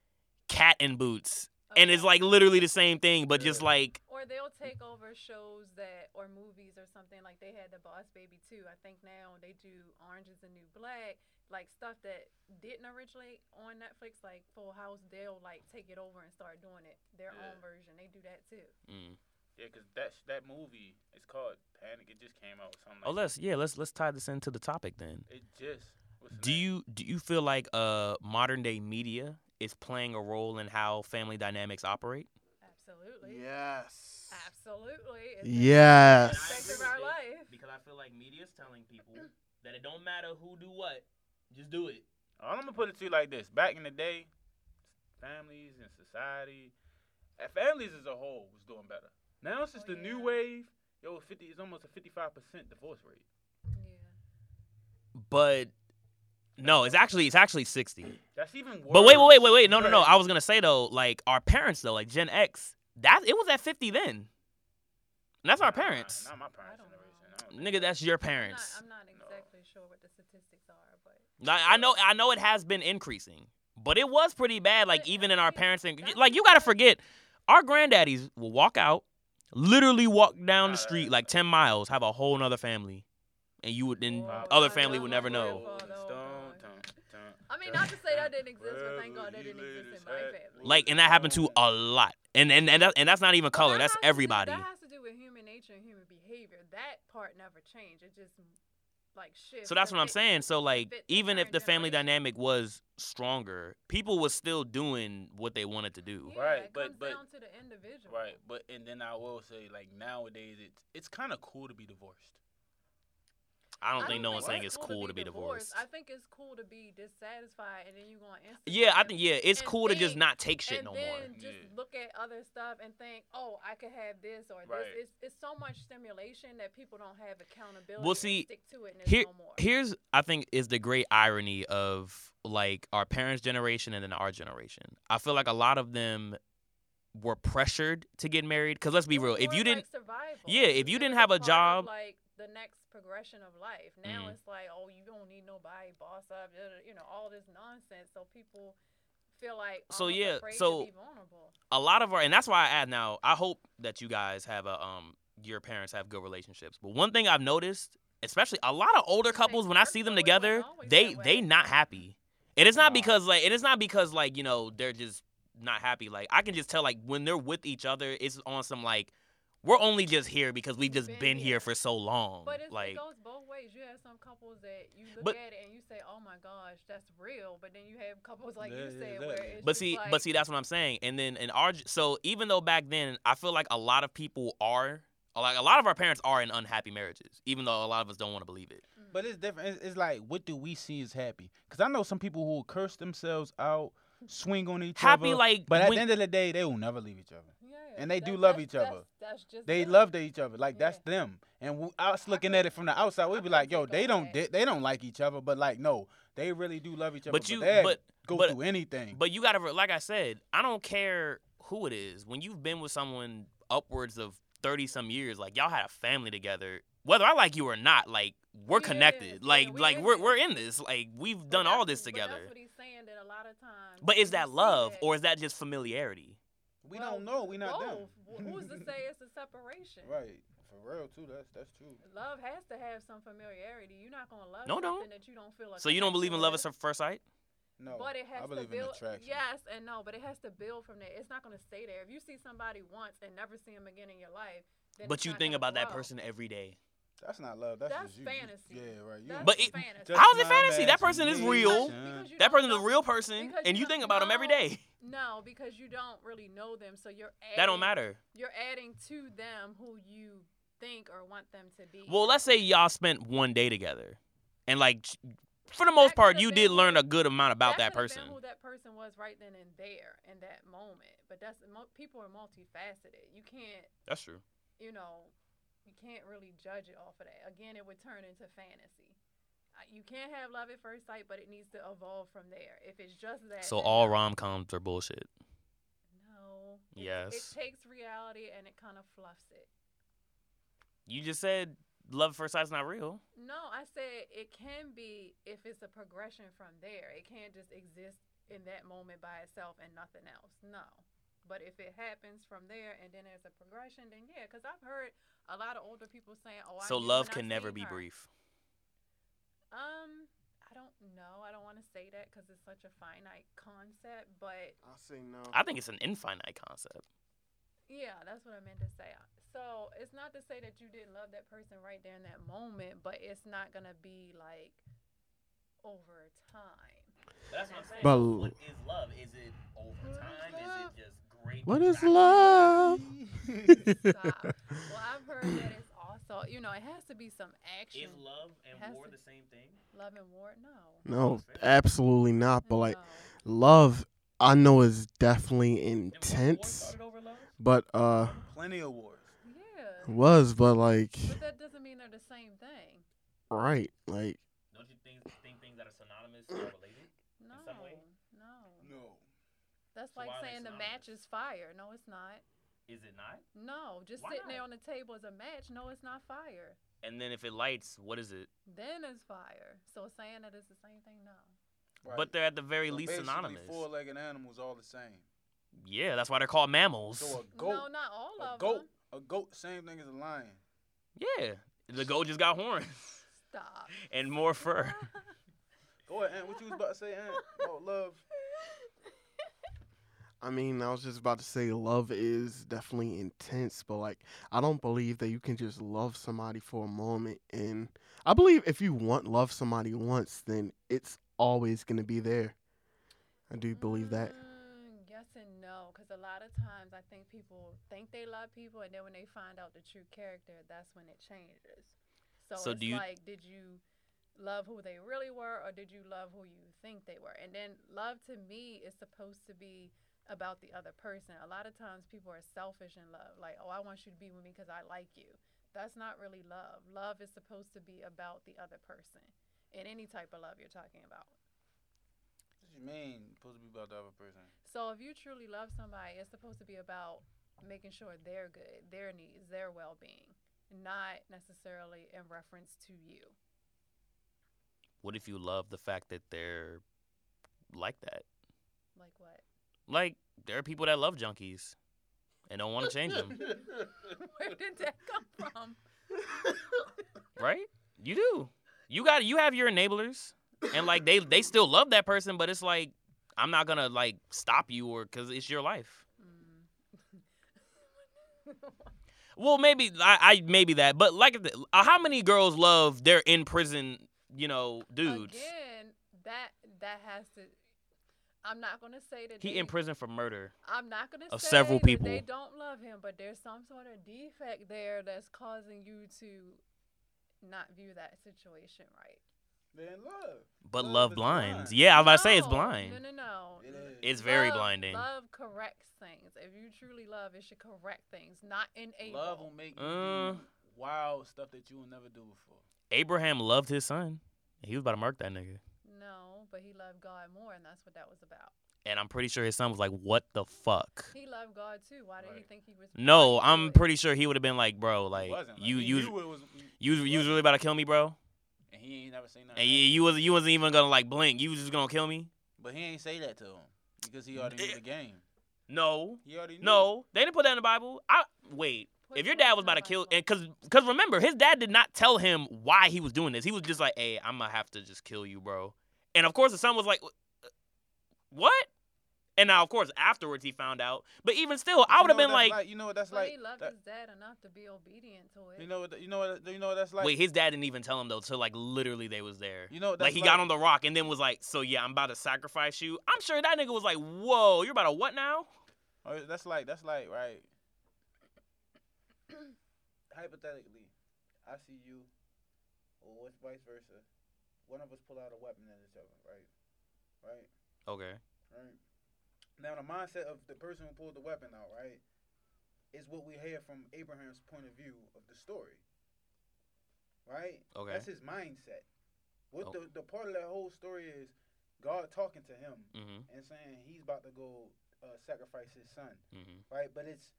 B: Cat in Boots, and it's
E: Uh-huh. Okay.
B: like literally the same thing, but just
A: Yeah.
B: like
E: Or they'll take over shows that or movies or something like they had the Boss Baby too. I think now they do Orange is the New Black, like stuff that didn't originally on Netflix, like Full House. They'll like take it over and start doing it their
A: Yeah.
E: own version. They do that too.
B: mm.
A: yeah, cause that sh- that movie is called Panic. It just came out. Something like
B: oh let's yeah let's let's tie this into the topic then.
A: It just. what's the
B: Do
A: name?
B: you do you feel like uh modern day media is playing a role in how family dynamics operate?
E: Absolutely.
D: Yes.
E: Absolutely. It's just
D: Yes.
E: an aspect of our life.
B: Because I feel like media is telling people that it don't matter who do what, just do it.
A: I'm gonna put it to you like this: back in the day, families and society, uh, families as a whole was doing better. Now since
E: Oh,
A: the new
E: yeah.
A: wave, yo, fifty is almost a fifty-five percent divorce rate.
E: Yeah.
B: But no, it's actually it's actually sixty.
A: That's even worse.
B: But wait, wait, wait, wait, wait. No, no, no.
A: Yeah.
B: I was gonna say though, like our parents though, like Gen X, that it was at fifty then. And that's our
A: Nah, nah,
B: parents.
A: Not my parents'
E: I don't know.
A: generation. I don't
B: Nigga, that's your
E: I'm not,
B: parents.
E: I'm not
A: No.
E: exactly sure what the statistics are, but
A: (laughs)
B: Like I know I know it has been increasing. But it was pretty bad, like
E: But
B: even in
E: that's
B: our
E: the-
B: parents and
E: that's
B: like you
E: the
B: gotta
E: thing.
B: forget, our granddaddies will walk out, literally walk
A: Nah,
B: down the street
A: that-
B: like ten miles, have a whole nother family. And you would then
E: Wow.
B: other
E: Wow.
B: family would never
E: Wow.
B: know.
E: Wow.
A: I
E: I mean, not to say that didn't exist, but thank God that didn't exist in my family.
B: Like and that happened to a lot. And and and, that, and that's not even color,
E: Well, that
B: that's
E: has to do-
B: everybody.
E: that has to do with human nature and human behavior. That part never changed. It just like shifts.
B: So that's
E: to
B: what I'm
E: fit-
B: saying. So like
E: fit the
B: even if
E: current
B: the family
E: generation.
B: dynamic was stronger, people was still doing what they wanted to do.
E: Yeah,
A: Right,
E: it
A: but-
E: comes
A: but-
E: down to the individual.
A: Right, but and then I will say, like nowadays, it's it's kind of cool to be divorced.
B: I don't
E: I
B: think no one's saying
E: it's
B: it's cool to be divorced.
E: I think it's cool to be dissatisfied, and then you go on Instagram.
B: Yeah, I think yeah, it's
E: and
B: cool to just
E: think-
B: not take shit
E: and
B: no
E: then
B: more.
E: just
A: Yeah.
E: look at other stuff and think, oh, I could have this or
A: Right.
E: this. It's, it's so much stimulation that people don't have accountability.
B: Well,
E: and
B: see,
E: stick to it and
B: here-
E: it's no more.
B: Here's I think is the great irony of like our parents' generation and then our generation. I feel like a lot of them were pressured to get married because let's be
E: It was
B: real, if
E: more
B: you
E: like
B: didn't
E: survival.
B: yeah, if you
E: It
B: didn't
E: was
B: have a
E: part of,
B: job-
E: like the next progression of life. Now
B: Mhm.
E: it's like, oh, you don't need nobody, boss up, da- da- you know, all this nonsense. So people feel like
B: So,
E: almost
B: yeah,
E: afraid
B: so-
E: to be vulnerable.
B: a lot of our and that's why I add now. I hope that you guys have a um your parents have good relationships. But one thing I've noticed, especially a lot of older couples, when I see them
E: Well, it wasn't
B: together,
E: always
B: they
E: that way.
B: they not happy. And it's not
A: Nah.
B: because like and it's not because like you know they're just not happy. Like I can just tell like when they're with each other, it's on some like we're only just here because we've just been,
E: Been
B: here
E: here.
B: for so long.
E: But it's,
B: like
E: it goes both ways. You have some couples that you look
B: But-
E: at it and you say, "Oh my gosh, that's real," but then you have couples like
C: Yeah,
E: you
C: yeah,
E: said
C: that-
E: where (laughs) it's
B: But
E: just
B: see,
E: like,
B: but see, that's what I'm saying. And then in our, g- so even though back then, I feel like a lot of people are, like a lot of our parents are in unhappy marriages, even though a lot of us don't want to believe it.
A: But it's different. It's, it's like, what do we see as happy? Because I know some people who will curse themselves out, swing on each other.
B: Happy like,
A: But at
B: when-
A: the end of the day, they will never leave each other.
E: yeah,
A: and they do
E: that-
A: love
E: that's-
A: each other.
E: That's, that's just
A: They
E: them.
A: love each other. Like that's
E: Yeah.
A: them. And w us looking
E: can-
A: at it from the outside,
E: I
A: we'd be
E: can
A: like, yo,
E: take
A: they
E: all
A: don't
E: that.
A: di- they don't like each other. But like, no, they really do love each other.
B: But you-
A: they'd
B: but-
A: go
B: but-
A: through anything.
B: but you gotta, re- like I said, I don't care who it is. When you've been with someone upwards of thirty some years, like y'all had a family together, whether I like you or not, like we're
E: We in
B: connected.
E: this. Yeah,
B: like,
E: we
B: like
E: in
B: we're
E: this.
B: we're in this. Like we've
E: But
B: done all
E: that's-
B: this
E: but that's
B: together.
E: what he's saying, that a lot of times
B: But is
E: you
B: that
E: see
B: love
E: that-
B: or is that just familiarity?
A: we
E: well,
A: don't know. We're not them.
E: both. Wh- Who's
A: (laughs)
E: to say it's a separation?
A: Right. For real too. That's that's true.
E: Love has to have some familiarity. You're not gonna love
B: No, don't.
E: something that you don't feel. A
B: So you don't believe in love at
E: connection with.
B: first sight?
A: No.
E: But it has
A: I believe
E: to build.
A: in attraction.
E: Yes and no, but it has to build from there. It's not going to stay there. If you see somebody once and never see them again in your life, then
B: But
E: it's
B: you
E: not
B: think
E: gonna
B: about that
E: grow.
B: person every day.
A: That's not love. That's,
E: That's
A: just you.
E: fantasy.
A: Yeah, right. You
E: That's
B: But
A: just-
B: it-
E: fantasy.
A: just
B: How's it
A: my
B: fantasy? That person is real.
E: Because- because you
B: That
E: don't
B: person's a
E: know-
B: real person,
E: because
B: and
E: you
B: you think
E: don't
B: about them every
E: know-
B: day.
E: No, because you don't really know them, so you're adding,
B: That don't matter.
E: You're adding to them who you think or want them to be.
B: Well, let's say y'all spent one day together, and like, ch- for the most
E: That
B: part,
E: could've
B: you
E: been
B: did
E: who-
B: learn a good amount about that
E: could've
B: person.
E: Been who that person was right then and there in that moment, but that's mo- people are multifaceted. You can't
B: That's true.
E: you know, you can't really judge it off of that. Again, it would turn into fantasy. Uh, You can't have love at first sight, but it needs to evolve from there. If it's just that,
B: So
E: then
B: all
E: no.
B: rom coms are bullshit.
E: No. It-
B: Yes.
E: It takes reality and it kind of fluffs it.
B: You just said love at first sight's not real.
E: No, I said it can be if it's a progression from there. It can't just exist in that moment by itself and nothing else. No. But if it happens from there and then there's a progression, then yeah. Because I've heard a lot of older people saying, "Oh, I
B: So
E: knew
B: love
E: when I
B: can never
E: seen
B: be
E: her."
B: brief.
E: Um, I don't know. I don't want to say that because it's such a finite concept. But
D: I say no.
B: I think it's an infinite concept.
E: yeah, that's what I meant to say. So it's not to say that you didn't love that person right there in that moment, but it's not gonna be like over time.
B: That's what I'm saying.
D: But- What
B: is love? Is it over time? Is it just great?
D: What is love?
E: (laughs)
D: (laughs)
E: Stop. well, I've heard that it's also, you know, it has to be some action.
B: love
E: and Has war to- the
B: same thing?
E: love and war, no.
D: no, absolutely not. But like
E: No.
D: love, I know is definitely intense. But uh,
A: Plenty of wars.
E: yeah,
D: was but like
E: but that doesn't mean they're the same thing.
D: right, like
B: Don't you think, think things that are synonymous are related?
E: No,
B: some way?
E: no.
A: No.
E: That's
B: So
E: like
B: why are they
E: saying the
B: synonymous?
E: match is fire. No, it's not.
B: Is it not?
E: No, just
B: Why
E: sitting there
B: not?
E: on the table is a match. No, it's not fire.
B: And then if it lights, what is it?
E: Then it's fire. So saying that it's the same thing, no.
B: But they're at the very
A: So
B: least
A: basically,
B: synonymous.
A: Four-legged animals all the same.
B: Yeah, that's why they're called mammals. (laughs)
A: So a goat,
E: No, not all
A: a
E: of
A: goat,
E: them.
A: a goat, same thing as a lion.
B: yeah, the goat just got horns (laughs)
E: Stop.
B: and more
E: (laughs)
B: fur.
A: Go ahead, Aunt. What you was about to say, Aunt? About love.
D: I mean, I was just about to say love is definitely intense, but like I don't believe that you can just love somebody for a moment and I believe if you want love somebody once, then it's always going to be there. I do believe that.
E: Mm, yes and no, because a lot of times I think people think they love people, and then when they find out the true character, that's when it changes. So,
B: So
E: it's
B: do you-
E: like, did you love who they really were, or did you love who you think they were? And then love to me is supposed to be about the other person. A lot of times people are selfish in love, like, oh, I want you to be with me because I like you. That's not really love. Love is supposed to be about the other person in any type of love you're talking about.
A: What you mean? Supposed to be about the other
E: (laughs)
A: person.
E: So if you truly love somebody, it's supposed to be about making sure they're good, their needs, their well being, not necessarily in reference to you.
B: what if you love the fact that they're like that?
E: Like what? (laughs)
B: Like there are people that love junkies and don't want to change them, (laughs)
E: Where did that come from?
B: right? You do. You got. You have your enablers, and like they they still love that person, but it's like I'm not gonna like
E: Hmm. (laughs)
B: stop you or because it's your life.
E: Mm.
B: Well, maybe I, I maybe that, but like, if the- uh, how many girls love their in prison, you know, dudes?
E: Again, that that has to. I'm not gonna say that
B: He
E: they-
B: in prison for murder.
E: I'm not gonna
B: of
E: say
B: several
E: that
B: people.
E: they don't love him, but there's some sort of defect there that's causing you to not view that situation right.
A: Then love.
B: But
A: Love
B: love
A: is
B: blinds.
A: blind.
B: Yeah, I was about to say it's
E: No,
B: blind.
E: No, no, no.
A: It is.
B: It's very
E: Love-
B: blinding.
E: Love corrects things. If you truly love, it should correct things, not enable.
A: Love will make you
B: Uh.
A: do wild stuff that you will never do before.
B: Abraham loved his son. and He was about to murk that nigga.
E: No, but he loved God more, and that's what that was about.
B: And I'm pretty sure his son was like, "What the fuck."
E: He loved God too. Why did he
A: Right.
E: think he was?
B: No,
E: why he
B: I'm
E: would-
B: pretty sure he would have been like, bro,
A: It
B: like
A: wasn't. Like,
B: you
A: he
B: you
A: knew it was,
B: you you was really about to kill me, bro,
A: and he ain't never seen nothing.
B: and you, you wasn't you wasn't even gonna like blink. You was just gonna kill me.
A: but he ain't say that to him because he already knew the game.
B: No,
A: He already knew.
B: no, they didn't put that in the Bible. I wait.
E: Put
B: If your
E: words
B: dad
E: in
B: was about to
E: my
B: kill,
E: mouth.
B: and cause, cause remember, his dad did not tell him why he was doing this. He was just like, "Hey, I'm gonna have to just kill you, bro." And of course, the son was like, "Uh, "What?" And now, of course, afterwards he found out. But even still, I
A: You know
B: would have
A: what
B: been
A: that's
B: like,
A: you know what that's
E: But
A: like.
E: he loved
A: That-
E: his dad enough to be obedient to it.
A: you know what you know what you know what that's like.
B: "Wait, his dad didn't even tell him though." So like, literally, they was there.
A: you know what that's
B: Like he got on the rock and then was like, "So yeah, I'm about to sacrifice you." I'm sure that nigga was like, "Whoa, you're about to what now?"
A: Oh, that's like that's like right. (coughs) Hypothetically, I see you, or what's vice versa. One of us pull out a weapon at each other, right? Right,
B: Okay.
A: right. Now the mindset of the person who pulled the weapon out, right, is what we hear from Abraham's point of view of the story. Right.
B: Okay.
A: That's his mindset. What
B: Oh.
A: the the part of that whole story is God talking to him
B: Mhm.
A: and saying he's about to go uh, sacrifice his son
B: Mhm.
A: right? But it's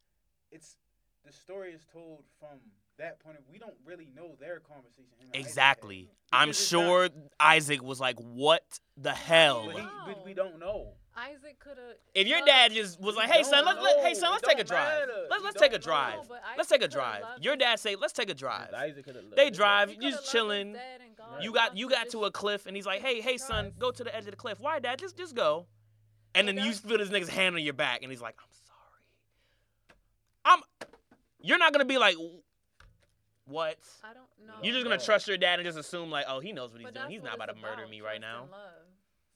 A: it's the story is told from that point of we don't really know their conversation. him and Isaac had.
B: Exactly. I'm
A: Because it's
B: sure
A: not-
B: Isaac was like, "What the
A: but, he,
B: hell?"
A: but we don't know.
E: Isaac could have.
B: If your dad just was like, "Hey son,
A: don't
B: let's let, hey
A: know.
B: son,
A: It
B: let's take a
A: don't
B: drive.
A: matter.
B: Let's
A: You
B: let's take a
A: don't know.
B: drive. Let's take a drive." Your dad say, "Let's take a
A: If
B: drive."
A: Isaac coulda
B: They
A: lived,
B: drive,
E: He
B: you
E: coulda
B: just
E: loved his
B: chilling.
E: dad and God
B: You got
E: enough
B: you got to
E: just-
B: a cliff and he's like, "Hey, hey son,
E: Trust.
B: go to the edge of the cliff. Why dad? Just just go." And
E: But
B: then you
E: that's-
B: feel this nigga's hand on your back and he's like, "I'm sorry." I'm You're not going to be like what?
E: I don't know.
B: You're just going to
A: No.
B: trust your dad and just assume like, "Oh, he knows what he's
E: But
B: doing.
E: that's
B: He's
E: what
B: not about to
E: it's
B: murder
E: about,
B: me right
E: trust and
B: now."
E: love.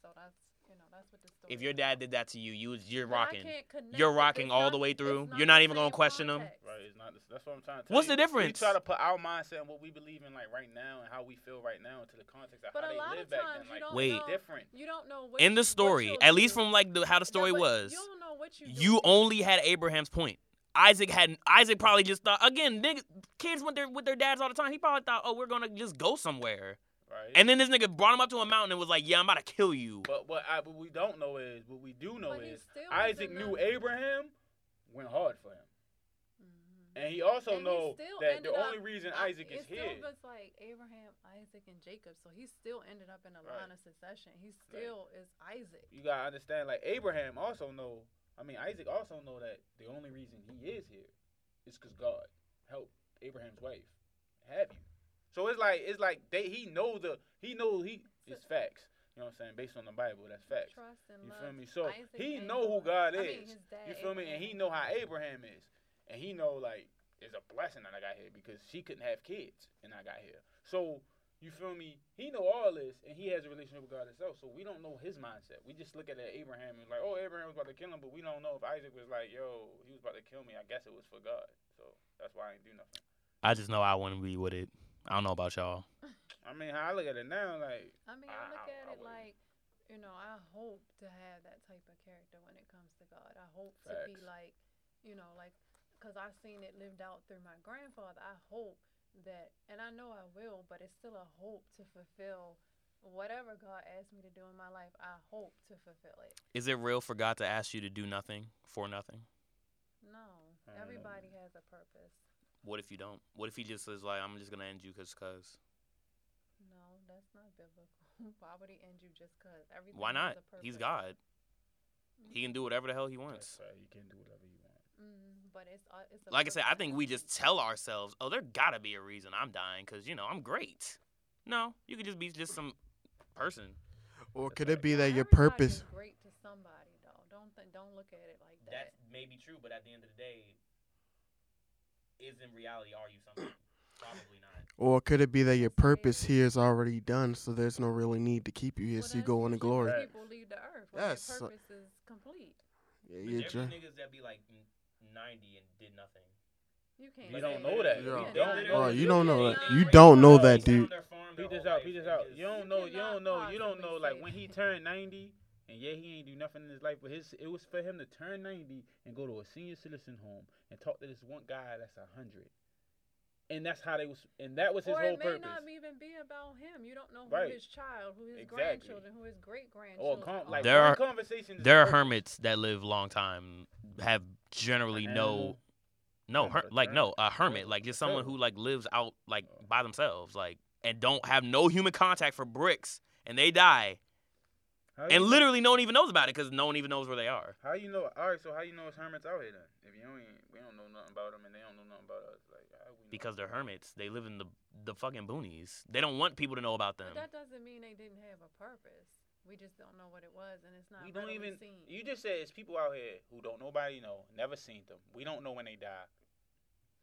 E: So that's you know that's what the story.
B: If your
E: is
B: dad
E: about.
B: did that to you, you was- you're
E: But I
B: rocking.
E: can't connect
B: You're
E: it.
B: rocking
E: It's
B: all
E: not-
B: the way through.
E: it's not
B: You're not
E: the
B: even gonna
E: same
B: question him.
E: context.
A: Right, it's not. the- That's what I'm trying to. Tell
B: What's
A: you.
B: the difference?
A: We try to put our mindset and what we believe in, like right now, and how we feel right now, into the context of
E: But
A: how
E: a
A: they
E: lot
A: live
E: of
A: back
E: times
A: then.
E: you
A: Like,
E: don't
B: Wait.
E: know.
A: different.
E: You don't know what
B: In the
E: what
B: story,
E: you'll
B: at least
E: do.
B: from like the, how the
E: No,
B: story
E: but
B: was.
E: You don't know what you.
B: you
E: do.
B: only had Abraham's point. Isaac had Isaac probably just thought again. Niggas, kids went there with their dads all the time. He probably thought, oh, we're gonna just go somewhere.
A: Right.
B: And then this nigga brought him up to a mountain and was like, yeah, I'm about to kill you.
A: but what I, what we don't know is what we do know
E: But he
A: is
E: still was
A: Isaac
E: in
A: knew
E: the-
A: Abraham went hard for him,
E: Mhm.
A: and he also
E: And he
A: know
E: still
A: that
E: ended
A: the
E: up-
A: only reason
E: I-
A: Isaac is
E: it
A: here.
E: still was like Abraham, Isaac, and Jacob. So he still ended up in a
A: Right.
E: line of succession. He still is Isaac.
A: you gotta understand like Abraham also know I mean Isaac also know that the only reason he is here is because God helped Abraham's wife have you. So it's like it's like they he know the he know he it's facts. You know what I'm saying? Based on the Bible, that's facts.
E: Trust and
A: You
E: love.
A: feel me? So
E: Isaac
A: he
E: and
A: know who God
E: I mean,
A: is.
E: his dad,
A: You feel me? And he know how Abraham is. And he know like it's a blessing that I got here because she couldn't have kids and I got here. So you feel me? He know all this and he has a relationship with God himself. So we don't know his mindset. We just look at that Abraham and like, oh Abraham was about to kill him, but we don't know if Isaac was like, yo, he was about to kill me. I guess it was for God. So that's why I ain't do nothing.
B: I just know I wouldn't be with it. I don't know about y'all.
A: I mean, how I look at it now, like
E: I mean,
A: I-
E: I look
A: I-
E: at
A: I
E: it
A: wouldn't.
E: like, you know, I hope to have that type of character when it comes to God. I hope to be
A: Facts.
E: like, you know, like, because I've seen it lived out through my grandfather. I hope that, and I know I will, but it's still a hope to fulfill whatever God asked me to do in my life. I hope to fulfill it.
B: Is it real for God to ask you to do nothing for nothing?
E: No,
A: Mm.
E: everybody has a purpose.
B: What if you don't? What if he just is like, I'm just gonna end you cause cause?
E: No, that's not biblical. (laughs) Why would he end you just because? Everything
B: Why
E: has
B: not?
E: a
B: He's
E: purpose.
B: God. He can do whatever the hell he wants.
A: that's right, you can do whatever you want.
E: Mm, but it's, uh, it's a
B: like I said, I
E: purpose
B: think we
E: behind
B: just tell ourselves, "Oh, there gotta be a reason I'm dying, cause you know I'm great." No, you could just be just some person.
D: Or could it be that your
E: Everybody's
D: purpose?
E: great to somebody though. Don't th- don't look at it like that.
B: may be true, but at the end of the day, is in reality, are you (clears throat) something? Probably not.
D: Or could it be that your purpose here is already done, so there's no really need to keep you here,
E: Well,
D: so you
E: that's
D: go on to
E: usually
D: glory?
E: when People leave the earth. When
D: Yes.
E: Their purpose is complete.
D: Yeah,
B: But
D: you're
B: there
D: dr-
B: be niggas that be like n- 90 and did nothing.
E: You can't.
A: We
E: say
A: don't know that.
E: You
D: Yeah.
E: cannot-
A: don't
D: Bro,
A: know.
D: Oh. you don't know that.
E: cannot-
D: You don't know
B: They
D: that,
B: found
D: dude.
B: their farm their
A: Peep this
B: whole
A: out,
B: life
A: peep this
B: and
A: out.
B: just-
A: You don't know, you
E: cannot
A: don't know, you don't know.
E: possibly
A: Like
E: say
A: when he
E: that.
A: turned ninety, and yeah, he ain't do nothing in his life, but his it was for him to turn ninety and go to a senior citizen home and talk to this one guy that's a hundred, and that's how they was, and that was his
E: or
A: whole
E: it may
A: purpose.
E: not even be about him. You don't know who
A: Right.
E: his child, who his
A: Exactly.
E: grandchildren, who his great
A: Or
E: grandchildren.
A: con- like
B: There
A: one
B: are-
A: conversation. is
B: There are
A: perfect.
B: hermits that live long time, have generally
A: An
B: no,
A: animal.
B: no,
A: Like
B: her,
A: a
B: like no,
A: hermit.
B: a hermit,
A: Hermit.
B: like just
A: A
B: someone who
A: hermit.
B: like lives out like by themselves, like and don't have no human contact for bricks, and they die,
A: How you
B: and
A: know-
B: literally no one even knows about it because no one even knows where they are.
A: How you know? All right, so how you know it's hermits out here then? If you don't, even- we don't know nothing about them, and they don't know nothing about us. Like how we know?
B: Because they're hermits, they live in the the fucking boonies. They don't want people to know about them.
E: But that doesn't mean they didn't have a purpose. We just don't know what it was, and it's not
A: We don't
E: readily
A: even.
E: seen.
A: You just said it's people out here who don't nobody know, never seen them. We don't know when they die.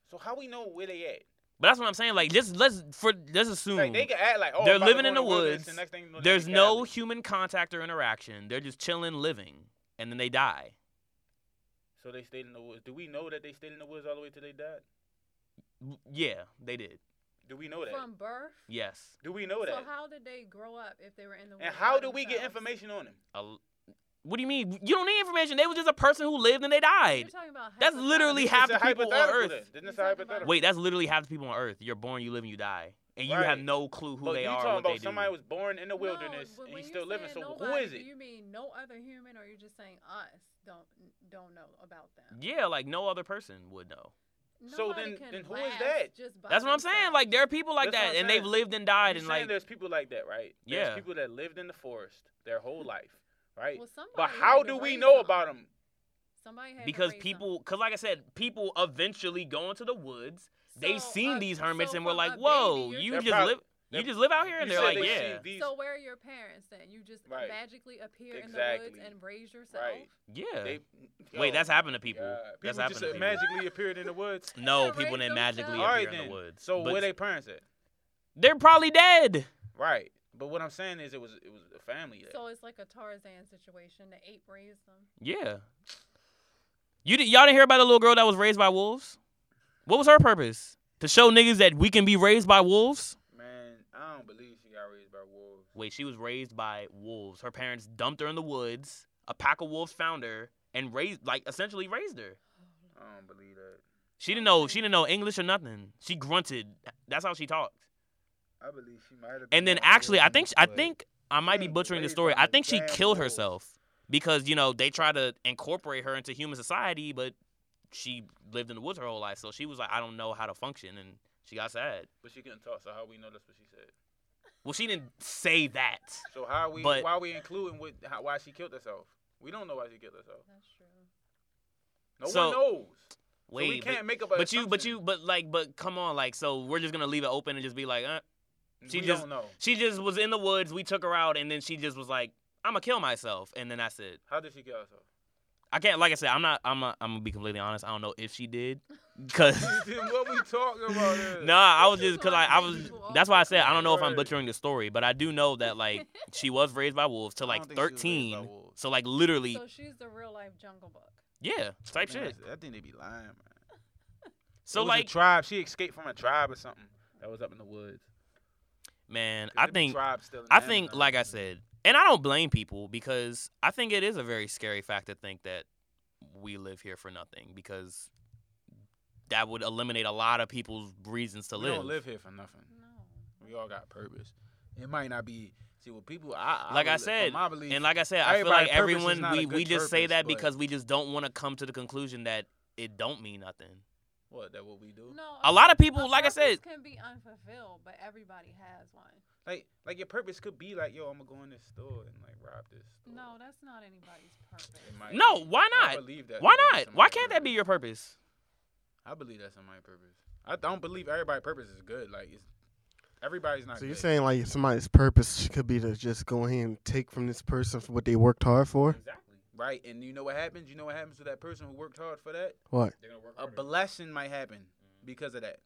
A: So how we know where they at?
B: But that's what I'm saying. Like just let's for let's assume
A: Like they can act like oh
B: They're
A: I'm about to
B: living
A: go
B: in the
A: wilderness,
B: woods.
A: and next thing you know, they
B: There's
A: in
B: no
A: Cali.
B: human contact or interaction. They're just chilling, living, and then they die.
A: So they stayed in the woods. Do we know that they stayed in the woods all the way till they died?
B: W- Yeah, they did.
A: Do we know that?
E: From birth.
B: Yes,
A: do we know that?
E: So how did they grow up if they were in the
A: and
E: woods
A: how
E: by
A: do we get
E: themselves?
A: information on them?
B: A l- what do you mean? You don't need information. They was just a person who lived and they died.
E: You're talking about
B: That's literally
E: hypothetical.
B: half
A: It's a
B: the people on
A: hypothetical
B: Earth.
A: then. Isn't this
E: You
A: a
E: talking about-
A: hypothetical?
B: Wait, that's literally half the people on Earth. You're born, you live, and you die, and you have
A: Right.
B: no clue who
A: but
B: they
A: you
B: are
A: talking
B: and what
A: about
B: they
A: somebody
B: do.
A: was born in the wilderness
E: no, but
A: and
E: when
A: he's
E: you
A: still living.
E: saying
A: So who
E: nobody,
A: is
E: do
A: it?
E: you mean no other human, or you're just saying us don't don't know about them?
B: Yeah, like no other person would know.
A: So
E: Nobody
A: then-
E: can
A: then who is
E: last
A: that?
E: Just by
B: That's what I'm saying.
E: themselves.
B: Like there are people like
A: That's what
B: that,
A: I'm
B: and they've
A: saying.
B: lived and died,
A: You're
B: and
A: saying
B: like
A: there's people like that, right?
B: Yeah.
A: There's people that lived in the forest their whole life, right?
E: Well,
A: But
E: somebody
A: how
E: had to
A: do we
E: raise
A: know
E: them.
A: about them?
E: Somebody had to
B: because
E: raise them.
B: people, because like I said, people eventually go into the woods. They've
E: So,
B: seen
E: uh,
B: these hermits
E: so
B: and we're
E: from
B: like,
E: a
B: whoa, you
E: baby, you're
A: They're
B: just
A: prob-
B: live, you
A: they're-
B: just live out here, and
A: You
B: they're
A: said
B: like,
A: they
B: yeah,
A: seen these-
E: So where are your parents then? You just
A: Right.
E: magically appear in the
A: Exactly.
E: woods and raise yourself.
A: Right.
B: yeah.
A: They,
B: Wait,
A: yo,
B: that's happened to people.
A: God.
B: That's
A: people
B: happened
A: just
B: to
A: uh,
B: people.
A: magically appeared in the woods.
B: no,
E: They're
B: people didn't
E: raised
B: magically
E: themselves.
B: appear
E: All
A: Alright
B: in
A: then.
B: the woods.
A: So
B: but
A: where they parents at?
B: They're probably dead.
A: Right. But what I'm saying is it was it was a family. there.
E: So it's like a Tarzan situation. The ape raised them.
B: Yeah. You did, y'all didn't hear about the little girl that was raised by wolves? What was her purpose? To show niggas that we can be raised by wolves?
A: Man, I don't believe she got raised by wolves.
B: Wait, she was raised by wolves. Her parents dumped her in the woods. A pack of wolves found her and raised, like, essentially raised her.
E: Oh,
A: I don't believe that.
B: She didn't know. She didn't know English or nothing. She grunted. That's how she talked.
A: I believe she might have.
B: And
A: been
B: then
A: out
B: actually, I
A: wilderness,
B: think I
A: but
B: think I might be
A: Damn,
B: butchering the
A: raised
B: story.
A: by
B: I
A: the
B: think she
A: damn
B: killed
A: wolves.
B: herself because you know they tried to incorporate her into human society, but she lived in the woods her whole life, so she was like, I don't know how to function, and she got sad.
A: But she couldn't talk. So how we know that's what she said?
B: Well, she didn't say that.
A: So how are we?
B: But-
A: why are we including what? How, why she killed herself? We don't know why she killed herself.
E: That's true.
A: No
B: So-
A: one knows. so we
B: Wait,
A: can't
B: but,
A: make up.
B: but you, but you, but like, but come on, like, so we're just gonna leave it open and just be like, uh, she
A: we
B: just-
A: don't know.
B: she just was in the woods. We took her out, and then she just was like, I'm gonna kill myself, and then that's it.
A: How did she kill herself? (laughs)
B: I can't, like I said, I'm not, I'm not, I'm gonna be completely honest. I don't know if she did, cause.
A: what we talking about? here?
B: Nah, I was
E: This
B: just
E: is
B: cause
E: why
B: I, I
E: these
B: was.
E: people all
B: That's why I said I don't know if I'm
A: Right.
B: butchering the story, but I do know that
E: (laughs)
B: like she was raised by wolves to
A: I
B: like
A: don't think she was raised by
B: 13.
A: wolves.
B: So like literally,
E: So she's the real life Jungle Book.
B: yeah,
A: Man,
B: type shit.
A: that's- I think they be lying, man. It
B: So
A: was a
B: like,
A: tribe. She escaped from a tribe or something that was up in the woods.
B: man,
A: 'Cause
B: I
A: there be
B: think
A: tribes still in
B: I
A: the
B: think
A: Amazon.
B: like I said, and I don't blame people because I think it is a very scary fact to think that we live here for nothing because that would eliminate a lot of people's reasons to
A: we
B: live.
A: don't live here for nothing.
E: No.
A: We all got purpose. It might not be see what people. I,
B: Like I
A: believe-
B: said,
A: from my belief,
B: And like I said, I feel
A: Everybody
B: like
A: purpose is
B: everyone
A: not a
B: we,
A: good
B: we just say
A: purpose,
B: that
A: but-
B: because we just don't want to come to the conclusion that it don't mean nothing.
A: what that what we do.
E: No.
B: A lot of people,
E: a
B: like I
E: purpose
B: said,
E: can be unfulfilled, but everybody has one.
A: Like like your purpose could be like, yo, I'm gonna go in this store and like rob this. Store.
E: No, that's not anybody's purpose.
A: It might
B: no.
A: be.
B: Why
A: I
B: not?
A: believe that.
B: Why
A: that is
B: not? Why
A: somebody's
B: can't that be
A: purpose.
B: your purpose?
A: I believe that's my purpose. I don't believe everybody's purpose is good. Like it's everybody's not.
D: So you're
A: good.
D: saying like somebody's purpose could be to just go ahead and take from this person for what they worked hard for?
A: exactly right? And you know what happens? You know what happens to that person who worked hard for that?
D: What?
B: They're gonna work
A: A blessing might happen. because of that.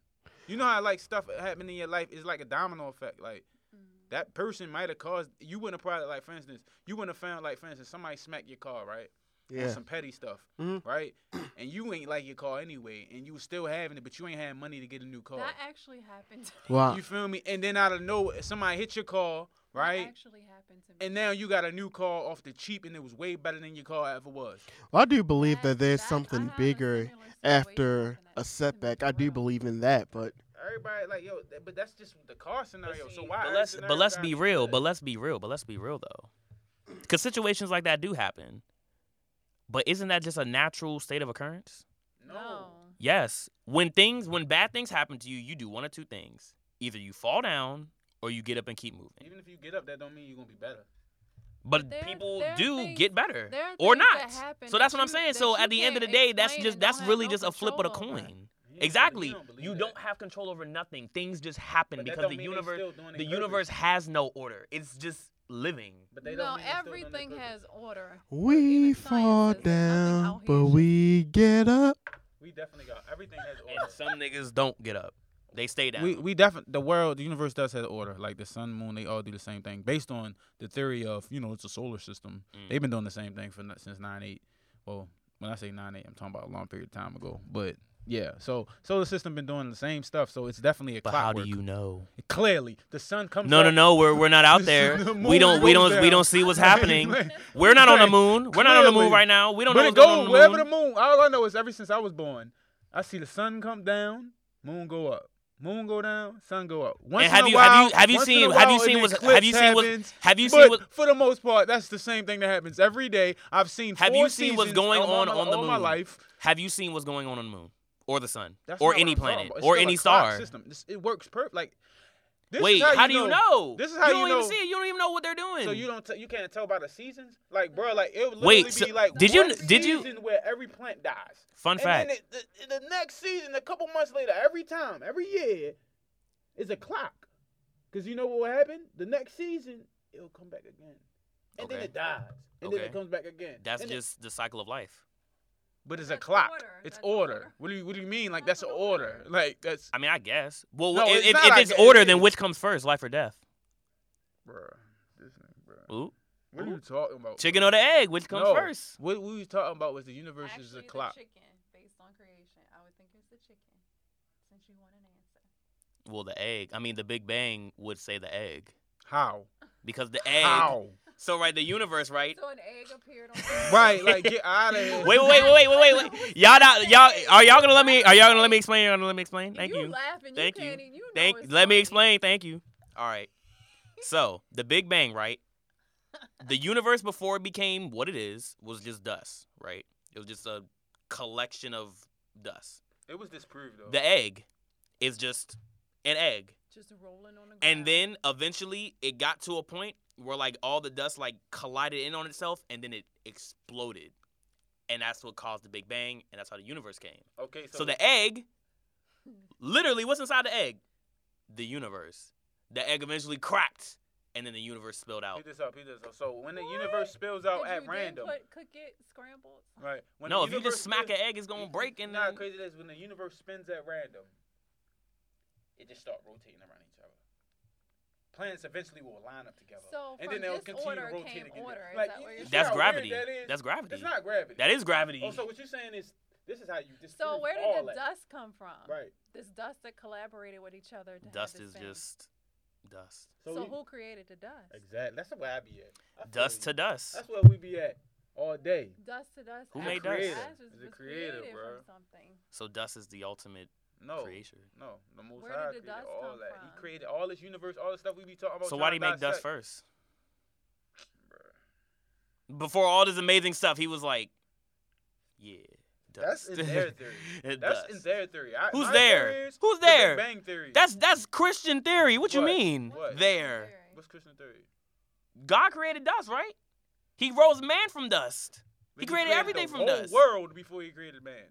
A: You know how like stuff happened in your life is like a domino effect. Like
E: Mm.
A: that person might have caused you wouldn't have probably like for instance you wouldn't have found like for instance somebody smacked your car right on
D: Yeah.
A: some petty stuff
D: Mhm.
A: right and you ain't like your car anyway and you was still having it but you ain't had money to get a new car.
E: That actually happened. to (laughs) me.
D: Wow.
A: You feel me? And then out of nowhere somebody hit your car
E: That
A: right.
E: actually happened to me.
A: And now you got a new car off the cheap, and it was way better than your car ever was.
D: Well, I do believe
E: That-
D: that there's
E: that- I
D: something
E: have a
D: bigger
E: similar situation
D: after
E: to that- to
D: a
E: me
D: setback.
E: as
D: I do
E: well.
D: believe in that, but
A: Everybody like yo, th- but that's just the car
B: But,
A: scenario. so
B: see,
A: why?
B: but
A: other
B: let's but
A: scenarios
B: let's
A: gotta
B: be real. But let's be real. But let's be real though, because situations like that do happen. But isn't that just a natural state of occurrence?
A: no.
E: No.
B: Yes. When things when bad things happen to you, you do one of two things: either you fall down or you get up and keep moving.
A: Even if you get up, that don't mean you're gonna be better.
B: But
E: there-
B: people
E: there are
B: do
E: things-
B: get better
E: there are
B: or
E: things that
B: not.
E: happen
B: So that's
E: that
B: what I'm
E: you-
B: saying.
E: that
B: So
E: you
B: at the end of the
E: can't
B: day, that's
E: explain
B: just
E: and don't
B: that's
E: have
B: really
E: no
B: just a flip of the
E: control over.
B: coin. Exactly. You don't have control over nothing. Things just happen because the universe the universe has no order. It's just living.
A: But they
E: no,
A: don't mean they still doing their
E: everything
A: purpose.
E: has order.
D: we
E: even
D: fall
E: science says there's nothing
D: down,
E: out here
D: but
E: that-
D: we get up.
A: We definitely got everything has order.
B: And some niggas don't get up. They stay down.
F: We we definitely the world, the universe does have order. Like the sun, moon, they all do the same thing based on the theory of you know it's a solar system.
B: Mm.
F: They've been doing the same thing for n- since nine eight. Well, when I say nine eight, I'm talking about a long period of time ago. But yeah, so solar system been doing the same stuff. So it's definitely a
B: but how
F: clockwork.
B: do you know?
F: Clearly, the sun comes.
B: No,
F: up,
B: no, no. We're (laughs) we're
A: (laughs)
B: not out there.
F: The
B: We don't we
F: moon
B: don't
F: goes
B: we
F: down.
B: don't see
D: (laughs)
B: what's
F: Like,
B: happening.
F: like,
B: We're not on the
F: like,
B: moon. We're not on the moon
F: clearly.
B: right now. We don't
F: But
B: know
F: it
B: what's going on
F: goes
B: on the
F: wherever
B: moon.
F: the moon. All I know is ever since I was born, I see the sun come down, moon go up, moon go down, sun go up. Once
B: And have
F: in a
B: you- have
F: while,
B: you- have you
F: once in
B: seen-
F: a
B: have you
F: while,
B: seen
F: an
B: what's-
F: eclipse
B: have you seen what's-
F: happens,
B: have you
F: but
B: seen what-
F: For the most part, that's the same thing that happens every day. I've seen.
B: Have
F: four
B: you seen what's
F: seasons
B: going
F: all
B: on
F: my,
B: on the
F: all my
B: moon?
F: life?
B: Have you seen what's going on on the moon or the sun
A: That's
B: or
A: not what
B: any
A: I'm talking
B: planet
A: about. It's still
B: or
A: a
B: any
A: clock
B: star?
A: System. This, it works perfect. Like this
B: Wait,
A: is
B: how,
A: how,
B: do you know?
A: This is how
B: you
A: you
B: don't
A: know-
B: even see it. You don't even know what they're doing.
A: So you don't t- you can't tell by the seasons, like bro, like it would
B: Wait,
A: literally
B: so
A: be like
B: did you-
A: one
B: did you-
A: season where every plant dies.
B: Fun
A: and
B: fact.
A: then it, the, the next season, a couple months later, every time, every year, is a clock, because you know what will happen? The next season, it'll come back again, and then
B: Okay.
A: it dies, and then
B: Okay.
A: it comes back again.
B: That's
A: and it-
B: just the cycle of life.
F: But it's a
E: That's
F: clock.
E: order.
F: It's
E: That's
F: order.
E: order.
F: What do you What do you mean? Like
E: That's
F: that's an
E: an
F: order.
E: order.
F: Like that's.
B: I mean, I guess. Well,
F: No,
B: if,
F: it's
B: if,
F: not,
B: if
F: I
B: it's
F: guess.
B: order, then which comes first, life or death?
A: bro, this nigga, bro.
B: Ooh,
A: What are you talking about?
B: chicken
A: bro?
B: or the egg? Which comes
F: No.
B: first?
F: What we was talking about was the universe is a
E: Actually,
F: clock.
E: The chicken, based on creation, I would think it's the chicken, since you want an answer.
B: Well, the egg. I mean, the Big Bang would say the egg
F: How?
B: because the egg.
F: How?
B: So right, the universe, right?
E: So an egg
A: (laughs)
E: appeared on.
F: Right, like
E: (laughs)
F: get out of here.
B: Wait, wait, wait, wait, wait,
F: (laughs)
B: wait, wait. Y'all, not, y'all, are y'all gonna let me? Are y'all gonna let me explain? Y'all gonna let me explain? Thank
E: you.
B: you.
E: Laughing, you
B: Thank you.
E: can't even- (laughs) you know
B: Thank.
E: it's
B: Let me
E: funny.
B: explain. Thank you. All right. So the Big Bang, right?
E: (laughs)
B: The universe before it became what it is was just dust, right? It was just a collection of dust.
A: It was disproved though.
E: Oh.
B: The egg is just an egg,
E: Just rolling on the ground.
B: and then eventually it got to a point where like all the dust like collided in on itself, and then it exploded, and that's what caused the Big Bang, and that's how the universe came.
A: okay, so,
B: So the egg, literally, what's inside the egg? The universe. The egg eventually cracked, and then the universe spilled out.
A: Pick this up, pick this up. So when the
E: What?
A: universe spills
E: Did
A: out
E: you
A: at
E: then
A: random,
E: Put, cook it scrambled.
A: right? When
B: no,
A: the
B: if you
A: universe
B: just smack
A: spins-
B: an egg, it's gonna
A: you-
B: break. And
A: nah,
B: then-
A: crazy is when the universe spins at random, it just start rotating around each other. Planets eventually will line up together,
E: So
A: and
E: from
A: then they'll
E: this
A: continue
E: order
A: to rotate
E: came
A: again.
E: order, is
A: Like,
E: that what
A: you-
E: you're
A: you see
B: that's
A: how weird
B: gravity.
A: That is?
B: That's gravity.
A: It's not gravity.
B: That is gravity.
A: Oh, so what you're saying is this is how you disprove
E: So where
A: all
E: did the
A: that.
E: dust come from?
A: Right.
E: This dust that collaborated with each other. To have
B: dust
E: this
B: is
E: thing.
B: just dust.
E: So,
A: we-
E: who created the dust?
A: Exactly. That's where I be at. I feel
B: Dust
A: you.
B: to dust.
A: That's where we be at all day.
E: Dust to dust.
B: Who
E: ash
B: made
E: to
B: dust?
E: ash
A: Creator.
E: is-
A: It's a
E: was
A: creator,
E: created
A: bruh.
E: from something.
B: So dust is the ultimate
A: No.
B: creator.
A: No, the Most
E: Where
A: High
E: did
A: created
E: the dust
A: all
E: come
A: that.
E: from?
A: He created all this universe, all the stuff we be talking about.
B: So why do
A: trying to
B: you make
A: dissect.
B: dust first?
A: Bruh.
B: Before all this amazing stuff, he was like, "Yeah,
A: That's
B: dust."
A: in
B: (laughs)
A: their theory.
B: It
A: That's
B: does.
A: in their theory. I,
B: Who's
A: my
B: there?
A: theory is
B: Who's
A: the Big
B: there?
A: Bang theory.
B: That's that's Christian theory. What you
A: What?
B: mean?
A: What?
E: What's
B: There.
E: theory?
A: what's Christian theory.
B: God created dust, right? He rose man from dust.
A: But
B: created everything
A: the
B: from
A: whole
B: dust.
A: world before he created man.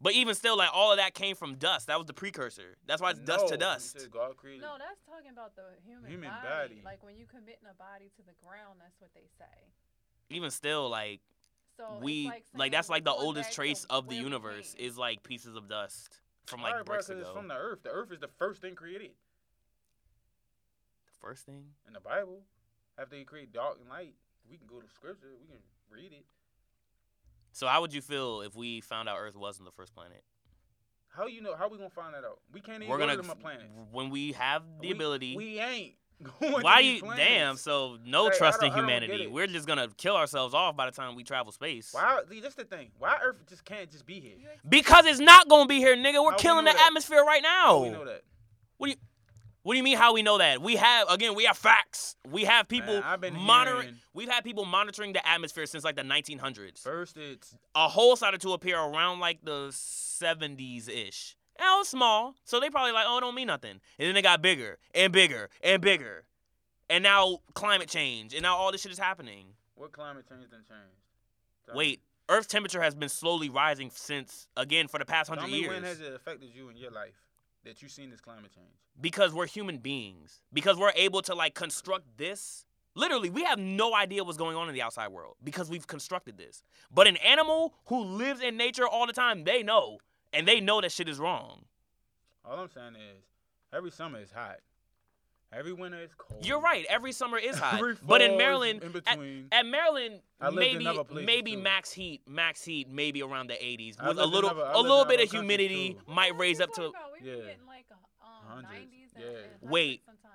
B: But even still, like all of that came from dust. That was the precursor. That's why it's dust to
A: No, he
B: dust.
A: said God created.
E: No, that's talking about the human,
A: Human
E: body.
A: body.
E: Like when you committing a body to the ground, that's what they say.
B: Even still, like
E: So Oh, it's
B: we like,
E: saying
B: that's
E: we're
B: like the
E: going
B: oldest
E: back to
B: trace of the
E: where we
B: universe
E: came.
B: is like pieces of dust. from like
A: Alright, bro,
B: bricks
A: 'cause
B: ago.
A: It's from the earth. The earth is the first thing created
B: the first thing.
A: in the Bible. After he created dark and light, we can go to scripture. We can read it.
B: So how would you feel if we found out Earth wasn't the first planet?
A: How you know? How we gonna find that out? We can't even
B: We're
A: go
B: gonna
A: to them
B: f-
A: planets.
B: when we have the
A: We-
B: ability.
A: We (laughs) ain't going.
B: why
A: to these
B: you damn?
A: planets.
B: So no
A: Like, I
B: trust in
A: don't- I don't get
B: humanity.
A: it.
B: We're just gonna kill ourselves off by the time we travel space.
A: Why? see, That's the thing. Why Earth just can't just be here?
B: Because it's not gonna be here, nigga. We're
A: How we
B: killing
A: know
B: the
A: that?
B: atmosphere right
A: How do we know
B: now.
A: that.
B: What do you mean? How we know that? We have again. We have facts. We have people
A: Man, I've been
B: monitoring.
A: hearing-
B: We've had people monitoring the atmosphere since like the 1900s.
A: First, it's
B: a hole started to appear around like the 70s ish. And it was small, so they probably like, oh, it don't mean nothing. And then it got bigger and bigger and bigger. And now climate change, and now all this shit is happening.
A: what climate change done changed. Tell me.
B: Wait, Earth's temperature has been slowly rising since, again, for the past
A: Tell
B: hundred
A: me when
B: years.
A: has it affected you in your life that you've seen this climate change?
B: because we're human beings. Because we're able to, like, construct this. Literally, we have no idea what's going on in the outside world because we've constructed this. But an animal who lives in nature all the time, they know. And they know that shit is wrong.
A: All I'm saying is, every summer is hot. Every winter is cold.
B: You're right. Every summer is hot,
A: Every
B: but in
A: fall is
B: Maryland,
A: in
B: at,
A: between.
B: at Maryland,
A: I lived in
B: maybe
A: other places,
B: maybe
A: too.
B: max heat, max heat, maybe around the 80s
A: I
B: with
A: lived
B: a
A: in
B: little
A: other- I
B: a
A: lived in
B: little bit
A: other countries,
B: of humidity
A: too.
B: might raise up to
E: We
A: Yeah.
E: were getting like uh, um,
A: Hundreds,
E: 90s
A: yeah.
E: and, and hundreds
B: Wait.
E: sometimes.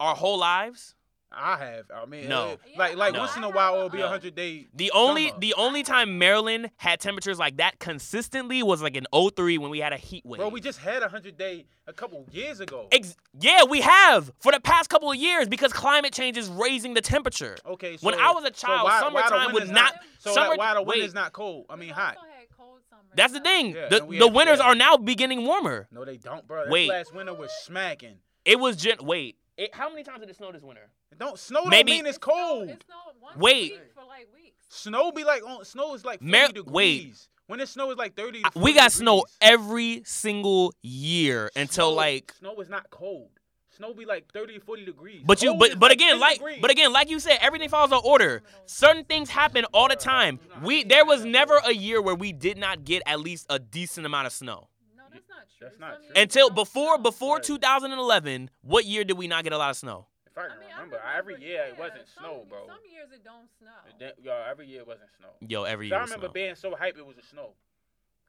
B: our whole lives.
A: I have. I mean,
B: No.
A: it- like like
B: No.
A: once in a while it'll be a
B: No.
A: hundred day.
B: The only
A: Summer.
B: the only time Maryland had temperatures like that consistently was like in 03 when we had a heat wave.
A: Bro, we just had a hundred day a couple years ago.
B: Ex- yeah, we have for the past couple of years because climate change is raising the temperature.
A: Okay, so
B: when I was a
A: so
B: child,
A: why- why the
B: summertime would
A: winter's
B: not.
A: So
B: summer,
A: that why the
B: wait,
A: winter's not cold? I mean,
E: We've
A: hot.
E: also had cold summers,
B: That's the
E: so-
B: thing.
A: Yeah,
B: the
A: and we
B: the
A: have-
B: winters
A: yeah.
B: are now beginning warmer.
A: No, they don't, bro. That
B: Wait.
A: last winter was smacking.
B: It was gen- wait. It, how many times did it snow this winter?
A: Don't snow
B: Maybe-
A: don't mean it's
E: snowed-
A: cold.
E: it snowed once a
B: Wait.
E: week for like weeks.
A: Snow be like on snow is like 40
B: Mar-
A: degrees.
B: wait.
A: When it snow is like 30 to
B: I- We
A: 40
B: got snow
A: degrees.
B: every single year until
A: Snow-
B: like.
A: snow is not cold. Snow be like 30 to 40 degrees.
B: But you,
A: Cold
B: but
A: is
B: but again,
A: 10
B: like,
A: degrees.
B: but again, like you said, everything falls in order. Certain things happen all the time. We there was never a year where we did not get at least a decent amount of snow.
E: No, that's not true.
A: That's not
E: Some
A: true.
E: years
B: Until
E: don't
B: before
E: snow.
B: before
A: Right.
B: 2011, what year did we not get a lot of snow?
A: if I
E: I
A: can
E: mean, I
A: remember, every
E: remember,
A: year it
E: yeah,
A: wasn't
E: some-
A: snow, bro.
E: Some years it don't snow.
A: It didn't- Y'all, every year it wasn't snow.
B: Yo, every
A: 'Cause
B: year.
A: I
B: was
A: remember
B: snow.
A: being so hype it was a snow.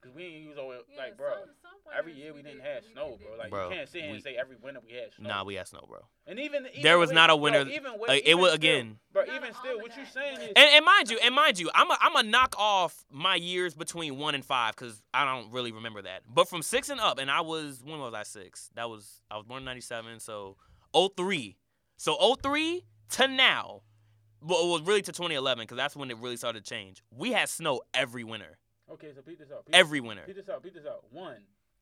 A: Cause we ain't use all
E: Yeah,
A: like, bro.
E: some- some
A: every
E: winters
A: year we didn't
E: did-
A: have
E: we
A: snow,
E: did
A: bro.
E: it.
A: Like
B: Bro,
A: you can't sit here
B: we-
A: and say every winter we had snow.
B: Nah, we had snow, bro.
A: and even, even
B: There was
A: with-
B: not a
A: bro,
B: winter-
A: even with,
B: uh, it
A: even
B: was-
A: still-
B: again-
A: Bro,
E: Not
A: even
E: all
A: still,
E: of
A: what you
E: that,
A: saying
E: but-
A: is
B: And, and mind you, and mind you, I'm a, I'm a knock off my years between one and five because I don't really remember that. But from six and up, and I was when was I six? That was I was born in '97, so 03. So 03 to now, well, it was really to 2011 because that's when it really started to change. We had snow every winter,
A: okay. So beat this up. Beat
B: every winter.
A: Beat this out. Beat this out. One,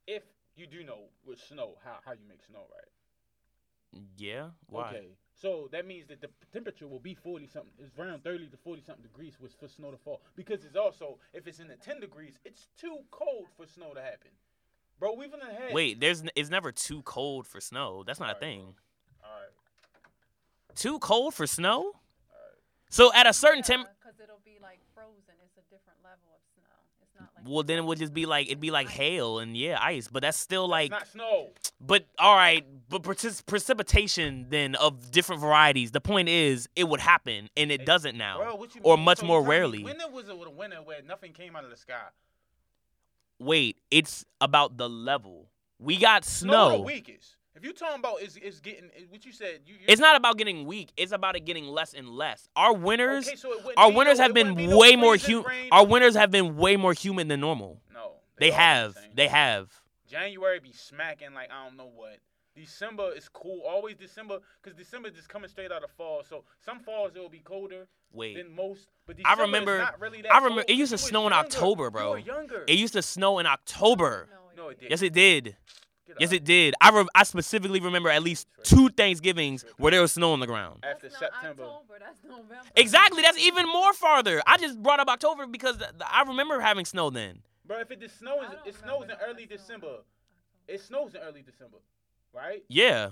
A: if you do know with snow how how you make snow, right?
B: Yeah, why?
A: Okay. So that means that the temperature will be forty something. It's around thirty to forty something degrees was for snow to fall. Because it's also if it's in the ten degrees, it's too cold for snow to happen. Bro, we've been ahead.
B: Wait, there's n- it's never too cold for snow. That's not a
A: Alright, bro.
B: thing.
A: All right.
B: Too cold for snow? So at a certain temp,
E: because it'll be like frozen. It's a different level of snow. It's not like
B: well then it would just be like it'd be like hail and yeah ice, but that's still
A: It's
B: like
A: not snow.
B: But all right, but partic- precipitation then of different varieties. The point is, it would happen, and it doesn't now,
A: Bro, what you
B: or
A: mean?
B: much
A: So you
B: more
A: telling me
B: rarely.
A: When there was a winter where nothing came out of the sky.
B: Wait, it's about the level. We got
A: Snow the
B: snow.
A: weakest. If you talking about is is getting is what you said. You, you-
B: it's not about getting weak. It's about it getting less and less. Our winters,
A: Okay, so it wouldn't
B: our
A: be
B: winters
A: no-
B: have
A: it wouldn't
B: been
A: be no
B: way more
A: freezing
B: human.
A: rain.
B: Our winters have been way more human than normal.
A: No,
B: They
A: all
B: have.
A: the same.
B: They have.
A: January be smacking like I don't know what. December is cool. Always December, cause December just coming straight out of fall. So some falls it will be colder
B: Wait.
A: than most. But
B: I
A: December is
B: remember-
A: not really that
B: I remember-
A: cold.
B: it used to
A: You was
B: snow in
A: younger.
B: October,
A: You
B: bro.
A: were younger.
B: It used to snow in October.
A: no, it did.
B: Yes, it did.
A: Get
B: Yes,
A: out.
B: it did. I re- I specifically remember at least two Thanksgivings where there was snow on the ground.
A: After
E: that's
A: September.
E: Not October, that's November.
B: Exactly. That's even more farther. I just brought up October because th- th- I remember having snow then.
A: Bro, if it just snows,
E: I don't
A: it snows in
E: remember
A: early
E: that snow.
A: December. It snows in early December, right?
B: Yeah.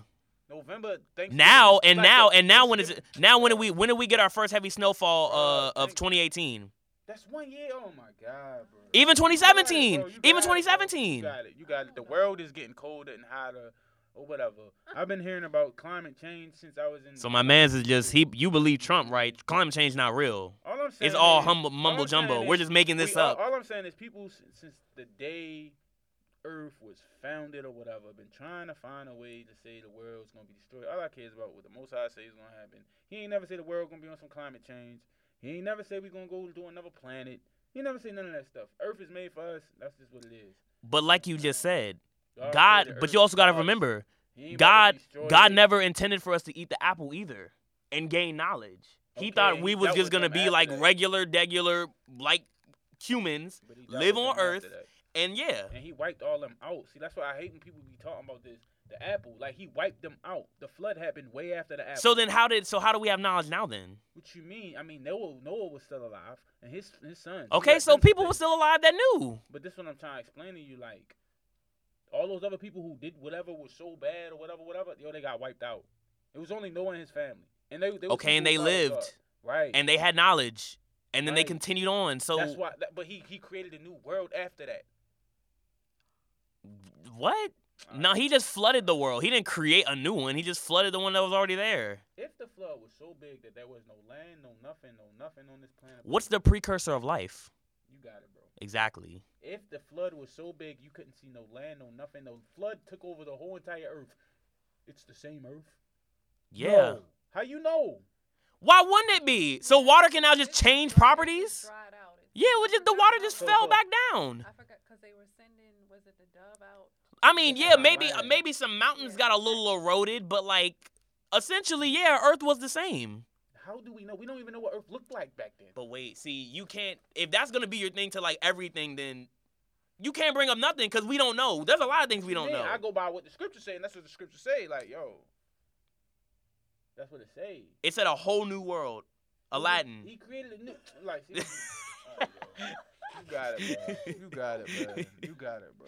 A: November. Thanksgiving.
B: Now
A: it's
B: and
A: like
B: now
A: the
B: and now when is it?
A: Thanksgiving-
B: Now when did we when did we get our first heavy snowfall uh,
A: Uh,
B: of
A: thank-
B: 2018?
A: That's one year. Oh my God, bro.
B: Even
A: You got it,
B: 2017.
A: bro. You
B: Even
A: got it, bro.
B: 2017.
A: You got it. You got it. The world is getting colder and hotter, or whatever. I've been hearing about climate change since I was in.
B: So my man's is just he. You believe Trump, right? Climate change not real.
A: All I'm saying
B: It's all
A: is- all
B: humble mumbo
A: I'm saying
B: jumbo.
A: is
B: We're just making
A: we-
B: this
A: all-
B: up.
A: All I'm saying is people s- since the day Earth was founded or whatever have been trying to find a way to say the world's gonna be destroyed. All I care is about what the Most High say is gonna happen. He ain't never say the world gonna be on some climate change. He ain't never say we gonna go to another planet. He never say none of that stuff. Earth is made for us. That's just what it is.
B: But like you just said,
A: created
B: God.
A: the
B: But
A: earth
B: you also gotta
A: for us.
B: remember,
A: He ain't about to
B: God.
A: destroy
B: God
A: it.
B: never intended for us to eat the apple either, and gain knowledge. He
A: Okay,
B: thought
A: he
B: we was
A: dealt
B: just
A: with
B: gonna
A: them
B: be
A: after
B: like
A: that.
B: regular, regular, like humans,
A: But he dealt
B: live
A: with
B: on
A: them after
B: Earth,
A: that.
B: and yeah.
A: and he wiped all them out. See, that's why I hate when people be talking about this. The apple, like he wiped them out. The flood happened way after the apple.
B: So then, how did? So how do we have knowledge now then?
A: what you mean? I mean, Noah, Noah was still alive, and his his son.
B: Okay, so people were still alive that knew.
A: But this one I'm trying to explain to you, like all those other people who did whatever was so bad or whatever, whatever, yo, they got wiped out. It was only Noah and his family, and they, they was
B: Okay, and
A: people
B: they
A: who followed
B: lived,
A: God. right?
B: and they had knowledge, and then they
A: Right.
B: continued on. So
A: that's why. That, but he he created a new world after that.
B: what? No, he just flooded the world. He didn't create a new one. He just flooded the one that was already there.
A: If the flood was so big that there was no land, no nothing, no nothing on this planet,
B: What's the precursor of life?
A: you got it, bro.
B: Exactly.
A: If the flood was so big you couldn't see no land, no nothing, no flood took over the whole entire earth. It's the same earth.
B: Yeah.
A: No. How you know?
B: Why wouldn't it be? So water can now just
E: It's
B: change
E: dried- it's
B: properties?
E: dried out. It's-
B: Yeah, well, just, the water
A: (laughs)
B: just
A: So
B: fell
A: what?
B: back down.
E: I forgot because they were sending, was it the dove out?
B: I mean,
A: It's
B: yeah,
A: not
B: maybe uh,
A: land.
B: maybe some mountains got a little eroded, but like essentially, yeah, Earth was the same.
A: How do we know? We don't even know what Earth looked like back then.
B: But wait, see, you can't. If that's gonna be your thing to like everything, then you can't bring up nothing because we don't know. There's a lot of things we don't
A: Man,
B: know.
A: I go by what the scripture say, and that's what the scripture say. Like, yo, that's what it say.
B: It said a whole new world, Aladdin.
A: He, he created a new like. see- Oh, yo. you got it, bro. You got it, bro. You got it, bro.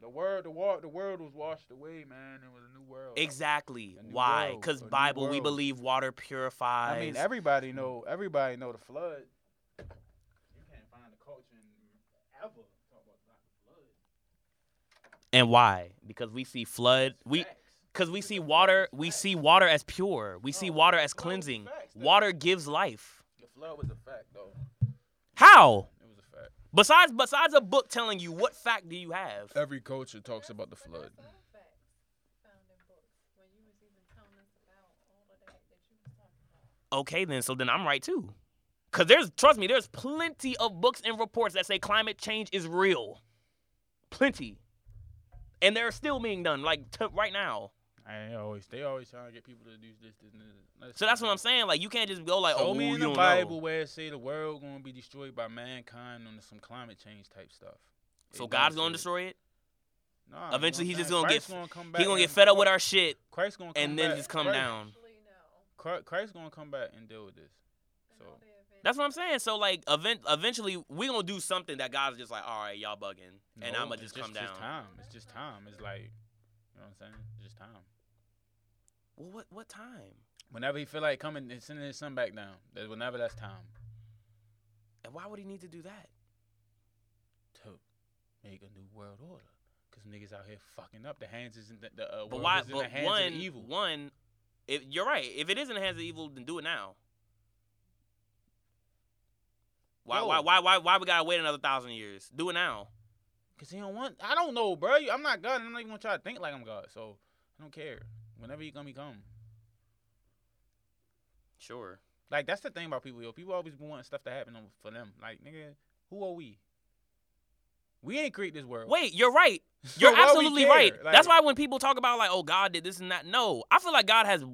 A: The world, the world, the world was washed away, man. It was a new world.
B: Exactly.
A: A new
B: Why?
A: world,
B: Because
A: a new
B: Bible, we
A: world.
B: believe water purifies.
A: I mean, everybody know. Everybody know the flood. You can't find a culture in ever talk about the flood.
B: and why? Because we see flood. We because we see water. We see water as pure. We see
A: No,
B: water as
A: no,
B: cleansing.
A: facts, that-
B: Water gives life.
A: the flood was a fact, though.
B: How?
A: It was a fact.
B: Besides, besides a book telling you, what fact do you have?
A: Every culture talks about the
E: But
A: flood.
E: that's all facts found in books when you was even telling us about all of that that you was talking about.
B: okay then so then i'm right too because there's trust me there's plenty of books and reports that say climate change is real plenty and they're still being done like t- right now
G: I always they always trying to get people to do this, this, and this.
B: so that's what i'm saying like you can't just go like
G: Show
B: oh
G: me
B: you
G: in the
B: don't
G: Bible
B: know
G: where it say the world gonna be destroyed by mankind on some climate change type stuff.
B: so
G: It don't
B: god's
G: say
B: gonna
G: it.
B: destroy it
G: Nah, you
B: Eventually
G: know
B: he's
G: what I'm
B: just
G: saying?
B: gonna get
G: Christ
B: f-
G: gonna come back
B: he gonna
G: and-
B: get fed up with our shit
G: Christ gonna come
B: and then
G: back.
B: just come
G: Christ-
B: down
E: Actually, no.
G: Christ- Christ gonna come back and deal with this.
E: And
G: So-
E: all the events
B: that's what i'm
E: that-
B: saying so like event eventually we gonna do something that god's just like all right y'all bugging and
G: No,
B: i'ma
G: it's
B: just come
G: It's
B: down
G: just time. It's just time. It's like, you know what I'm saying? It's just time.
B: well what what time
G: Whenever he feel like coming and sending his son back down, that whenever that's time
B: and why would he need to do that
G: to make a new world order, cause niggas out here fucking up. The hands is in the, the uh,
B: But
G: world
B: why?
G: is in the
B: But
G: hands
B: one,
G: of the evil.
B: one, if you're right, if it is in the hands of evil, then do it now. Why? Why?
G: No.
B: Why? Why? Why we gotta wait another thousand years? Do it now.
G: Cause he don't want. I don't know, bro. You- I'm not God. and I'm not even gonna try to think like I'm God. So I don't care. Whenever you come, he come.
B: Sure.
G: Like that's the thing about people, yo. People always want stuff to happen on- for them. Like nigga, who are we? We ain't create this (laughs) world.
B: Wait, you're right.
G: So
B: You're
G: why we
B: absolutely
G: care?
B: right.
G: Like,
B: That's why when people talk about like, oh, God did this and that. No, I feel like God has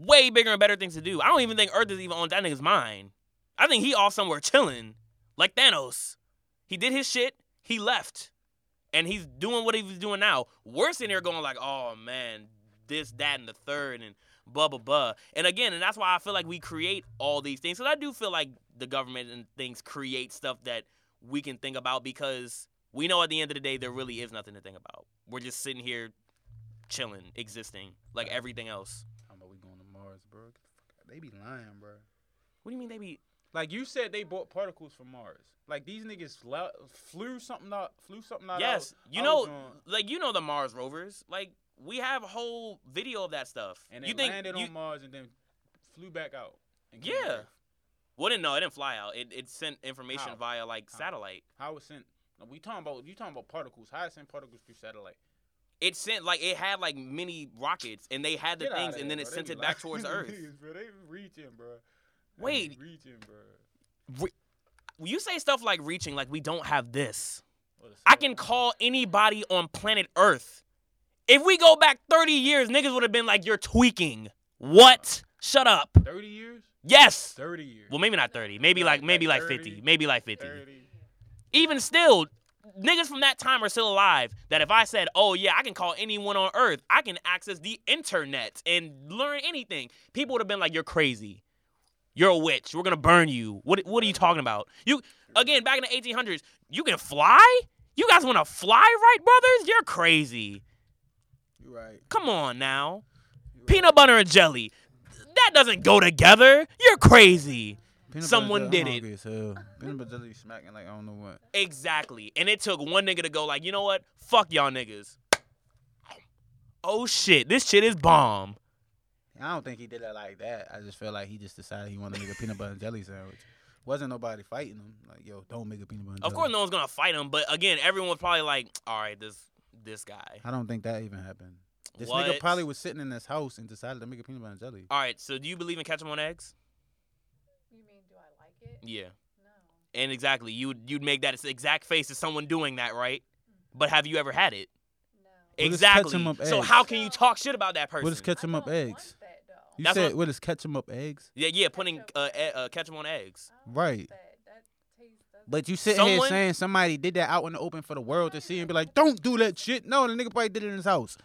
B: way bigger and better things to do. I don't even think Earth is even on that nigga's mind. I think he off somewhere chilling, like Thanos. He did his shit. He left, and he's doing what he was doing now. We're sitting here going like, oh man, this, that, and the third, and blah blah blah. And again, and that's why I feel like we create all these things. So I do feel like the government and things create stuff that we can think about because we know at the end of the day there really is nothing to think about. We're just sitting here chilling, existing, like everything else.
G: How about we going to Mars, bro? They be lying, bro.
B: What do you mean they be
C: Like you said, they bought particles from Mars. Like these niggas fla- flew something out, flew something out.
B: yes,
C: I was-
B: you
C: I
B: know,
C: was on-
B: like you know the Mars rovers. Like we have a whole video of that stuff.
C: and they
B: you think
C: landed
B: you,
C: on Mars and then flew back out. and came
B: Yeah.
C: to Earth.
B: Well, didn't no, it didn't fly out. It, it sent information
C: How?
B: via like
C: How?
B: satellite.
C: How it sent? no, We talking about you talking about particles? How it sent particles through satellite?
B: It sent like it had like mini rockets, and they had the
C: Get outta
B: things,
C: here,
B: and then
C: bro.
B: it
C: They
B: sent
C: be
B: it back
A: (laughs)
C: lying
B: towards
C: to
B: Earth.
C: (laughs) niggas, bro. They be reaching, bro. They be
B: Wait.
C: reaching, bro.
B: When you say stuff like reaching, like we don't have this.
C: Or the
B: I
C: cell
B: can
C: phone.
B: call anybody on planet Earth. If we go back 30 years, niggas would have been like, you're tweaking. What? Shut up.
C: Thirty years.
B: Yes.
C: Thirty years.
B: Well, maybe not 30. Maybe like maybe like 50.
C: 30,
B: Maybe like 50.
C: Thirty.
B: Even still, niggas from that time are still alive. That if I said, oh yeah, I can call anyone on Earth, I can access the internet and learn anything, people would have been like, you're crazy. You're a witch. We're gonna burn you. What What are you talking about? You again back in the 1800s. You can fly. You guys want to fly, right, brothers? You're crazy.
A: You right.
B: Come on now.
A: You
B: Peanut butter and jelly. That doesn't go together. You're crazy.
A: Peanut
B: Someone
A: butter, I'm
B: did it.
A: hungry as hell. Peanut butter jelly smacking like I don't know what.
B: Exactly. And it took one nigga to go like, you know what? Fuck y'all niggas. Oh shit, this shit is bomb.
A: I don't think he did it like that. I just feel like he just decided he wanted to
B: (laughs)
A: make a peanut butter and jelly sandwich. Wasn't nobody fighting him. Like, yo, don't make a peanut butter. And
B: Of
A: jelly.
B: course, no one's gonna fight him, but again, everyone's probably like, all right, this this guy.
A: I don't think that even happened. This nigga
B: What?
A: probably was sitting in his house and decided to make a peanut butter and jelly.
B: All right, so do you believe in catch 'em on eggs?
E: You mean, do I like it?
B: Yeah.
E: No.
B: And exactly, you would you'd make that exact face of someone doing that, right? But have you ever had it?
E: No.
A: What is catch
B: exactly.
A: 'em up
B: so
A: eggs?
B: how can you talk shit about that person?
A: What is catch
E: I
A: him up
E: don't want
A: eggs?
E: that, though.
A: You
B: That's
A: said
B: what-
A: what is catch him up eggs?
B: yeah, yeah, putting uh,
E: 'em.
B: e- uh catch 'em on eggs.
E: I don't
A: Right.
E: want That. That tastes doesn't
A: But you sitting here
B: Someone-
A: saying somebody did that out in the open for the world to see and be like, don't do that shit. No, the nigga probably did it in his house.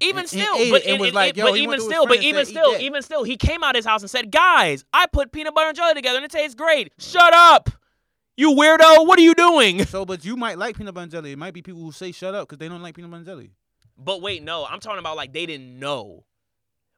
B: Even
A: And- and
B: still,
A: ate
B: but,
A: it and
B: and-
A: was
B: and-
A: like, yo,
B: but
A: he went
B: even
A: to his
B: still, but
A: friends and
B: even
A: said, "Eat
B: still,
A: that."
B: even still, he came out of his house and said, "Guys, I put peanut butter and jelly together and it tastes great. Shut up, you weirdo. What are you doing?"
A: So, but you might like peanut butter and jelly. It might be people who say shut up because they don't like peanut butter and jelly.
B: But wait, no, I'm talking about like they didn't know.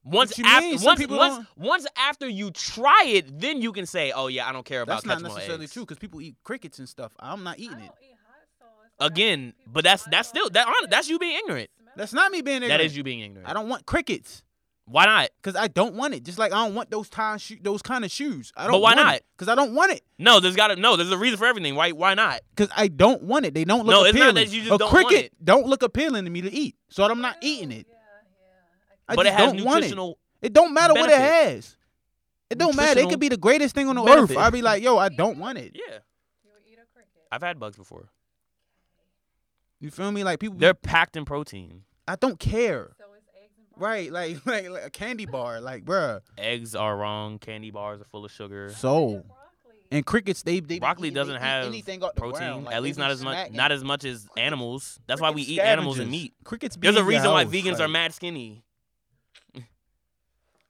B: Once
A: What you
B: after,
A: mean? Some
B: once,
A: people
B: once,
A: don't-
B: once after you try it, then you can say, "Oh yeah, I don't care about
A: That's not
B: catching more
A: necessarily
B: eggs."
A: true because people eat crickets and stuff. I'm not
E: I
A: eating it.
E: don't eat hot sauce. but I
B: Again,
E: like
B: but
E: people's
B: that's
E: hot
B: that's
E: sauce
B: still that.
E: and
B: hon- That's you being ignorant.
E: smell
A: That's
E: it.
A: not me being ignorant.
B: That is you being ignorant.
A: I don't want crickets
B: Why not?
A: because I don't want it. Just like I don't want those time sho- those kind of shoes. I
B: But
A: don't.
B: why not?
A: Because I don't want it.
B: No, there's got to no. There's a reason for everything. Why? Why not?
A: Because I don't want it. They don't look
B: No, it's
A: appealing.
B: not that you just
A: a
B: don't want
A: cricket don't look appealing to me to eat, so I'm not eating
E: Ew,
A: it.
E: Yeah, yeah. I
A: I
B: but it
A: just
B: has
A: don't want it.
B: nutritional.
A: It don't matter what it
B: benefit.
A: has. It don't matter. It
B: Nutritional
A: could be the greatest thing on the
B: benefit.
A: earth. I'd be like, yo, I don't want it.
B: Yeah,
E: You would eat a cricket.
B: I've had bugs before.
A: You feel me? Like people, be-
B: They're packed in protein.
A: I don't care.
E: So it's eggs and broccoli.
A: Right? Like, (laughs) like, like a candy bar. Like, bruh.
B: Eggs are wrong. Candy bars are full of sugar.
A: So
E: And broccoli.
A: Oh. and crickets, they they be
B: Broccoli
A: eating- they
B: doesn't
A: eat
B: have
A: anything off the
B: Protein,
A: ground. Like,
B: at
A: they
B: least
A: be
B: not as much,
A: smacking
B: not as much as animals. That's why we
A: cricket
B: eat animals and
A: scavengers.
B: meat.
A: Crickets. be
B: There's a
A: in your
B: reason why
A: house,
B: vegans are
A: like-
B: mad skinny.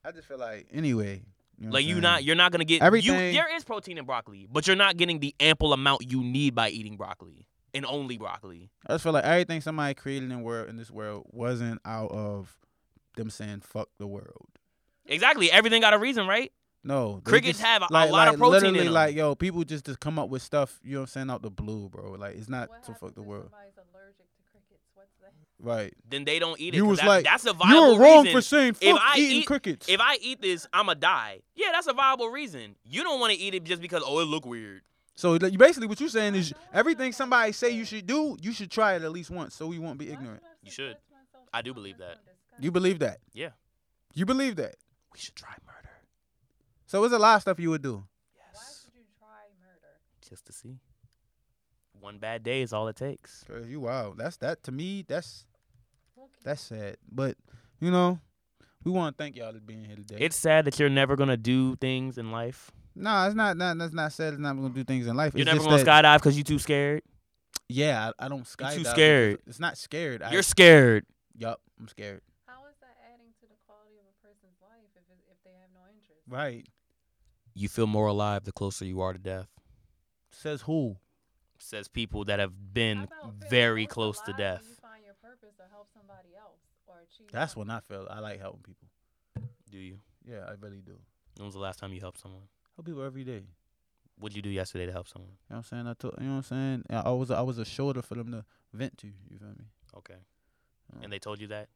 A: I just feel like anyway. know what
B: Like
A: I'm
B: you
A: saying?
B: not, you're not gonna get. You,
A: Mm-hmm. Everything-
B: there is protein in broccoli, but you're not getting the ample amount you need by eating broccoli and only broccoli.
A: I just feel like everything somebody created in world in this world wasn't out of them saying fuck the world.
B: Exactly. Everything got a reason, right?
A: No, they
B: Crickets
A: just-
B: have a, a
A: like,
B: lot
A: like,
B: of protein in
A: Literally,
B: them.
A: like yo, people just just come up with stuff. You know what I'm saying? Out the blue, bro. Like it's not
E: What
A: to
E: happens
A: fuck the
E: if
A: world,
E: Somebody's allergic to crickets. What's that?
A: right?
B: then they don't eat it.
A: You
B: 'cause
A: was
B: that's,
A: like,
B: that's a
A: You
B: viable
A: were wrong
B: reason.
A: for saying
B: If
A: fuck
B: I
A: eating
B: eat-
A: crickets.
B: If I eat this, I'ma die. Yeah, that's a viable reason. You don't want to eat it just because oh it look weird.
A: so like, you- basically, what you're saying is everything somebody say you should do, you should try it at least once, so we won't be (laughs)
E: Why
A: ignorant.
E: should I
B: You
E: subject
B: should.
E: myself
B: I
E: to
B: do
E: something
B: believe
E: that's so
A: You believe that?
B: Yeah.
A: You believe that?
B: We should try murder
A: So it's a lot of stuff you would do.
E: disgusting? Why should you try murder?
B: just to see. One bad day is all it takes.
A: Cause you wow, that's that to me. That's
E: Look at
A: that's sad, but you know, we want to thank y'all for being here today.
B: It's sad that you're never gonna do things in life.
A: no, it's not, not. That's not sad. It's not gonna do things in life.
B: You're
A: it's
B: never
A: just
B: gonna
A: that-
B: skydive because you're too scared.
A: Yeah, I, I don't
B: You're
A: skydive.
B: too
A: because
B: scared.
A: It's not scared. I,
B: You're scared.
A: yup, I'm scared.
E: How is that adding to the quality of a person's life if it, if they have no interest?
A: Right.
B: You feel more alive the closer you are to death.
A: Says who?
B: Says people that have been
E: How about feeling
B: very
E: most
B: close to
E: alive when
B: death.
E: You find your purpose or help somebody else or achieve.
A: That's
E: something?
A: when I feel I like helping people.
B: Do you?
A: Yeah, I really do.
B: When was the last time you helped someone?
A: Help people every day.
B: What'd you do yesterday to help someone?
A: You know what I'm saying? I took, you know what I'm saying? I I was I was a shoulder for them to vent to, you feel me?
B: Okay.
A: Um,
B: And they told you that?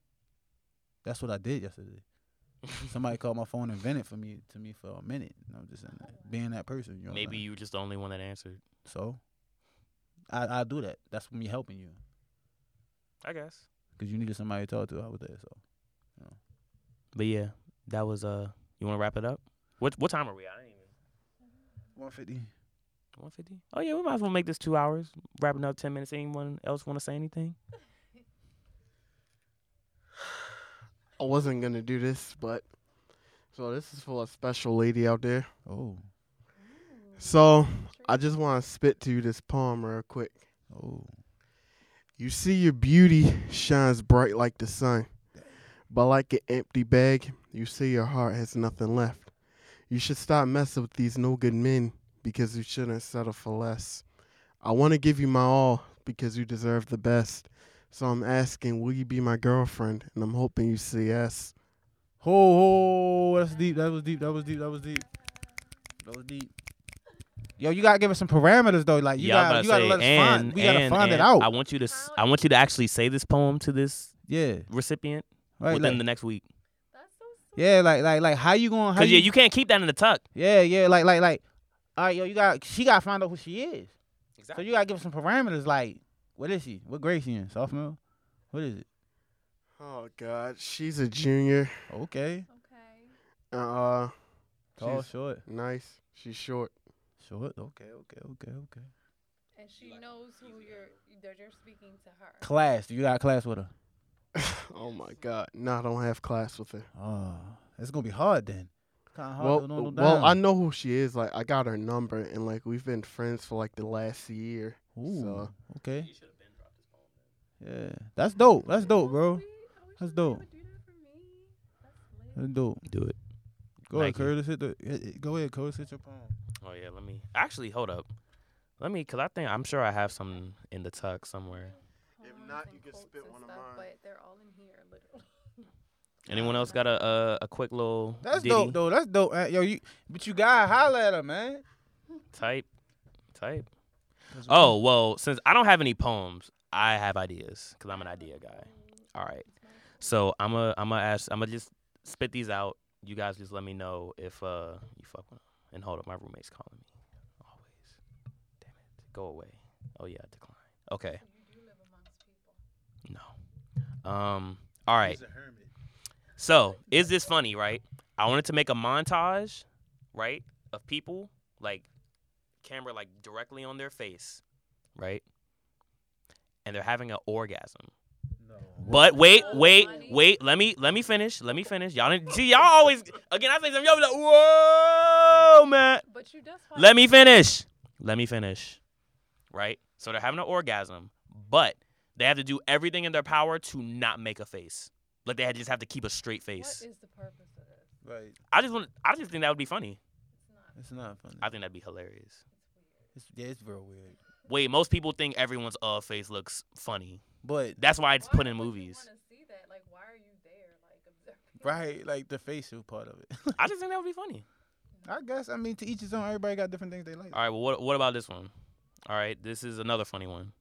A: That's what I did yesterday.
B: (laughs)
A: Somebody called my phone and vented for me to me for a minute. And I'm just in that, being that person, you know. what I'm
B: Maybe
A: saying?
B: you were just the only one that answered.
A: so I I do that. That's me helping you.
B: I guess.
A: 'Cause you needed somebody to talk to. I was there, so
B: But yeah, that was uh you wanna wrap it up? What what time are we at? I didn't even
A: one fifty.
B: one fifty? Oh yeah, we might as well make this two hours. Wrapping up ten minutes. Anyone else wanna say anything?
D: I wasn't gonna do this, but so this is for a special lady out there.
A: Oh,
E: Mm.
D: So I just want to spit to you this poem real quick.
A: oh,
D: You see, your beauty shines bright like the sun, but like an empty bag, you see your heart has nothing left. You should stop messing with these no good men because you shouldn't settle for less. I want to give you my all because you deserve the best. So I'm asking, will you be my girlfriend? And I'm hoping you say yes.
A: ho, ho! That's deep. That was deep. That was deep. That was deep. That was deep. Yo, you gotta give us some parameters though. Like you
B: yeah,
A: gotta,
B: I'm about to
A: you gotta
B: say,
A: let us
B: and,
A: find. We gotta
B: and-
A: find it
B: and
A: out.
B: I want you to s- I want you to actually say this poem to this
A: yeah,
B: recipient
A: right.
B: within
A: like-
B: the next week.
E: That's so sweet.
A: yeah, like like like how you gonna? How
B: Cause yeah, you can't keep that in the tuck.
A: Yeah, yeah, like like like. All right, yo, you got. She gotta find out who she is. So you gotta give her some parameters. Like, what is she? What grade she in? Sophomore. What is it?
D: Oh God, she's a junior.
A: Okay.
E: Okay.
D: Uh,
A: Tall,
D: she's
A: short,
D: nice. She's short.
A: short. Okay, okay, okay, okay.
E: And she knows who you're that you're speaking to her.
A: Class. Do you got class with her?
D: oh my God, no, I don't have class with her.
A: Oh, it's gonna be hard then. Kind of hard
D: well,
A: to know them
D: well, I
A: down.
D: know who she is. Like, I got her number, and like we've been friends for like the last year.
A: Ooh,
D: so-
A: okay. Yeah, that's dope. That's dope, bro. That's dope. That's dope.
B: Do it.
A: Go ahead,
B: Thank you.
A: Curtis. Hit the. hit- hit- Go ahead, Curtis. Hit your palm.
B: Oh yeah, let me actually hold up. Let me, cause I think I'm sure I have some in the tuck somewhere.
D: If not, you can spit one of mine.
E: But they're all in here, literally. (laughs)
B: Anyone else got a uh, a quick little
A: That's
B: ditty?
A: dope, though. That's dope. Uh, yo, you. But you gotta holler at her, man.
B: type type? Oh well, since I don't have any poems, I have ideas because I'm an idea guy. All right, so I'm a I'm gonna ask I'm gonna just spit these out. You guys just let me know if uh you fuck with 'em. And hold up, my roommate's calling me. Always, damn it, go away. Oh yeah, decline. Okay,
E: You live amongst people.
B: no. Um. All right.
C: He's a hermit.
B: So, is this funny, right? I wanted to make a montage, right, of people, like camera like directly on their face, right? And they're having an orgasm.
A: No.
B: But wait,
E: Oh,
B: wait,
E: funny.
B: wait, let me let me finish. Let me finish. Y'all didn't see y'all always again I say something, y'all be like, whoa man.
E: But you just
B: Let me finish. Let me finish. Right? So they're having an orgasm, but they have to do everything in their power to not make a face. Like they just have to keep a straight
E: What
B: face.
E: is the purpose of this?
A: Right.
B: I just want. I just think that would be funny.
E: It's not.
A: It's not funny.
B: I think that'd be hilarious.
A: It's, yeah, it's real weird.
B: Wait, most people think everyone's uh face looks funny.
A: But
B: That's why it's
E: Why
B: put in
E: would you
B: movies.
E: wanna see that? Like, why are you there? Like, observing?
A: right, like the facial part of it. (laughs)
B: I just think that would be funny.
A: I guess. I mean, to each his own. Everybody got different things they like.
B: All right. Well, what what about this one? All right, this is another funny one.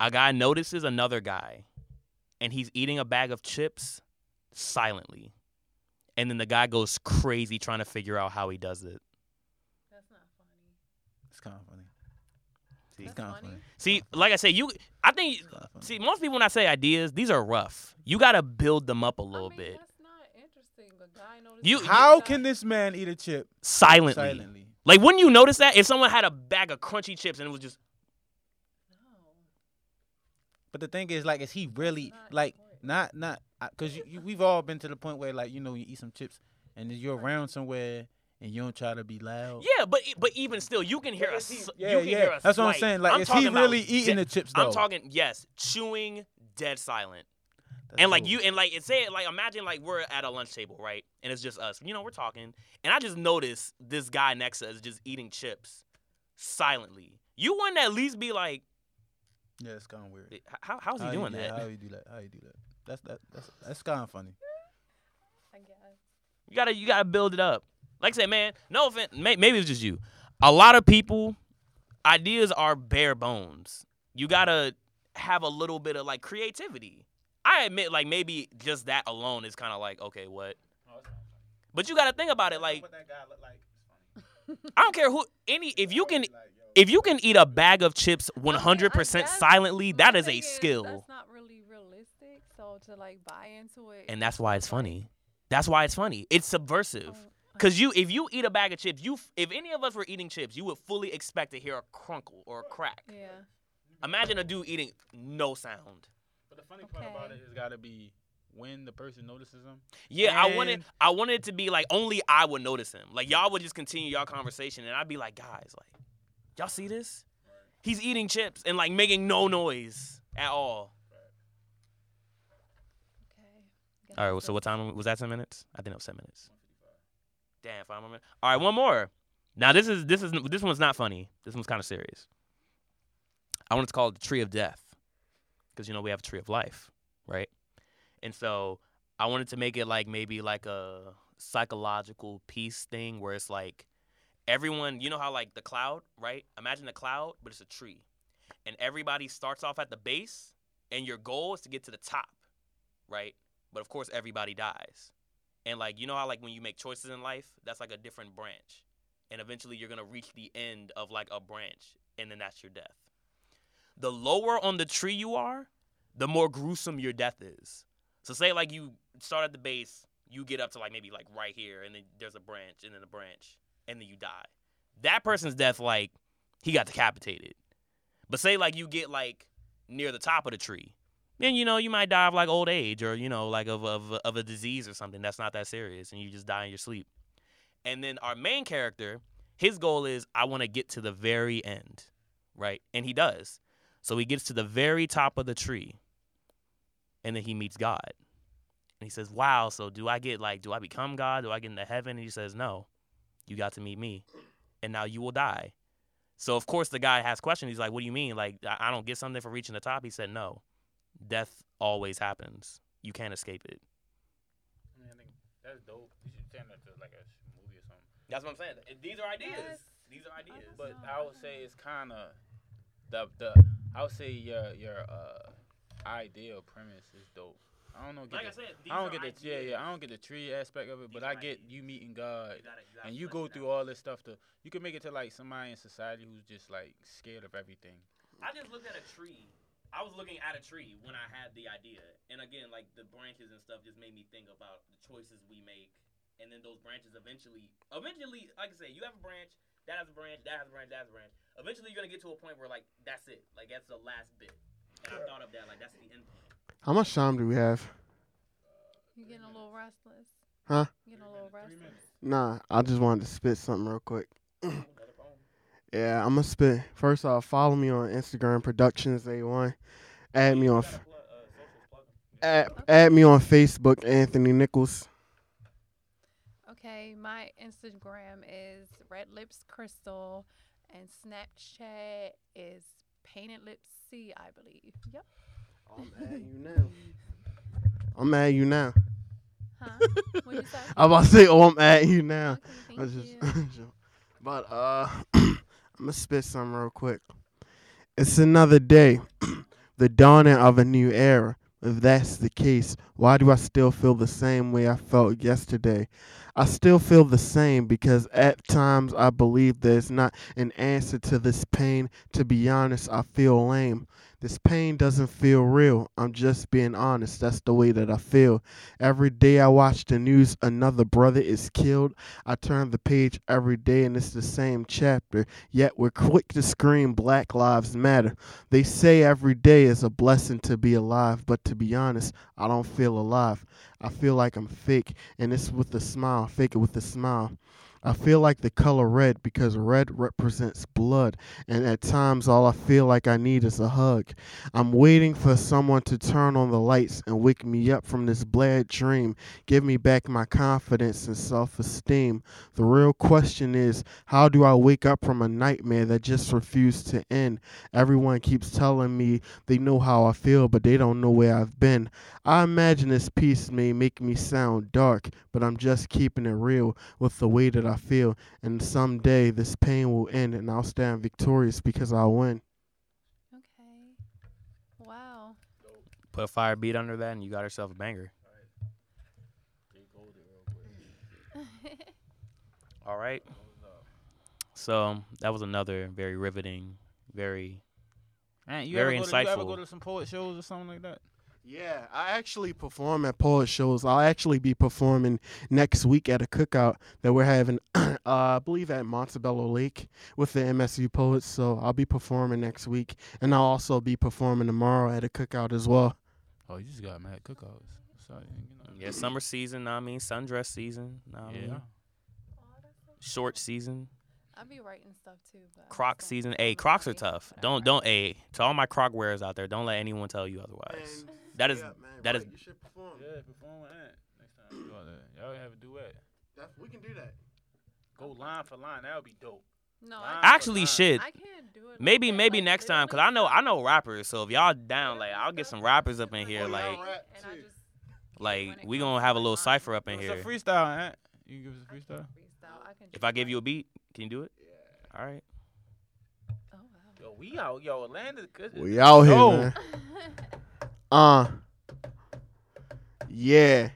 B: A guy notices another guy, and he's eating a bag of chips silently, and then the guy goes crazy trying to figure out how he does it.
E: (laughs) That's not funny.
A: It's kind of funny.
B: See,
A: It's
E: That's
A: kind of
E: funny.
A: funny.
B: see, like I said, you. I think.
A: It's kind of funny.
B: See, most people when I say ideas, these are rough. You gotta build them up a little
E: I mean,
B: bit
E: That's not interesting. The guy noticed.
B: You-
E: the
A: how
E: guy-
A: can this man eat a chip
B: silently.
A: silently?
B: Like, wouldn't you notice that if someone had a bag of crunchy chips and it was just
E: No.
A: But the thing is, like, is he really
E: Not
A: like
E: important.
A: not not? Because you, you, we've all been to the point where like you know you eat some chips and then you're around somewhere and you don't try to be loud.
B: yeah, but e- but even still, you can hear a
C: is he-
B: s-
A: Oh. Yeah,
B: you can
A: yeah.
B: hear a
A: That's what I'm
B: slight-
A: saying. Like, is he
B: talking about
A: really eating
B: de-
A: the chips though?
B: I'm talking yes, chewing dead silent,
A: That's
B: and like
A: dope.
B: you and like it said like imagine like we're at a lunch table right, and it's just us. You know we're talking, and I just noticed this guy next to us just eating chips silently. You wouldn't at least be like,
A: Yeah, it's kind of weird.
B: "H- how how's he
A: How
B: doing
A: Uh, yeah,
B: that?
A: How you do that? How you do that? That's that. That's that's kind of funny.
E: I guess.
B: You gotta you gotta build it up. Like I said, man, no offense. May, maybe it was just you. a lot of people ideas are bare bones. You gotta have a little bit of like creativity. I admit, like maybe just that alone is kind of like okay, what?
C: No, it's not.
B: But you gotta think about it. Like
C: what that guy look like. It's funny.
B: I don't care who any if you can
C: Like, yo,
B: if you can eat a bag of chips one hundred
E: I
B: percent
E: guess
B: silently,
E: My
B: that is
E: thing
B: a skill,
E: That's not really realistic. So to like buy into it.
B: and that's why it's funny. That's why it's funny. It's subversive.
E: Oh,
B: Cause you, if you eat a bag of chips, you f- if any of us were eating chips, you would fully expect to hear a crunkle or a crack.
E: Yeah.
B: Imagine a dude eating no sound.
C: but the funny part about
E: Okay.
C: it is got to be when the person notices them.
B: Yeah, I wanted
C: And-
B: I wanted it to be like only I would notice him. Like y'all would just continue y'all conversation, and I'd be like, guys, like y'all see this? He's eating chips and like making no noise at all.
E: Okay. Guess
B: All right,
E: that's
B: well, so
E: a-
B: what time was that? Ten minutes? I think that was ten minutes. Damn, five more minutes. All right, one more. Now this is this is this one's not funny. This one's kind of serious. I wanted to call it the tree of death, because you know we have a tree of life, right? And so I wanted to make it like maybe like a psychological piece thing where it's like everyone, you know how like the cloud, right? Imagine a cloud, but it's a tree, and everybody starts off at the base, and your goal is to get to the top, right? But of course, everybody dies. And like you know how like when you make choices in life, that's like a different branch. And eventually you're gonna reach the end of like a branch, and then that's your death. The lower on the tree you are, the more gruesome your death is. So say like you start at the base, you get up to like maybe like right here, and then there's a branch, and then a branch, and then you die. That person's death, like, he got decapitated. But say like you get like near the top of the tree, then you know you might die of like old age or you know like of of of a disease or something that's not that serious and you just die in your sleep. And then our main character, his goal is I want to get to the very end, right? And he does. So he gets to the very top of the tree. And then he meets God. And he says, "Wow, so do I get like do I become God? Do I get into heaven?" And he says, "No. You got to meet me. And now you will die." So of course the guy has questions. He's like, "What do you mean? Like I I don't get something for reaching the top?" He said, "No." death always happens. You can't escape it.
C: I mean, I think that's dope. You should send that to like a sh- movie or something.
B: That's what I'm saying. These are ideas.
E: Yes.
B: These are
E: ideas. that's
C: But
E: not
C: I would
E: bad.
C: say it's kind of the the. I would say your your uh ideal premise is dope. I don't know. Get
B: Like I
C: the-
B: said, these
C: I don't
B: are
C: get the
B: ideas.
C: yeah yeah. I don't get the tree aspect of it,
B: These
C: but
B: are
C: I get
B: ideas.
C: you meeting
B: You
C: God.
B: gotta- you gotta
C: And you
B: flesh
C: go
B: it
C: through
B: out.
C: all this stuff to you can make it to like somebody in society who's just like scared of everything.
B: I just looked at a tree. I was looking at a tree when I had the idea, and again, like the branches and stuff, just made me think about the choices we make, and then those branches eventually, eventually, like I say, you have a branch, that has a branch, that has a branch, that has a branch. Eventually, you're gonna get to a point where like that's it, like that's the last bit. And I thought of that, like that's the end point.
D: How much time do we have?
E: You getting a little restless?
D: Huh?
E: You Getting a little restless.
D: Nah, I just wanted to spit something real quick. (clears throat)
B: Another poem.
D: Yeah, I'm gonna spit. First off, follow me on Instagram Productions A1. Add me on f- add, add me on Facebook Anthony Nichols.
E: Okay, my Instagram is Red Lips Crystal, and Snapchat is Painted Lips C, I believe. Yep.
D: I'm at you now. I'm at you now.
E: Huh? what you
D: (laughs)
E: say?
D: I about to say, oh, I'm at you now.
E: Okay,
D: (laughs) I
E: thank
D: was just,
E: you.
D: but uh, (clears throat) I'm gonna spit something real quick. It's another day, (clears throat) the dawning of a new era. If that's the case, why do I still feel the same way I felt yesterday? I still feel the same because at times I believe there's not an answer to this pain. To be honest, I feel lame. This pain doesn't feel real. I'm just being honest. That's the way that I feel. Every day I watch the news, another brother is killed. I turn the page every day and it's the same chapter, yet we're quick to scream Black Lives Matter. They say every day is a blessing to be alive, but to be honest, I don't feel alive. I feel like I'm fake, and it's with a smile, fake it with a smile. I feel like the color red because red represents blood, and at times all I feel like I need is a hug. I'm waiting for someone to turn on the lights and wake me up from this bad dream, give me back my confidence and self esteem. The real question is, how do I wake up from a nightmare that just refused to end? Everyone keeps telling me they know how I feel, but they don't know where I've been. I imagine this piece may make me sound dark, but I'm just keeping it real with the way that I I feel, and someday this pain will end, and I'll stand victorious because I win.
E: Okay. Wow. (laughs)
B: Put a fire beat under that, and you got yourself a banger. All right. So that was another very riveting, very
A: Man, you
B: Very
A: ever go To, you ever
B: insightful.
A: go to some poet shows or something like that?
D: Yeah, I actually perform at poet shows. I'll actually be performing next week at a cookout that we're having, (clears throat) uh, I believe, at Montebello Lake with the MSU poets. So I'll be performing next week, and I'll also be performing tomorrow at a cookout as well.
A: Oh, you just got mad cookouts. Sorry, you know.
B: yeah summer season. Know what I mean sundress season. Know what I
A: Yeah.
B: mean short season.
E: I'll be writing stuff too. But I
B: Croc
E: just don't
B: season.
E: have
B: Hey,
E: the
B: Crocs are
E: money,
B: tough.
E: but I
B: Don't
E: write.
B: don't a to all my Croc wearers out there. Don't let anyone tell you otherwise. That is that is
D: you should perform.
C: Yeah, perform with Ant next time.
A: Go out there. Y'all have a duet.
D: we can do that.
C: Go line for line. That would be dope.
E: No,
C: Nah.
E: I,
B: actually shit.
E: I can't do it. like
B: Maybe
E: that,
B: maybe
E: like,
B: next
E: they
B: time,
E: don't
B: cause I know I
E: even-
B: know rappers. So if y'all down,
E: they
B: like
E: don't
B: I'll
E: even
B: get some
E: know.
B: rappers up in
E: Like,
B: here.
E: when
B: Like oh,
E: I
D: rap,
E: and I
D: too.
E: just
B: like
E: it
B: we
E: comes
B: gonna
E: to
B: have a
E: my
B: little
E: mind.
B: cipher up in
A: Give us
B: here.
A: a freestyle, Ant. You can
E: I
A: give us a
E: can't
A: freestyle.
E: freestyle. I can
B: If
E: just
B: I give
E: write.
B: you a beat, can you do it? All right.
E: Oh wow.
C: Yo, we out. Yo, Atlanta. Good.
D: We out here,
A: Yo.
D: man. Uh. Yeah.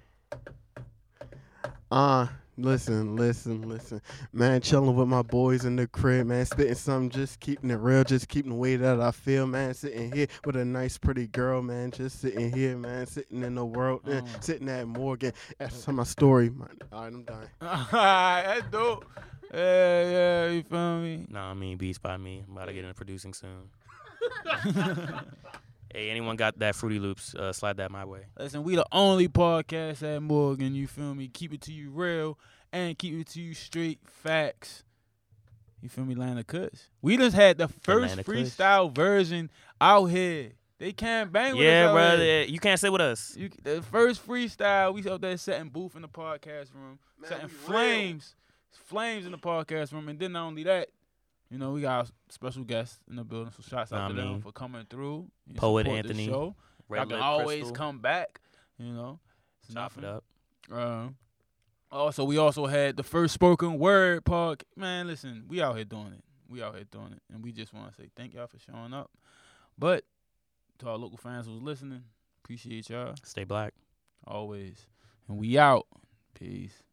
D: Uh. Listen, listen, listen. Man, chilling with my boys in the crib, man. Spitting something, just keeping it real, just keeping the way that I feel, man. Sitting here with a nice, pretty girl, man. Just sitting here, man. Sitting in the world, man.
A: Mm.
D: Sitting at Morgan. That's my story, man. All right, I'm dying.
A: (laughs) That's dope. Yeah, yeah, you feel me?
B: Nah, I mean beats by me. I'm about to get into producing soon. Hey, anyone got that Fruity Loops? Uh, slide that my way.
A: (laughs) Listen, we the only podcast at Morgan, you feel me? Keep it to you real and keep it to you straight facts. You feel me, Atlanta Cuts? We just had the first
B: Atlanta Kush.
A: freestyle version out here. They can't bang with us.
B: Yeah,
A: out
B: brother.
A: here.
B: You can't sit with us.
A: You, the first freestyle, we up there setting booth in the podcast room,
D: Man,
A: setting
D: we real.
A: flames, flames in the podcast room, and then not only that, you know, we got special guests in the building, so shouts out
B: Nah,
A: to
B: I
A: them
B: mean,
A: for coming through. and
B: Poet
A: support the
B: Anthony,
A: show. I
B: Red
A: can
B: Lip
A: always
B: Crystal,
A: come back, you know. It's
B: Chop it
A: nothing.
B: up.
A: Um, also, we also had the first spoken word park. Man, listen, we out here doing it. We out here doing it, and we just want to say thank y'all for showing up. But to our local fans who's listening, appreciate y'all
B: Stay black.
A: always, and we out. Peace.